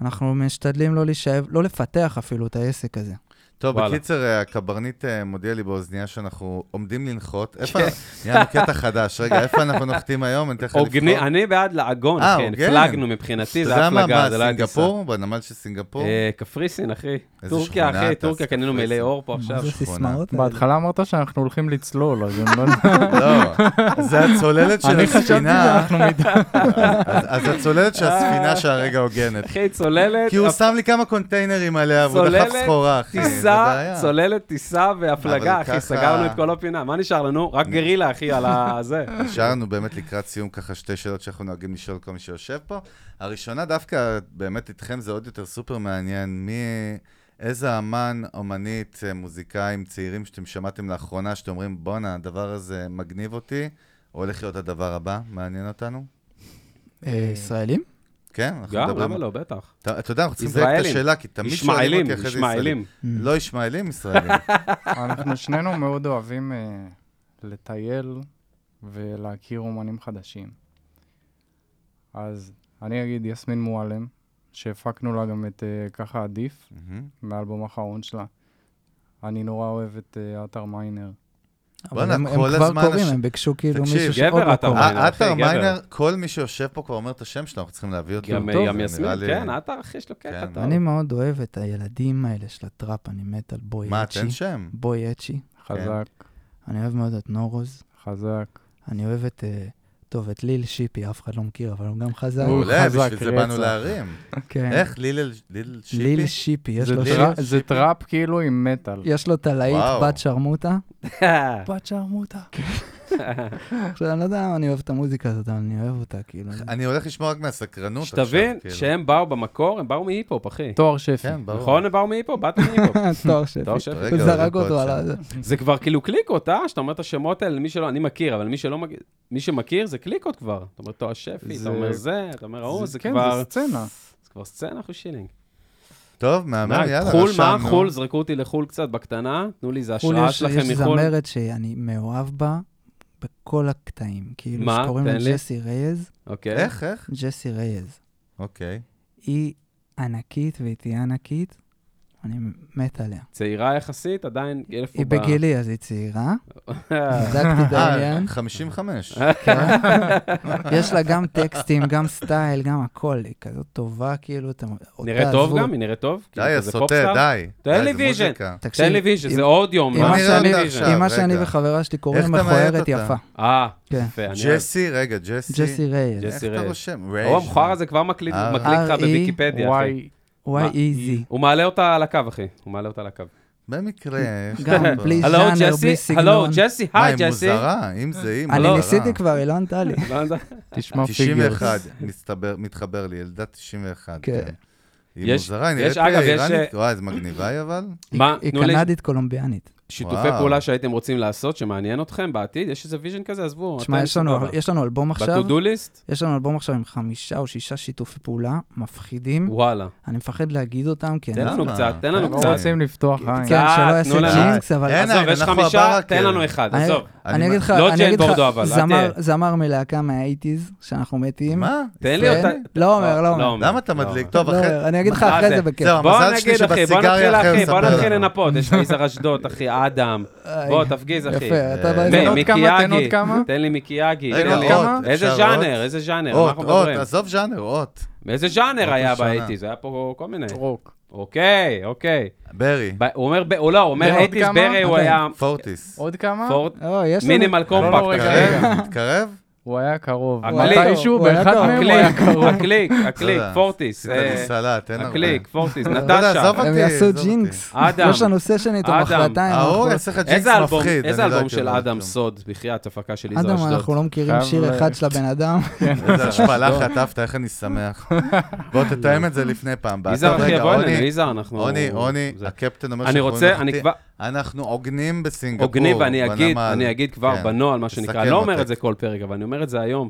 אנחנו משתדלים לא להישאב, לא לפתח אפילו את העסק הזה. טוב, וואלה. בקיצר, אה, הקברניט אה, מודיע לי באוזנייה שאנחנו עומדים לנחות. איפה... כן. נהיה לנו קטע חדש. רגע, איפה אנחנו נוחתים היום? אני אתן לך לבחור. הוגני, אוקיי, אני בעד לעגון, לא. אה, אחי, הוגן. הפלגנו מבחינתי, אתה זה יודע מה, הפלגה, זה מה, לא היה טיסה. סינגפור? בנמל של סינגפור? אה, קפריסין, אחי. איזה טורקיה, שכונה אחי, אתה, טורקיה, קנינו קפריסין. מלא אור פה עכשיו. זה שכונה. סיסמאות. האלה. בהתחלה אמרת שאנחנו הולכים לצלול, אז כן. אני לא יודע. לא, זה הצוללת של אני חשבתי הספינה. שאנחנו מת... אז אז הצוללת של הספינה שהרגע הוגנת. אחי, צוללת, כי הוא הפ- שם לי כמה קונטיינרים עליה, והוא צוללת, דחף סחורה, אחי. זה טיסה, בעיה. צוללת, טיסה והפלגה, אבל ככה- אחי, סגרנו את כל הפינה. מה נשאר לנו? רק גרילה, אחי, על הזה. נשארנו באמת לקראת סיום ככה שתי שאלות שאנחנו נוהגים לשאול כל מי שיושב פה. הראשונה דווקא, באמת איתכם זה עוד יותר סופר מעניין, מי... איזה אמן, אומנית, אה, מוזיקאים, צעירים שאתם שמעתם לאחרונה, שאתם אומרים, בואנה, הדבר הזה מגניב אותי, הולך להיות הדבר הבא, מעניין אותנו? אה, ישראלים? כן, אנחנו גם, מדברים... למה לא, בטח. אתה אתה יודע, אנחנו צריכים לדייק את ישראלים. השאלה, כי תמיד שואלים ישמעאלים, אותי אחרי זה ישראלים. ישמעאלים. לא ישמעאלים ישראלים. אנחנו שנינו מאוד אוהבים אה, לטייל ולהכיר אומנים חדשים. אז אני אגיד יסמין מועלם, שהפקנו לה גם את אה, ככה עדיף, מהמם. מהאלבום האחרון שלה. אני נורא אוהב את אה, עטר מיינר. אבל בואנה, הם הם כל כבר הזמן קוראים, אש- הם ביקשו כאילו תקשיב, מישהו גבר שעוד לא אתה, קורא. מה? מיינר, אחי, עטר גבר. אה, מיינר, כל מי שיושב פה כבר אומר את השם שלו, אנחנו צריכים להביא אותו. גם טוב, גם זה יסמין, נראה לי- כן, עטר אחי יש לו קטע כן. טוב. אני מאוד אוהב את הילדים האלה של הטראפ, אני מת על בוי מה, אצ'י. תן שם. בוי אצ'י. חזק, אני אוהב מאוד את נורוז. חזק. אני אוהב את... אה, טוב, את ליל שיפי, אף אחד לא מכיר, אבל הוא גם חזק. הוא מעולה, חזק, בשביל זה באנו רצח. להרים. כן. אוקיי. איך, ליל ליל שיפי? ליל שיפי, יש זה לו ליל שיר- כן. טראפ- זה טראפ כאילו עם מטאל. יש לו את הלהיט וואו. בת שרמוטה. כן. בת שרמוטה. עכשיו, אני לא יודע למה אני אוהב את המוזיקה הזאת, אבל אני אוהב אותה, כאילו. אני הולך לשמוע רק מהסקרנות עכשיו. שתבין כאילו. שהם באו במקור, הם באו מהיפ-הופ, אחי. תואר שפי. כן, ברור. נכון, הם באו מהיפ-הופ? באתם מהיפ-הופ. תואר שפי. תואר שפי. רגע, הוא עוד זרק דקות אותו על שם. ה... זה. זה כבר כאילו קליקות, אה? שאתה אומר את השמות האלה למי שלא, אני מכיר, אבל מי שלא מכיר, מי שמכיר זה קליקות כבר. אתה אומר תואר שפי, אתה זה- אומר זה, אתה אומר ההוא, זה כן, כבר... זה סצנה. זה כבר סצנה, אחי שילינג. טוב, מהמם, יאללה, חו"ל, מה רשמנו. חו"ל? זרקו אותי לחו"ל קצת בקטנה, תנו לי איזה חו"ל השראה יש- שלכם יש מחו"ל. זמרת שאני מאוהב בה בכל הקטעים. כאילו, מה? שקוראים לה תן לי. ג'סי רייז. אוקיי. איך, איך? ג'סי רייז. אוקיי. היא ענקית והיא תהיה ענקית, אני מת עליה. צעירה יחסית, עדיין אלף היא בגילי, אז היא צעירה. בדקתי את אה, העניין. 55. אה, כן. יש לה גם טקסטים, גם סטייל, גם הכל. היא כזאת טובה, כאילו, אתה... נראית אותה טוב עזבו. גם? היא נראית טוב? כאילו, די, כזה הסוטה, פופסטאר? די. תן די, לי זה ויז'ן. מוזיקה. תן לי ויז'ן, עם- זה אודיו, מה עם מה אני זה שאני- רואה אותה ויז'ן? עכשיו. עם מה שאני רגע. וחברה שלי איך קוראים אתה מאהב מכוערת אותה? יפה. אה, כן. יפה. אני אוהב. ג'סי, רגע, ג'סי. ג'סי רייז. ג'סי איך רייז. אתה רושם? או המכוער הזה כבר מקליק אה. מקליק לך R-E- בוויקיפדיה, אחי. וואי, וואי איזי. הוא מעלה אותה על הקו, אחי. הוא מעלה אותה על הקו. במקרה, יש גם, לנו פה. בלי הלו, ז'אנר, ג'סי? בלי הלו, סגנון. ג'סי? מה, היי, היא ג'סי. מוזרה? אם זה היא, מוזרה. אני ניסיתי כבר, היא לא ענתה לי. לא יודע. תשמע פיגרס. 91, מסתבר- מתחבר לי, ילדה 91. כן. כן. היא יש- מוזרה, היא נראית יש, אה, אגב, יש, אה, איראנית. וואי, איזה מגניבה היא אבל. היא- מה? היא תנו לי- קנדית קולומביאנית. שיתופי וואו. פעולה שהייתם רוצים לעשות, שמעניין אתכם בעתיד? יש איזה ויז'ן כזה? עזבו. תשמע, אתם יש לנו- סבבה. יש לנו אלבום עכשיו, Hmm? ב-to-do list? יש לנו אלבום עכשיו עם חמישה או שישה שיתופי פעולה מפחידים. וואלה. אני מפחד להגיד אותם, כי אני... תן לנו למה? קצת, תן לנו לא לא קצת. רוצים לפתוח עין. כן, שלא יעשה תנו לנו. ג'ינקס, אבל... אין, עזוב, עדיין, יש אנחנו אה, חמישה, הברקר. תן לנו אחד, אני- עזוב. אני אגיד לך, לא אני ג'יין אגיד בורדו, לך, אבל, אל זמר- תהיה. זמר מלהקה מהאייטיז, שאנחנו מתים. מה? תן לי כן? אותה. לא אומר, לא אומר. למה אתה לא מדליק? אומר. טוב, לא, אחרי... אני לא אגיד לך מה אחרי זה? זה בכיף. זהו, בוא המזל שלי נגיד, אחי, בוא שבסיגריה נתחיל, אחר אחי, בוא מספר נתחיל לנו. לנפות. יש לך יזהר אשדוד, אחי, אדם. איי, בוא, תפגיז, אחי. יפה, אתה אה, מי- בא... תן עוד כמה, תן מיקיאגי. עוד כמה. תן לי מיקיאגי. רגע, תן לי- עוד, כמה? איזה אפשר ז'אנר, איזה ז'אנר, על מה אות, אנחנו אות, מדברים? עזוב ז'אנר, אות. איזה ז'אנר היה ראשונה. באייטיז? היה פה כל מיני. רוק. אוקיי, אוקיי. ברי, ב- הוא אומר, ב- הוא לא, הוא אומר ועוד אייטיז כמה? אה, ברי, הוא אוקיי. היה פורטיס. עוד כמה? פורט, או, יש לנו... אה, מינימל לא, לא, קומפקט. רגע, מתקרב? אחי. מתקרב? הוא היה קרוב. הקליק. מתישהו, הוא היה באחד קרוב. מהם הוא היה הקליק, קרוב. הקליק, הקליק, בסדר. פורטיס. עשית לי אה, סלט, אין הרבה. הקליק, פורטיס, אתה יודע, נטשה. עזוב הם אותי, יעשו עזוב אותי. ג'ינקס. אדם. יש לנו סשן איתו אדם. מחרתיים. ההוא אנחנו- יעשה אה, לך ג'ינקס איזה אלבום, מפחיד. איזה אני לא אלבום הייתי של אומר אדם כלום. סוד, בחייאת, הפקה של יזהר אדם, אשדוד. אנחנו לא מכירים חייב שיר ל- אחד של הבן אדם. איזה השפלה חטפת, איך אני שמח. בוא תתאם את זה לפני פעם. הבאה. יזהר טוב, אחי רגע, יבוא עוני, אלינו, יזהר, אנחנו... עוני, עוני, זה- הקפטן אומר אני שאנחנו רוצה, אני נחתים. כבר... אנחנו עוגנים בסינגפור. הוגנים, ואני אגיד, בנמל. אני אגיד כבר כן. בנוהל, מה שנקרא. אני תסכם לא אומר אותי. את זה כל פרק, אבל אני אומר את זה היום.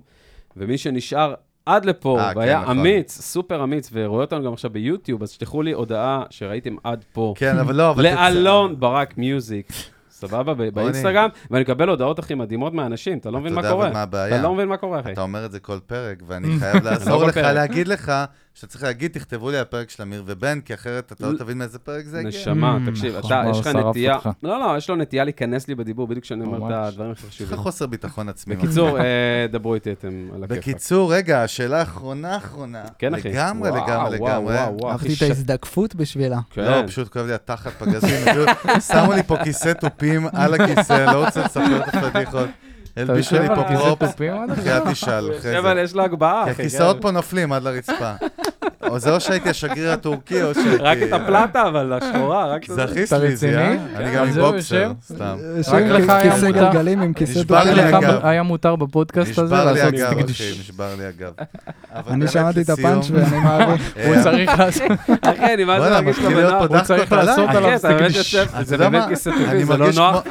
ומי שנשאר עד לפה, אה, כן, והיה נכון. אמיץ, סופר אמיץ, ורואה אותנו גם עכשיו ביוטיוב, אז תשלחו לי הודעה שראיתם עד פה. כן, אבל לא, אבל... לאלון ברק מיוזיק, סבבה? ב- באינסטגרם, ואני מקבל הודעות, אחי, מדהימות מאנשים, אתה לא מבין אתה יודע מה אבל קורה. מה הבעיה. אתה לא מבין מה קורה, אחי. אתה אומר את זה כל פרק, ואני חייב לעזור לא כל לך פרק. להגיד לך, שאתה צריך להגיד, תכתבו לי על הפרק של אמיר ובן, כי אחרת אתה לא תבין מאיזה פרק זה כן. הגיע. נשמה, Mm, תקשיב, נכון. אתה, וואו, יש לך שרף נטייה... אותך. לא, לא, יש לו נטייה להיכנס לי בדיבור, בדיוק כשאני אומר את ממש. הדברים הכי יש לך חשובים. חוסר ביטחון עצמי. בקיצור, אה, דברו איתי אתם על הכיפאק. בקיצור, רגע, השאלה האחרונה אחרונה. כן, אחי. לגמרי, וואו, לגמרי, וואו, לגמרי. וואו, אה, כן. וואו, אהבתי אחי, את ש- ההזדקפות בשבילה. לא, פשוט כואב לי התחת פגזים. אפילו שמו לי פה כיסא תופים על הכיסא, לא רוצה לספר את הפדיחות. אתה הלבישו יושב לי על פה כיסא פרופס. תופים עד עכשיו? אחי, אל תשאל, אחרי אבל זה. יש לו הגבהה, אה, כי אחי. הכיסאות כן. פה נופלים עד לרצפה. או זה או שהייתי השגריר הטורקי, או שהייתי... רק את הפלטה, אבל, השחורה, רק את זה. זכיס אתה לי זה, אה? רציני? אני כן, גם על עם זה הוא בוקסר, יושב? סתם. שיר עם לך היה אה, כיסא מותר. גלגלים עם כיסא נשבר דו- לי לך הגב. היה מותר בפודקאסט הזה נשבר לי אה. לעשות הגב, סטיקדוש. אחי, נשבר לי הגב. אבל אני באמת, שמעתי את לסיום, הפאנץ' ואני מעריך. אה, הוא צריך לעשות, אחי, אני מה זה וואלה, מרגיש לא מתחיל להיות בנוח. פה הוא דחקות צריך עליי. אה, לעשות אחי, עליו אתה באמת סטיקדוש. יושב, אתה זה יודע באמת מה? כיסא אני טובי, זה לא מרגיש נוח.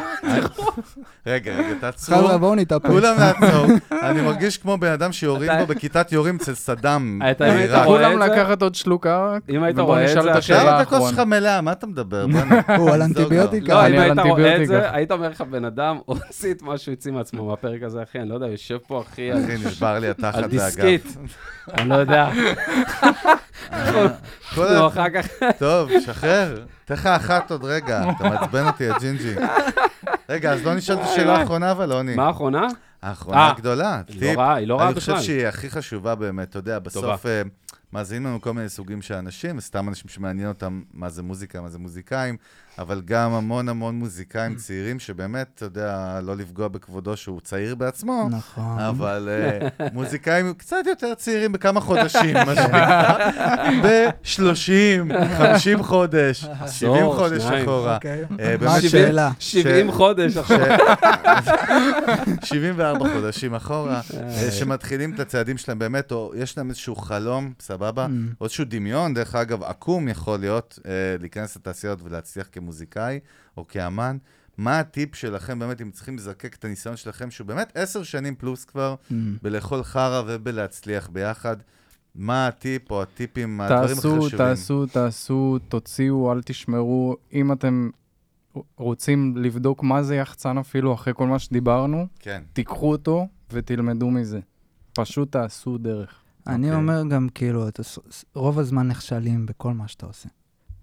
כמו- רגע, רגע, תעצרו. חבר'ה, בואו נתאפס. כולם לעצור. אני מרגיש כמו בן אדם שיורים אתה- בו בכיתת יורים אצל סדאם אתה- אתה- בעיראק. רואה את כולם זה? לקחת עוד שלוק ערק, אם היית ובוא רואה את נשאל זה את עכשיו, השאלה עכשיו את הכוס האחרונה. שלך מלאה, מה אתה מדבר? בוא'נה, הוא תזרוק על לו. אנטיביוטיקה. לא, אם אני על היית רואה את אנטיביוטיקה. זה, היית אומר לך, בן אדם הוציא את מה שהוא הוציא מעצמו מהפרק הזה, אחי, אני לא יודע, יושב פה, אחי, על- אחי, נשבר לי התחת על והגב. דיסקית. אני לא יודע. כל נו, ה- אחר כך, טוב, שחרר. תן לך אחת עוד רגע, אתה מעצבן אותי, הג'ינג'י. רגע, אז לא נשאל את השאלה האחרונה, אבל עוני. מה האחרונה? האחרונה אה, הגדולה. היא טיפ. לא רעה, היא לא רעה אני חושב בכלל. שהיא הכי חשובה באמת, אתה יודע, בסוף אה, מאזינים לנו כל מיני סוגים של אנשים, סתם אנשים שמעניין אותם מה זה מוזיקה, מה זה מוזיקאים, אבל גם המון המון Mm. מוזיקאים צעירים, שבאמת, אתה יודע, לא לפגוע בכבודו שהוא צעיר בעצמו, נכון. אבל אה, מוזיקאים קצת יותר צעירים בכמה חודשים, מה שנקרא, ב-30, 50 חודש, 70 חודש שניים. אחורה. אוקיי. אה, מה באמת ש- השאלה? 70 חודש ש- עכשיו. 74 חודשים אחורה, אה, שמתחילים את הצעדים שלהם באמת, או יש להם איזשהו חלום, סבבה, או איזשהו דמיון, דרך אגב, עקום יכול להיות, אה, להיכנס לתעשיות ולהצליח כמוזיקאי או כאמן. מה הטיפ שלכם באמת, אם צריכים לזקק את הניסיון שלכם, שהוא באמת עשר שנים פלוס כבר, בלאכול חרא ובלהצליח ביחד? מה הטיפ או הטיפים, הדברים הכי תעשו, חשובים? תעשו, תעשו, תוציאו, אל תשמרו. אם אתם רוצים לבדוק מה זה יחצן אפילו, אחרי כל מה שדיברנו, כן. תיקחו אותו ותלמדו מזה. פשוט תעשו דרך. אני אוקיי. אומר גם, כאילו, אתה ס- ס- רוב הזמן נכשלים בכל מה שאתה עושה.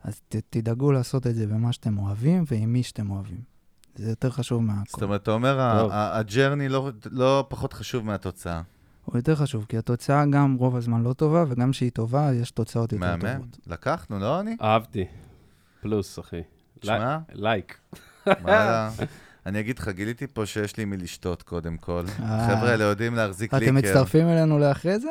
אז ת- תדאגו לעשות את זה במה שאתם אוהבים ועם מי שאתם אוהבים. זה יותר חשוב זאת מהכל. אומרת, אתה אומר, ה- טוב. ה- הג'רני לא- לא פחות חשוב מהתוצאה. הוא יותר חשוב, כי התוצאה גם רוב הזמן לא טובה, וגם כשהיא טובה, יש תוצאות יותר מהמם. טובות. לקחנו, לא אני? אהבתי. פלוס, אחי. תשמע. לי- לייק. אה. וואלה. לא? אני אגיד לך, גיליתי פה שיש לי מי לשתות קודם כל. אה. חבר'ה, האלה יודעים להחזיק ליקר. אתם מצטרפים אלינו לאחרי זה?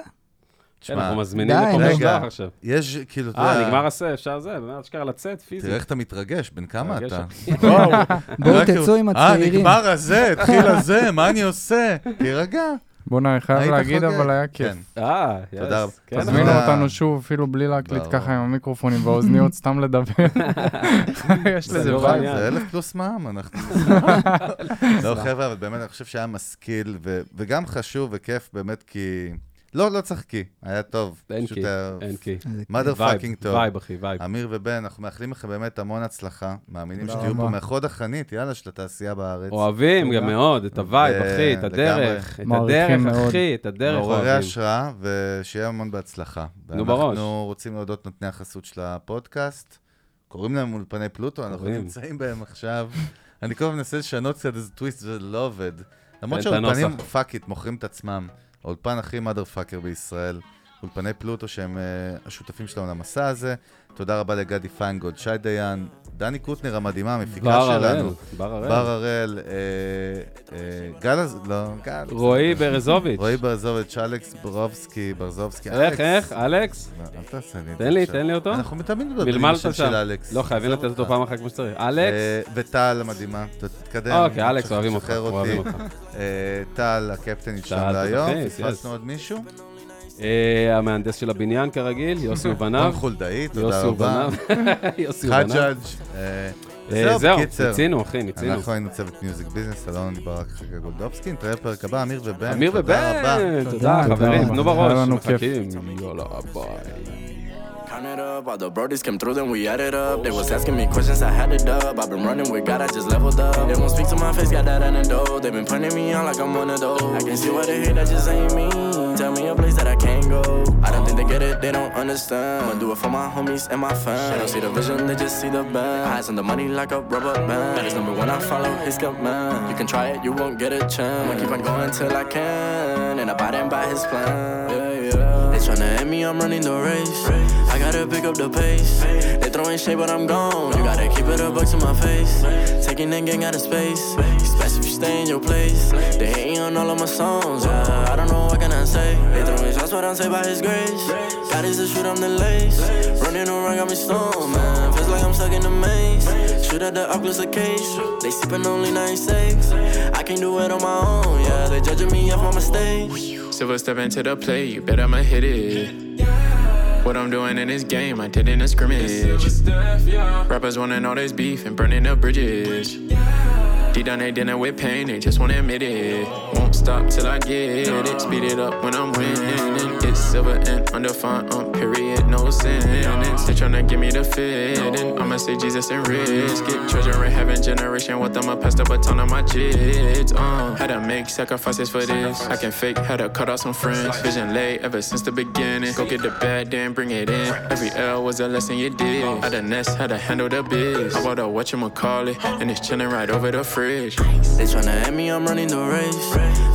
תשמע, כן, אנחנו מזמינים די, לכל נו. משלוח עכשיו. יש כאילו, אתה אה, נגמר יודע, הסף, אפשר זה, באמת, אשכרה לצאת פיזית. תראה איך אתה מתרגש, בן כמה מרגש, אתה. אחי. בואו תצאו עם לא אה, הצעירים. נגמר הזה, התחיל הזה, מה אני עושה? תירגע. בואנה, אני חייב היית להגיד, חוגג. אבל היה כיף. כן. אה, יס. תודה רבה. כן, תזמינו אבל- תזמינו אה. אותנו שוב, אפילו בלי להקליט ברור. ככה עם המיקרופונים והאוזניות, סתם לדבר. יש זה לזה לא וייב. רעיון. נכון, זה אלף פלוס מע"מ, אנחנו... לא, חבר'ה, אבל באמת, אני חושב שהיה משכיל, ו- וגם חשוב וכיף, באמת, כי... לא, לא צחקי, היה טוב. אין פשוט כי, היה- אין כי. איזה mother וייב, fucking טוב. וייב, אחי, וייב. אמיר ובן, אנחנו מאחלים לכם באמת המון הצלחה. מאמינים תודה שתהיו רבה. פה מהחוד החנית, יאללה, של התעשייה בארץ. אוהבים גם תודה. מאוד את הווייב, ו- אחי, את הדרך. את הדרך, מעריכים מאוד. אחי, את הדרך מעוררי אוהבים. השראה, ושיהיה המון בהצלחה. בראש. ואנחנו רוצים להודות לנותני החסות של הפודקאסט. קוראים להם אולפני פלוטו, אנחנו קוראים. נמצאים בהם עכשיו. אני כל הזמן מנסה לשנות קצת איזה טוויסט, זה לא עובד. למרות תן את שהאולפנים, הנוסח. פאק איט, מוכרים את עצמם. האולפן הכי מאדר פאקר בישראל. אולפני פלוטו, שהם אה, השותפים שלנו למסע הזה. תודה רבה לגדי פיינגולד, שי דיין, דני קוטנר המדהימה, המפיקה בר הראל, שלנו. בר בר הראל. הראל, אה, אה, גל, אז- לא, גל. רועי ברזוביץ'. רועי ברזוביץ', אלכס ברובסקי, ברזובסקי, איך, איך, אלכס? לא, אל תעשה לי את זה תן לי, עכשיו. תן לי אותו. אנחנו תמיד מדברים עם מלמלת השם שם. לא, של אלכס. לא, חייבים לתת אותו פעם אחת כמו שצריך. אלכס? אה, וטל המדהימה, ת- תתקדם. אוקיי, אה, אני אלכס, חושב אוהבים אותך, שחרר אוהבים אותי. אותך. אה, טל, הקפטנית שלנו טל, אוקיי, להיום. תותחית, פספסנו yes. עוד מישהו? אה, המהנדס של הבניין כרגיל, יוסי ובניו. רון חולדאי, תודה יוסי רבה. ובניו. יוסי ובניו. חג'אג'. אה, אה, זהו, זהו, בקיצר. מיצינו, אחי, מיצינו. אנחנו היינו צוות מיוזיק ביזנס, אלון ברק חגה גולדובסקי, נתראה בפרק הבא, אמיר ובן, אמיר תודה ובן, רבה. תודה, תודה, חברים, תודה. תנו היה בראש, לנו כיף. מחכים. יאללה, ביי. Count it up, all the brodies came through, then we added up. They was asking me questions, I had to dub. I've been running with God, I just leveled up. They won't speak to my face, got that antidote. they been pointing me out like I'm one of those. I can see why they hate, that just ain't me. Tell me a place that I can't go. I don't think they get it, they don't understand. I'ma do it for my homies and my fans. They don't see the vision, they just see the band. Eyes on the money like a rubber band. That is number one, I follow his command. You can try it, you won't get a chance. I'ma keep on going till I can, and abiding by his plan. Yeah, yeah. They tryna end me, I'm running the race. I gotta pick up the pace. They throwing shade, but I'm gone. You gotta keep it a buck to my face. Taking and getting out of space. Especially if you stay in your place. They hating on all of my songs. Yeah, I don't know what can I say. They throwing shots, but I'm saved by his grace. God is the shoot, I'm the lace. Running around, got me stoned, man. Feels like I'm stuck in the maze. Shoot at the Oculus a case. They sipping only 96. I can't do it on my own, yeah. They judging me off my mistakes. Silver step into the play, you bet I'ma hit it. What I'm doing in this game, I did in a scrimmage. Rappers wanting all this beef and burning up bridges. Deep down they dinner with pain, they just wanna admit it. Won't stop till I get it. Speed it up when I'm winning. It's silver and undefined, um, period, no sin. They tryna give me the fit, and I'ma say Jesus and risk it. Treasure in heaven, generation wealth, I'ma pass the baton on my kids. Um, had to make sacrifices for this. I can fake, had to cut out some friends. Vision late ever since the beginning. Go get the bag, then bring it in. Every L was a lesson you did. Had a nest, had to handle the biz. I bought a whatchamacallit, and it's chilling right over the fridge. They tryna at me, I'm running the race.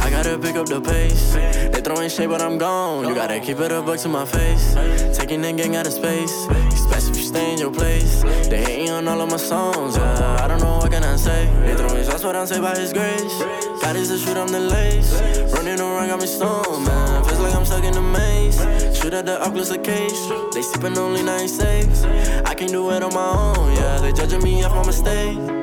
I gotta pick up the pace. They throwing shade, but I'm gone. You gotta keep it a buck to my face. Taking the gang out of space. Especially if you stay in your place. They hating on all of my songs. Yeah, I don't know what can I say. They throwing shots, but I'm saved by His grace. God is the shoot, I'm the lace. Running around, got me stoned, man. Feels like I'm stuck in a maze. Shoot at the Oculus the cage. They sipping only 96. I can do it on my own, yeah. They judging me off my mistakes.